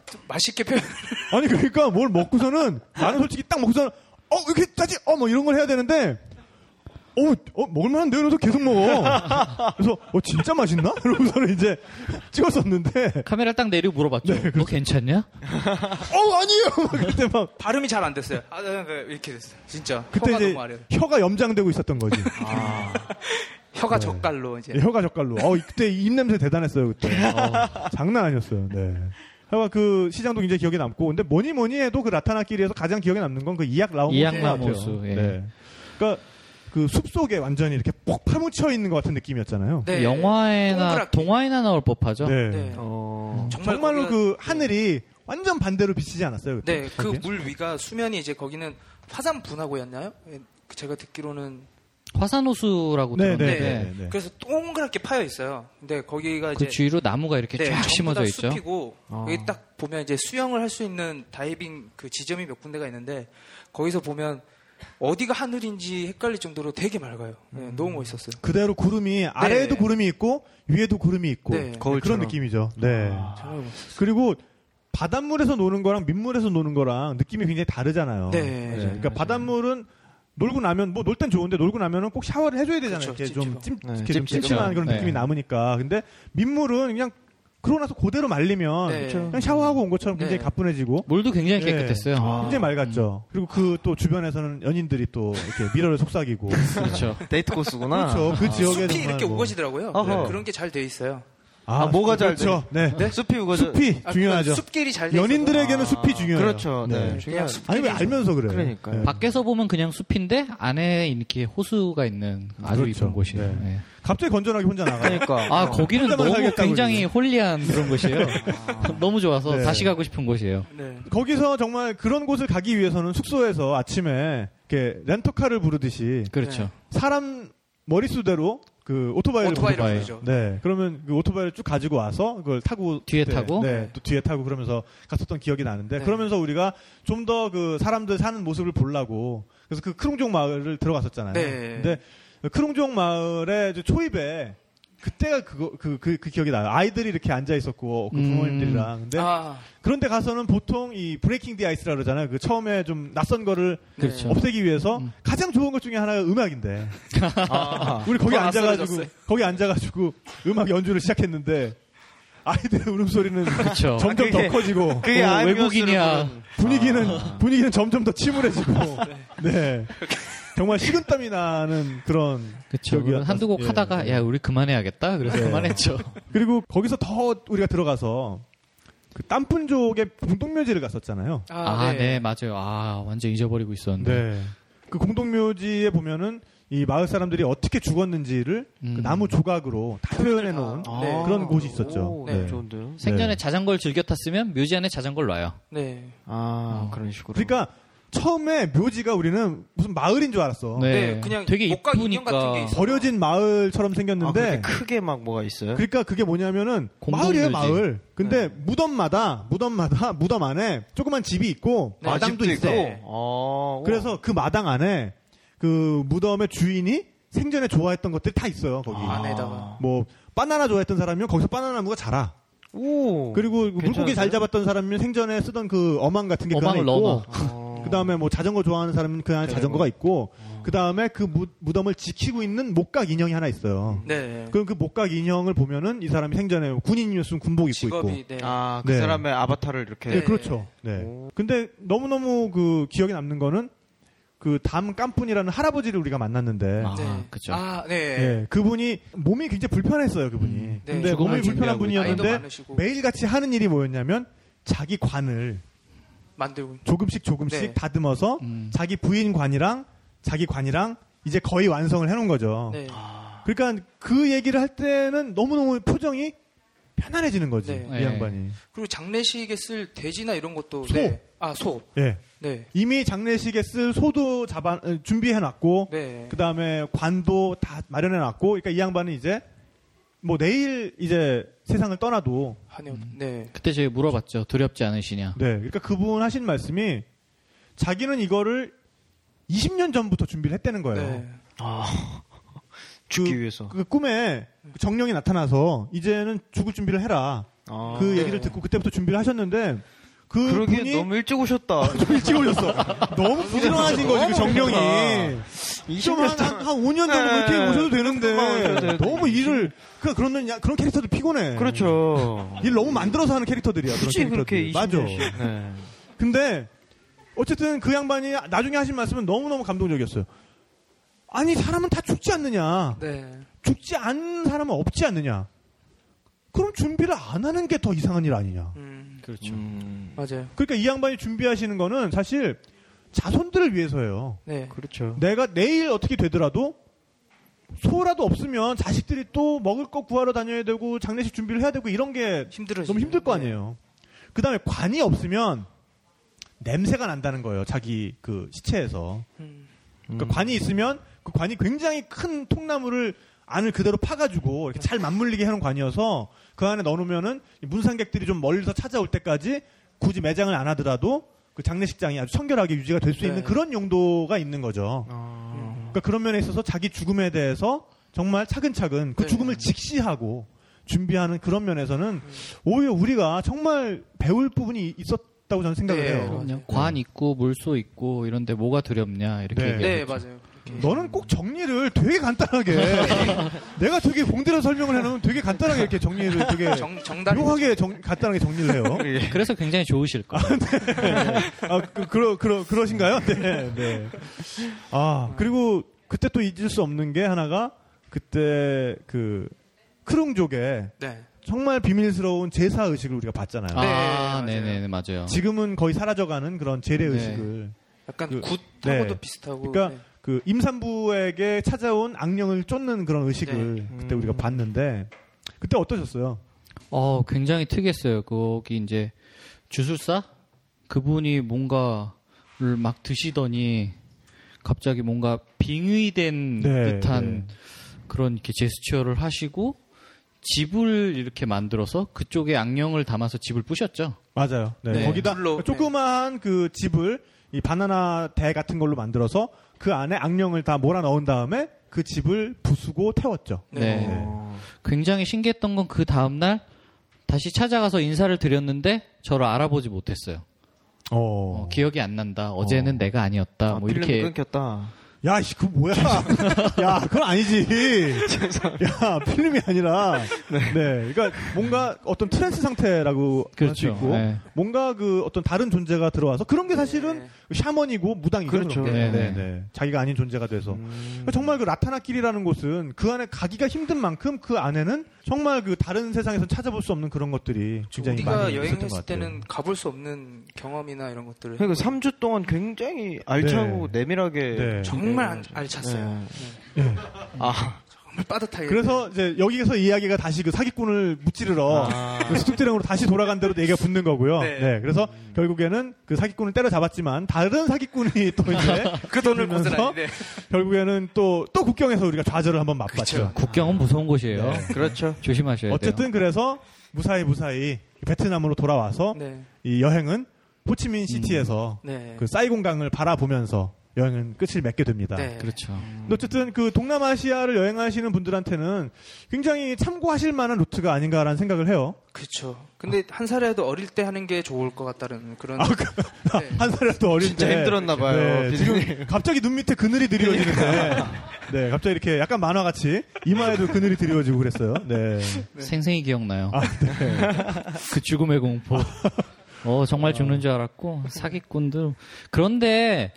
Speaker 9: 좀 맛있게 표현.
Speaker 7: 아니 그러니까 뭘 먹고서는 나는 솔직히 딱 먹고서는 어 이렇게 짜지 어 뭐 이런 걸 해야 되는데 어, 어 먹을만한데 이러면서 계속 먹어. 그래서 어 진짜 맛있나? 이러고서는 이제 찍었었는데
Speaker 2: 카메라 딱 내리고
Speaker 7: 네,
Speaker 2: 물어봤죠.
Speaker 7: 그렇죠.
Speaker 2: 너 괜찮냐?
Speaker 7: 어 아니에요. 막 그때 막
Speaker 9: 발음이 잘 안 됐어요. 아, 네, 네, 이렇게 됐어요. 진짜.
Speaker 7: 그때
Speaker 9: 혀가
Speaker 7: 이제
Speaker 9: 너무 아래.
Speaker 7: 혀가 염장되고 있었던 거지.
Speaker 9: 혀가 젓갈로 이제.
Speaker 7: 예, 혀가 젓갈로. 어, 그때 입 냄새 대단했어요 그때. 어, 장난 아니었어요. 네. 하여간 그 시장도 굉장히 기억에 남고, 근데 뭐니 뭐니 해도 그 라타나끼리에서 가장 기억에 남는 건 그 이약 라오모스.
Speaker 2: 이약 라오모스, 예.
Speaker 7: 네. 그러니까 그 숲 속에 완전히 이렇게 푹 파묻혀 있는 것 같은 느낌이었잖아요.
Speaker 9: 네.
Speaker 2: 영화에나
Speaker 9: 동그랗게.
Speaker 2: 동화에나 나올 법하죠.
Speaker 7: 네.
Speaker 9: 네.
Speaker 1: 어.
Speaker 9: 정말
Speaker 7: 정말로
Speaker 9: 거기가-
Speaker 7: 그 하늘이 완전 반대로 비치지 않았어요?
Speaker 9: 네, 그
Speaker 7: 거기에?
Speaker 9: 물 위가 수면이 이제 거기는 화산 분화구였나요? 예, 그 제가 듣기로는
Speaker 2: 화산호수라고
Speaker 7: 네,
Speaker 2: 들었는데
Speaker 7: 네, 네.
Speaker 9: 그래서 동그랗게 파여 있어요. 근데 거기가
Speaker 2: 그
Speaker 9: 이제
Speaker 2: 주위로 나무가 이렇게
Speaker 9: 네,
Speaker 2: 쫙
Speaker 9: 전부
Speaker 2: 심어져
Speaker 9: 다
Speaker 2: 있죠.
Speaker 9: 숲이고
Speaker 7: 아.
Speaker 2: 어.
Speaker 9: 여기 딱 보면 이제 수영을 할 수 있는 다이빙 그 지점이 몇 군데가 있는데 거기서 보면 어디가 하늘인지 헷갈릴 정도로 되게 맑아요. 네,
Speaker 7: 음.
Speaker 9: 너무 멋있었어요.
Speaker 7: 그대로 구름이 아래에도 구름이 있고 위에도 구름이 있고
Speaker 9: 네.
Speaker 7: 그런
Speaker 1: 거울처럼.
Speaker 7: 느낌이죠. 네.
Speaker 9: 정말 멋있어요.
Speaker 7: 그리고 바닷물에서 노는 거랑 민물에서 노는 거랑 느낌이 굉장히 다르잖아요.
Speaker 9: 네.
Speaker 7: 그러니까 바닷물은 놀고 나면 뭐 놀 땐 좋은데 놀고 나면은 꼭 샤워를 해줘야 되잖아요.
Speaker 9: 그렇죠.
Speaker 7: 이렇게 좀 찜,
Speaker 1: 네,
Speaker 7: 이렇게 좀
Speaker 2: 찝찝한.
Speaker 7: 찜찜한 그런
Speaker 2: 네.
Speaker 7: 느낌이 남으니까. 근데 민물은 그냥 그러고 나서 그대로 말리면
Speaker 9: 네. 그렇죠.
Speaker 7: 그냥 샤워하고 온 것처럼 굉장히
Speaker 9: 네. 아.
Speaker 7: 가뿐해지고
Speaker 2: 물도 굉장히
Speaker 7: 예.
Speaker 2: 깨끗했어요.
Speaker 7: 굉장히 맑았죠. 그리고 그 또 주변에서는 연인들이 또 이렇게 미러를 속삭이고
Speaker 2: 그렇죠.
Speaker 1: 데이트 코스구나.
Speaker 7: 그렇죠. 그 지역에
Speaker 9: 아, 숲이
Speaker 7: 정말
Speaker 9: 이렇게
Speaker 7: 뭐-
Speaker 9: 우거지더라고요.
Speaker 1: 어허.
Speaker 9: 네, 그런 게 잘 돼 있어요.
Speaker 1: 아, 뭐가 잘
Speaker 7: 그렇죠. 네.
Speaker 1: 숲이 우거져.
Speaker 7: 숲이
Speaker 9: 아,
Speaker 7: 중요하죠.
Speaker 9: 그러니까 숲길이 잘 돼 있어요.
Speaker 7: 연인들에게는
Speaker 1: 아,
Speaker 7: 숲이 중요해요.
Speaker 1: 그렇죠. 네.
Speaker 9: 그냥
Speaker 1: 중요한.
Speaker 9: 숲
Speaker 7: 아니 왜 알면서 그래요?
Speaker 1: 그러니까요.
Speaker 7: 네.
Speaker 2: 밖에서 보면 그냥 숲인데 안에 이렇게 호수가 있는 아주
Speaker 7: 그렇죠.
Speaker 2: 이쁜 곳이에요.
Speaker 7: 네.
Speaker 2: 예.
Speaker 7: 갑자기 건전하게 혼자 나가요.
Speaker 1: 그러니까.
Speaker 2: 아 거기는
Speaker 7: 혼자만
Speaker 2: 너무
Speaker 7: 살겠다고
Speaker 2: 굉장히 홀리한 그런 곳이에요. 너무 좋아서
Speaker 7: 네.
Speaker 2: 다시 가고 싶은 곳이에요.
Speaker 9: 네.
Speaker 7: 거기서 정말 그런 곳을 가기 위해서는 숙소에서 아침에 이렇게 렌터카를 부르듯이
Speaker 2: 그렇죠.
Speaker 7: 사람 머릿수대로 그 오토바이를
Speaker 9: 오토바이를
Speaker 2: 오토바이.
Speaker 9: 부르죠.
Speaker 7: 부르- 네. 그러면 그 오토바이를 쭉 가지고 와서 그걸 타고
Speaker 2: 뒤에
Speaker 7: 네,
Speaker 2: 타고?
Speaker 7: 네. 또 뒤에 타고 그러면서 갔었던 기억이 나는데
Speaker 9: 네.
Speaker 7: 그러면서 우리가 좀 더 그 사람들 사는 모습을 보려고 그래서 그 크롱종 마을을 들어갔었잖아요.
Speaker 9: 네.
Speaker 7: 근데 크롱종 마을의 이제 초입에 그때가 그거 그, 그, 그 기억이 나요. 아이들이 이렇게 앉아 있었고 그
Speaker 2: 음.
Speaker 7: 부모님들이랑 근데
Speaker 9: 아,
Speaker 7: 그런데 가서는 보통 이 브레이킹 디 아이스라 그러잖아요. 그 처음에 좀 낯선 거를
Speaker 9: 네.
Speaker 2: 그렇죠.
Speaker 7: 없애기 위해서 가장 좋은 것 중에 하나가 음악인데 우리 거기 앉아가지고
Speaker 9: 더 낯설어졌어요.
Speaker 7: 거기 앉아가지고 음악 연주를 시작했는데 아이들의 울음소리는
Speaker 2: 그렇죠.
Speaker 7: 점점
Speaker 1: 그게-
Speaker 7: 더 커지고
Speaker 1: 그게
Speaker 2: 어,
Speaker 1: 아
Speaker 2: 외국인이야.
Speaker 7: 분위기는 분위기는 점점 더 침울해지고 네 정말 식은땀이 나는 그런
Speaker 2: 그렇죠.
Speaker 7: 기억이
Speaker 2: 한두 곡
Speaker 7: 났- 예.
Speaker 2: 하다가 야 우리 그만해야겠다. 그래서
Speaker 7: 네.
Speaker 2: 그만했죠.
Speaker 7: 그리고 거기서 더 우리가 들어가서 그 땀푼족의 공동묘지를 갔었잖아요.
Speaker 9: 아,
Speaker 2: 아 네 맞아요. 아 완전 잊어버리고 있었는데.
Speaker 7: 네. 그 공동묘지에 보면은 이 마을 사람들이 어떻게 죽었는지를
Speaker 2: 음.
Speaker 7: 그 나무 조각으로 다 표현해 놓은
Speaker 9: 아, 네.
Speaker 7: 그런 곳이 있었죠.
Speaker 1: 오,
Speaker 7: 네.
Speaker 1: 좋은데요?
Speaker 2: 생전에
Speaker 7: 네.
Speaker 2: 자전거를 즐겨 탔으면 묘지 안에 자전거를 놔요.
Speaker 9: 네.
Speaker 1: 아, 그런 식으로.
Speaker 7: 그러니까 처음에 묘지가 우리는 무슨 마을인 줄 알았어.
Speaker 9: 네, 그냥
Speaker 2: 되게
Speaker 9: 목각 인형 같은 게
Speaker 2: 이쁘니까
Speaker 9: 있어요.
Speaker 7: 버려진 마을처럼
Speaker 1: 아,
Speaker 7: 생겼는데
Speaker 1: 그렇게 크게 막 뭐가 있어요?
Speaker 7: 그러니까 그게 뭐냐면은 마을이에요
Speaker 2: 공동묘지.
Speaker 7: 마을. 근데 무덤마다 무덤마다 무덤 안에 조그만 집이 있고
Speaker 9: 네,
Speaker 7: 마당도
Speaker 1: 집도
Speaker 7: 있어.
Speaker 1: 있고. 아,
Speaker 7: 그래서 그 마당 안에 그 무덤의 주인이 생전에 좋아했던 것들이 다 있어요 거기.
Speaker 9: 안에다가
Speaker 7: 뭐 바나나 좋아했던 사람이면 거기서 바나나 나무가 자라.
Speaker 1: 오.
Speaker 7: 그리고 그 물고기
Speaker 1: 어, 괜찮은데요?
Speaker 7: 잘 잡았던 사람이면 생전에 쓰던 그 어망 같은 게 그 안에
Speaker 2: 어망을 넣어.
Speaker 7: 있고 그 다음에 뭐 자전거 좋아하는 사람은 그 안에 자전거가 있고 그 다음에 그 무, 무덤을 지키고 있는 목각 인형이 하나 있어요.
Speaker 9: 네.
Speaker 7: 그럼 그 목각 인형을 보면은 이 사람이 생전에 군인이었으면 군복 입고
Speaker 9: 직업이
Speaker 7: 있고.
Speaker 9: 네.
Speaker 1: 아, 그
Speaker 7: 네.
Speaker 1: 사람의 아바타를 이렇게.
Speaker 7: 네, 그렇죠. 네. 근데 너무 너무 그 기억에 남는 거는 그 담 깐뿐이라는 할아버지를 우리가 만났는데
Speaker 2: 아,
Speaker 9: 네.
Speaker 2: 그죠.
Speaker 9: 아, 네.
Speaker 7: 예, 그분이 몸이 굉장히 불편했어요, 그분이.
Speaker 9: 네.
Speaker 7: 근데
Speaker 2: 죽음을
Speaker 7: 몸이 불편한
Speaker 2: 준비하고 있다.
Speaker 9: 나이도
Speaker 7: 분이었는데
Speaker 9: 많으시고
Speaker 7: 매일같이 하는 일이 뭐였냐면 자기 관을
Speaker 9: 만들고
Speaker 7: 조금씩 조금씩
Speaker 9: 네.
Speaker 7: 다듬어서
Speaker 2: 음.
Speaker 7: 자기 부인 관이랑 자기 관이랑 이제 거의 완성을 해놓은 거죠.
Speaker 9: 네.
Speaker 7: 그러니까 그 얘기를 할 때는 너무너무 표정이 편안해지는 거지,
Speaker 9: 네.
Speaker 7: 이
Speaker 2: 네.
Speaker 7: 양반이.
Speaker 9: 그리고 장례식에 쓸 돼지나 이런 것도
Speaker 7: 소.
Speaker 9: 네. 아, 소.
Speaker 7: 예.
Speaker 9: 네.
Speaker 7: 이미 장례식에 쓸 소도 잡아, 어, 준비해놨고,
Speaker 9: 네.
Speaker 7: 그 다음에 관도 다 마련해놨고, 그러니까 이 양반은 이제 뭐 내일 이제 세상을 떠나도
Speaker 9: 한여
Speaker 7: 음.
Speaker 9: 네.
Speaker 2: 그때 저희 물어봤죠. 두렵지 않으시냐.
Speaker 7: 네, 그러니까 그분 하신 말씀이 자기는 이거를 20년 전부터 준비를 했다는 거예요.
Speaker 9: 네.
Speaker 1: 아, 죽기 위해서.
Speaker 7: 그 꿈에 그 정령이 나타나서 이제는 죽을 준비를 해라.
Speaker 1: 아,
Speaker 7: 그 얘기를 듣고 그때부터 준비를 하셨는데 그
Speaker 1: 그러기엔
Speaker 7: 분이
Speaker 1: 너무 일찍 오셨다.
Speaker 7: 좀 일찍 오셨어. 너무 부지런하신 거지 그 정령이. 좀한 한, 한 5년 정도 이렇게 오셔도
Speaker 1: 네, 금방 오셔도
Speaker 7: 되는데
Speaker 1: 돼요.
Speaker 7: 너무 일을 그 그런 그런 캐릭터도 피곤해.
Speaker 1: 그렇죠.
Speaker 7: 일 너무 만들어서 하는 캐릭터들이야. 그런
Speaker 1: 굳이 그렇게
Speaker 7: 캐릭터들. 맞아.
Speaker 1: 20년씩. 네.
Speaker 7: 근데 어쨌든 그 양반이 나중에 하신 말씀은 너무너무 감동적이었어요. 아니 사람은 다 죽지 않느냐.
Speaker 9: 네.
Speaker 7: 죽지 않는 사람은 없지 않느냐. 그럼 준비를 안 하는 게 더 이상한 일 아니냐.
Speaker 9: 음.
Speaker 2: 그렇죠.
Speaker 1: 음,
Speaker 9: 맞아요.
Speaker 7: 그러니까 이 양반이 준비하시는 거는 사실 자손들을 위해서예요.
Speaker 9: 네.
Speaker 1: 그렇죠.
Speaker 7: 내가 내일 어떻게 되더라도 소라도 없으면 자식들이 또 먹을 거 구하러 다녀야 되고 장례식 준비를 해야 되고 이런 게
Speaker 9: 힘들어지.
Speaker 7: 너무 힘들 거 아니에요. 그 다음에 관이 없으면 냄새가 난다는 거예요. 자기 그 시체에서.
Speaker 9: 음.
Speaker 7: 그러니까 관이 있으면 그 관이 굉장히 큰 통나무를 안을 그대로 파가지고 이렇게 잘 맞물리게 하는 관이어서 그 안에 넣어놓으면은 이 문상객들이 좀 멀리서 찾아올 때까지 굳이 매장을 안 하더라도 그 장례식장이 아주 청결하게 유지가 될 수
Speaker 9: 네. 어.
Speaker 7: 있는 그런 용도가 있는 거죠.
Speaker 9: 음.
Speaker 7: 그러니까 그런 면에 있어서 자기 죽음에 대해서 정말 차근차근 그
Speaker 9: 네. 음.
Speaker 7: 죽음을 직시하고 준비하는 그런 면에서는 오히려 우리가 정말 배울 부분이 있었다고 저는 생각을
Speaker 9: 네.
Speaker 7: 해요.
Speaker 2: 그럼요. 관 있고 물소 있고 이런데 뭐가 두렵냐 이렇게
Speaker 7: 네.
Speaker 2: 얘기하죠.
Speaker 9: 네, 맞아요. 그렇게.
Speaker 7: 너는 꼭 정리를 되게 간단하게 내가 되게 공들여 설명을 해놓으면 되게 간단하게 이렇게 정리를 되게
Speaker 9: 정, 정답.
Speaker 7: 묘하게 정- 간단하게 정리를 해요.
Speaker 2: 그래서 굉장히 좋으실 거예요.
Speaker 9: 네,
Speaker 7: 아, 그, 그러, 그러, 그러신가요? 네, 네. 아, 그리고 그때 또 잊을 수 없는 게 하나가 그때 그 크룽족의
Speaker 9: 네.
Speaker 7: 정말 비밀스러운 제사 의식을 우리가 봤잖아요.
Speaker 2: 아, 네,
Speaker 9: 네, 맞아요.
Speaker 2: 네, 네, 맞아요.
Speaker 7: 지금은 거의 사라져가는 그런 재래
Speaker 2: 네.
Speaker 7: 의식을
Speaker 9: 약간
Speaker 7: 그-
Speaker 9: 굿하고도
Speaker 7: 네.
Speaker 9: 비슷하고.
Speaker 7: 그러니까 그 임산부에게 찾아온 악령을 쫓는 그런 의식을 그때 우리가 봤는데 그때 어떠셨어요?
Speaker 2: 어, 굉장히 특이했어요. 거기 이제 주술사 그분이 뭔가를 막 드시더니 갑자기 뭔가 빙의된
Speaker 7: 네,
Speaker 2: 듯한 그런 이렇게 제스처를 하시고 집을 이렇게 만들어서 그쪽에 악령을 담아서 집을 부셨죠.
Speaker 7: 맞아요. 네.
Speaker 2: 네.
Speaker 7: 거기다
Speaker 9: 둘로-
Speaker 7: 조그마한 그 집을 이 바나나 대 같은 걸로 만들어서 그 안에 악령을 다 몰아 넣은 다음에 그 집을 부수고 태웠죠.
Speaker 2: 네. 굉장히 신기했던 건 그 다음 날 다시 찾아가서 인사를 드렸는데 저를 알아보지 못했어요.
Speaker 7: 어.
Speaker 2: 어, 기억이 안 난다. 어제는
Speaker 1: 어.
Speaker 2: 내가 아니었다. 뭐
Speaker 1: 필름이
Speaker 2: 이렇게
Speaker 1: 끊겼다.
Speaker 7: 야, 씨, 그 뭐야? 야, 그건 아니지. 야, 필름이 아니라. 네. 그러니까 뭔가 어떤 트랜스 상태라고 할 수
Speaker 2: 그렇죠.
Speaker 7: 있고
Speaker 2: 네.
Speaker 7: 뭔가 그 어떤 다른 존재가 들어와서 그런 게
Speaker 9: 네.
Speaker 7: 사실은 샤먼이고 무당이고
Speaker 1: 그렇죠.
Speaker 7: 네, 네,
Speaker 2: 네,
Speaker 7: 네. 자기가 아닌 존재가 돼서
Speaker 9: 음.
Speaker 7: 그러니까 정말 그 라타나길이라는 곳은 그 안에 가기가 힘든 만큼 그 안에는 정말 그 다른 세상에서 찾아볼 수 없는 그런 것들이 굉장히
Speaker 9: 그렇죠. 우리가
Speaker 7: 많이 있었던 것
Speaker 9: 여행했을
Speaker 7: 같아요.
Speaker 9: 때는 가볼 수 없는 경험이나 이런 것들을.
Speaker 1: 그러니까 3주 동안 굉장히 알차고 내밀하게
Speaker 7: 네.
Speaker 9: 그 정말 안- 알찼어요.
Speaker 1: 아,
Speaker 9: 정말 빠듯하게.
Speaker 7: 네. 그래서 이제 여기에서 이야기가 다시 그 사기꾼을 무찌르러 그 스툭드랭으로 다시 돌아간 대로 얘기가 붙는 거고요. 네.
Speaker 9: 아. 네.
Speaker 7: 그래서 결국에는 그 사기꾼을 때려잡았지만 다른 사기꾼이 또 이제
Speaker 9: 그 돈을
Speaker 7: 들면서
Speaker 1: 어?
Speaker 9: 고스란히. 네.
Speaker 7: 결국에는 또, 또 국경에서 우리가 좌절을 한번 맛봤죠.
Speaker 2: 국경은 무서운 곳이에요.
Speaker 9: 네.
Speaker 1: 그렇죠.
Speaker 2: 조심하셔야 돼요.
Speaker 7: 네. 어쨌든 그래서 무사히 무사히 베트남으로 돌아와서
Speaker 9: 네.
Speaker 7: 이 여행은 호치민 시티에서
Speaker 1: 음.
Speaker 9: 네.
Speaker 7: 그 사이공강을 바라보면서 여행은 끝을 맺게 됩니다.
Speaker 9: 네.
Speaker 2: 그렇죠.
Speaker 7: 근데 어쨌든 그 동남아시아를 여행하시는 분들한테는 굉장히 참고하실 만한 루트가 아닌가라는 생각을 해요.
Speaker 9: 그렇죠. 근데 한 살이라도 어릴 때 하는 게 좋을 것 같다는 그런.
Speaker 7: 아, 그-
Speaker 9: 네.
Speaker 7: 한 살이라도 어릴
Speaker 1: 진짜
Speaker 7: 때.
Speaker 1: 힘들었나 봐요.
Speaker 7: 네,
Speaker 1: 비디님.
Speaker 7: 지금 갑자기 눈 밑에 그늘이 드리워지는데. 네, 갑자기 이렇게 약간 만화같이 이마에도 그늘이 드리워지고 그랬어요. 네.
Speaker 2: 생생히 기억나요. 아, 그 죽음의 공포. 어, 정말 죽는 줄 알았고, 사기꾼들. 그런데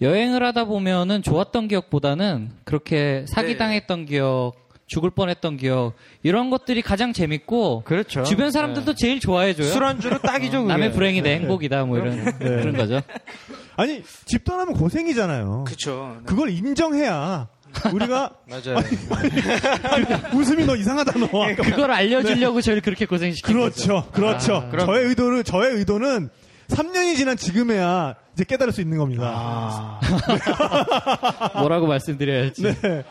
Speaker 2: 여행을 하다 보면은 좋았던 기억보다는 그렇게 사기당했던 기억, 죽을 뻔했던 기억, 이런 것들이 가장 재밌고,
Speaker 1: 그렇죠.
Speaker 2: 주변 사람들도 제일 좋아해줘요.
Speaker 1: 술안주로 딱이죠.
Speaker 2: 남의
Speaker 1: 그게.
Speaker 2: 불행이 내 행복이다, 뭐 이런, 그런 거죠.
Speaker 7: 아니, 집 떠나면 고생이잖아요.
Speaker 9: 그렇죠. 네.
Speaker 7: 그걸 인정해야 우리가
Speaker 1: 맞아요.
Speaker 7: 웃음이 너 이상하다 너.
Speaker 9: 예,
Speaker 7: 아까
Speaker 2: 그걸 알려주려고 저를 그렇게 고생시킨 거죠.
Speaker 7: 그렇죠. 그렇죠.
Speaker 2: 아,
Speaker 1: 그럼-
Speaker 7: 저의 의도를 저의 의도는 3년이 지난 지금에야 이제 깨달을 수 있는 겁니다.
Speaker 1: 아,
Speaker 2: 뭐라고 말씀드려야지.
Speaker 7: 네.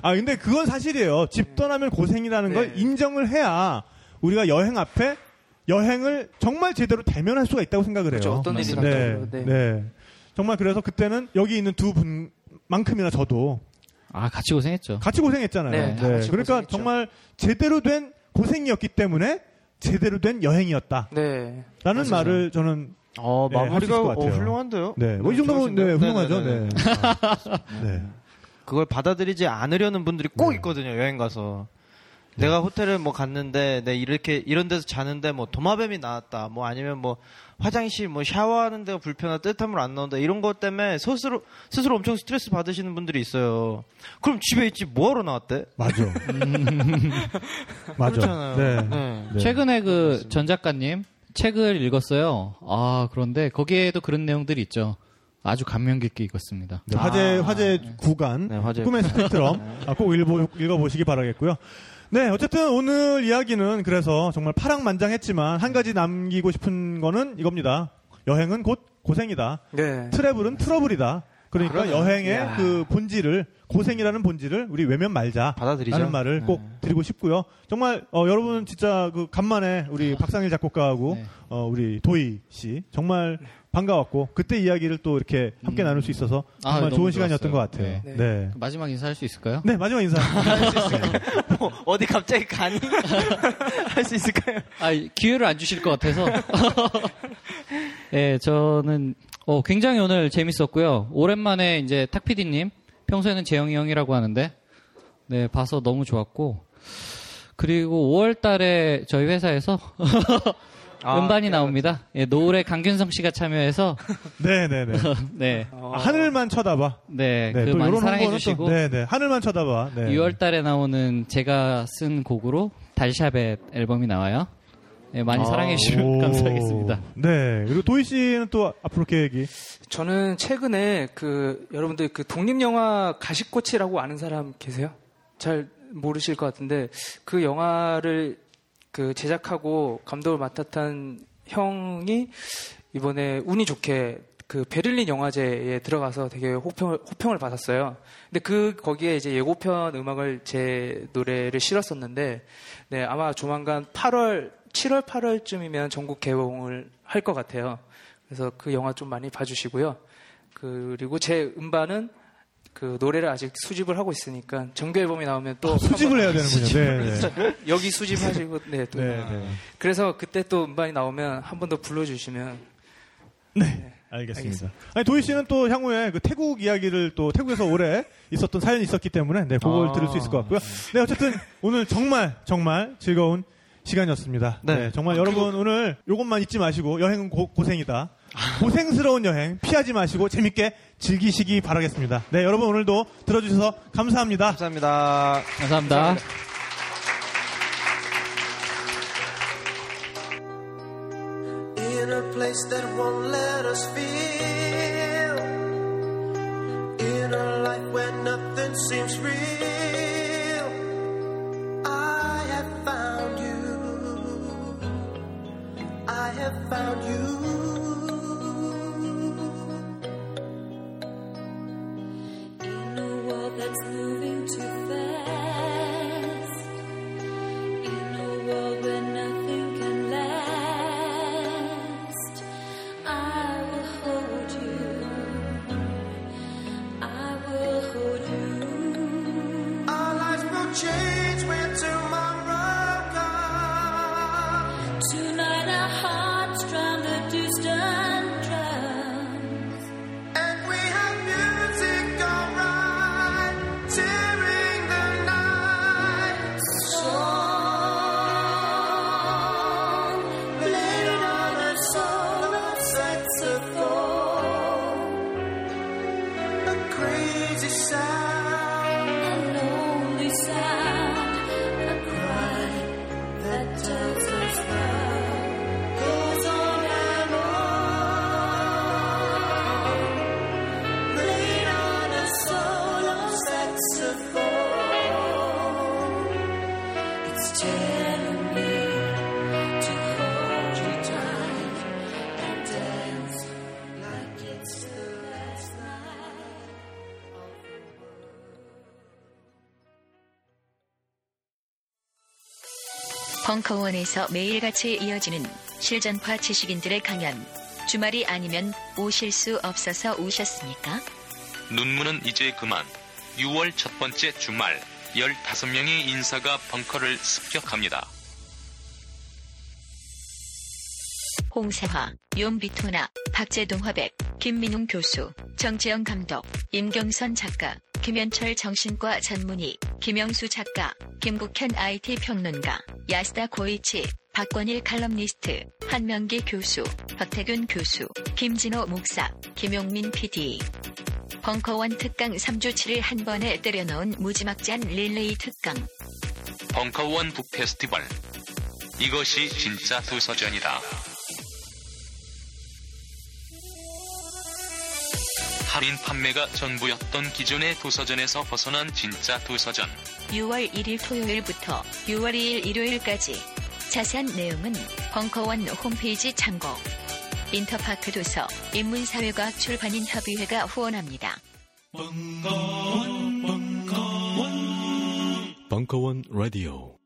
Speaker 7: 아, 근데 그건 사실이에요. 집 떠나면 고생이라는 걸
Speaker 9: 음. 네.
Speaker 7: 인정을 해야 우리가 여행 앞에 여행을 정말 제대로 대면할 수가 있다고 생각을 해요.
Speaker 9: 그렇죠. 어떤 일이
Speaker 7: 네.
Speaker 9: 났다고.
Speaker 7: 네.
Speaker 9: 네.
Speaker 7: 정말 그래서 그때는 여기 있는 두 분만큼이나 저도
Speaker 2: 아, 같이 고생했죠.
Speaker 7: 같이 고생했잖아요.
Speaker 9: 네, 다 같이
Speaker 7: 그러니까
Speaker 9: 고생했죠.
Speaker 7: 정말 제대로 된 고생이었기 때문에 제대로 된 여행이었다라는
Speaker 9: 네.
Speaker 7: 말을 저는
Speaker 1: 어,
Speaker 7: 네, 할수 있을
Speaker 1: 마무리가
Speaker 7: 것
Speaker 1: 어,
Speaker 7: 같아요.
Speaker 1: 훌륭한데요.
Speaker 7: 네. 뭐이 정도면 네,
Speaker 1: 좋으신데요?
Speaker 7: 훌륭하죠.
Speaker 1: 네, 네,
Speaker 7: 네. 네.
Speaker 1: 그걸 받아들이지 않으려는 분들이 꼭 있거든요. 여행 가서. 내가 호텔을 뭐 갔는데 내 이렇게 이런 데서 자는데 뭐 도마뱀이 나왔다. 뭐 아니면 뭐 화장실 뭐 샤워하는 데가 불편하다. 뜨뜻함을 안 나온다. 이런 것 때문에 스스로 스스로 엄청 스트레스 받으시는 분들이 있어요. 그럼 집에 있지 뭐 하러 나왔대?
Speaker 7: 맞아. 맞아.
Speaker 1: 그렇잖아요. 네.
Speaker 7: 네.
Speaker 2: 최근에 그 전 작가님 책을 읽었어요. 아, 그런데 거기에도 그런 내용들이 있죠. 아주 감명 깊게 읽었습니다.
Speaker 7: 네, 화제 화제 구간
Speaker 1: 네, 화제
Speaker 7: 꿈의 스펙트럼 아, 꼭 읽어, 보시기 바라겠고요. 네, 어쨌든 오늘 이야기는 그래서 정말 파랑만장했지만 한 가지 남기고 싶은 거는 이겁니다. 여행은 곧 고생이다.
Speaker 8: 네.
Speaker 7: 트래블은 트러블이다.
Speaker 2: 아,
Speaker 7: 그러니까
Speaker 1: 그러네요.
Speaker 7: 여행의
Speaker 8: 이야.
Speaker 7: 그 본질을 고생이라는 본질을 우리 외면 말자.
Speaker 1: 받아들이죠.
Speaker 7: 라는 말을
Speaker 1: 네.
Speaker 7: 꼭 드리고 싶고요. 정말 어, 여러분 진짜 그 간만에 우리 박상일 작곡가하고
Speaker 2: 아. 네.
Speaker 7: 어, 우리 도희 씨 정말 반가웠고 그때 이야기를 또 이렇게 함께
Speaker 2: 음.
Speaker 7: 나눌 수 있어서
Speaker 2: 아,
Speaker 7: 정말
Speaker 2: 너무
Speaker 7: 좋은 시간이었던 것
Speaker 2: 좋았어요. 네.
Speaker 7: 같아요. 네.
Speaker 8: 네.
Speaker 7: 네.
Speaker 2: 마지막 인사할 수 있을까요?
Speaker 7: 마지막 인사.
Speaker 1: 뭐, 어디 갑자기 가니? 할 수 있을까요?
Speaker 2: 아, 기회를 안 주실 것 같아서. 네, 저는 어, 굉장히 오늘 재밌었고요. 오랜만에 이제 탁 PD님, 평소에는 재영이 형이라고 하는데, 네, 봐서 너무 좋았고. 그리고 5월 달에 저희 회사에서 음반이 나옵니다. 예, 노을의 강균성 씨가 참여해서,
Speaker 7: 네, 네, 네.
Speaker 2: 네,
Speaker 7: 아, 하늘만 쳐다봐.
Speaker 2: 네, 그
Speaker 7: 또
Speaker 2: 많이
Speaker 7: 요런
Speaker 2: 사랑해
Speaker 7: 거는
Speaker 2: 주시고,
Speaker 7: 또, 네, 네. 하늘만 쳐다봐. 네.
Speaker 2: 6월 달에 나오는 제가 쓴 곡으로 달샤벳 앨범이 나와요. 네, 많이 사랑해 주시면
Speaker 7: 아, 오.
Speaker 2: 감사하겠습니다.
Speaker 7: 네. 그리고 도희 씨는 또 앞으로 계획이.
Speaker 8: 저는 최근에 그 여러분들 그 독립 영화 가시꽃이라고 아는 사람 계세요? 잘 모르실 것 같은데 그 영화를 그 제작하고 감독을 맡았던 형이 이번에 운이 좋게 그 베를린 영화제에 들어가서 되게 호평을, 호평을 받았어요. 근데 그 거기에 이제 예고편 음악을 제 노래를 실었었는데 네, 아마 조만간 8월 7월 8월쯤이면 전국 개봉을 할 것 같아요. 그래서 그 영화 좀 많이 봐주시고요. 그리고 제 음반은 그 노래를 아직 수집을 하고 있으니까 정규 앨범이 나오면 또
Speaker 7: 아, 수집을 해야 되는군요. 네, 네.
Speaker 8: 한번 여기 수집하시고 네, 또
Speaker 7: 네, 네.
Speaker 8: 그래서 그때 또 음반이 나오면 한 번 더 불러주시면
Speaker 7: 알겠습니다. 아니 도희 씨는 또 향후에 그 태국 이야기를 또 태국에서 오래 있었던 사연이 있었기 때문에 네 그걸
Speaker 2: 아.
Speaker 7: 들을 수 있을 것 같고요. 네 어쨌든 오늘 정말 정말 즐거운 시간이었습니다. 네,
Speaker 1: 네.
Speaker 7: 정말 여러분 오늘 요것만 잊지 마시고 여행은 고, 고생이다. 고생스러운 여행 피하지 마시고 재밌게 즐기시기 바라겠습니다. 네 여러분 오늘도 들어주셔서 감사합니다.
Speaker 1: 감사합니다.
Speaker 2: 감사합니다.
Speaker 6: in a place that won't let us feel. In a life where nothing seems real. I have found you. I have found you.
Speaker 9: In a world that's moving too fast, in a world where nothing can last, I will hold you. I will hold you.
Speaker 6: Our lives will change when tomorrow comes.
Speaker 9: Tonight our hearts drown the distant drums.
Speaker 6: And we have music alright, tearing the night. Song, played on a soul of saxophone. A crazy sound
Speaker 9: A lonely sound, a cry that tells us love.
Speaker 6: goes on and on. Played on a soul of saxophone.
Speaker 9: It's telling me to hold you tight and dance like it's the last night.
Speaker 4: 벙커원에서 매일같이 이어지는 실전파 지식인들의 강연. 주말이 아니면 오실 수 없어서 오셨습니까?
Speaker 11: 눈물은 이제 그만. 6월 첫 번째 주말, 15명의 인사가 벙커를 습격합니다.
Speaker 4: 홍세화, 윤비토나, 박재동 화백, 김민웅 교수, 정재영 감독, 임경선 작가, 김현철 정신과 전문의, 김영수 작가, 김국현 IT 평론가, 야스다 고이치, 박권일 칼럼니스트, 한명기 교수, 박태균 교수, 김진호 목사, 김용민 PD. 벙커원 특강 3주치를 한 번에 때려넣은 무지막지한 릴레이 특강.
Speaker 11: 벙커원 북페스티벌. 이것이 진짜 도서전이다. 할인 판매가 전부였던 기존의 도서전에서 벗어난 진짜 도서전.
Speaker 4: 6월 1일 토요일부터 6월 2일 일요일까지 자세한 내용은 벙커원 홈페이지 참고 인터파크 도서 인문사회과학 출판인 협의회가 후원합니다.
Speaker 12: 벙커원 라디오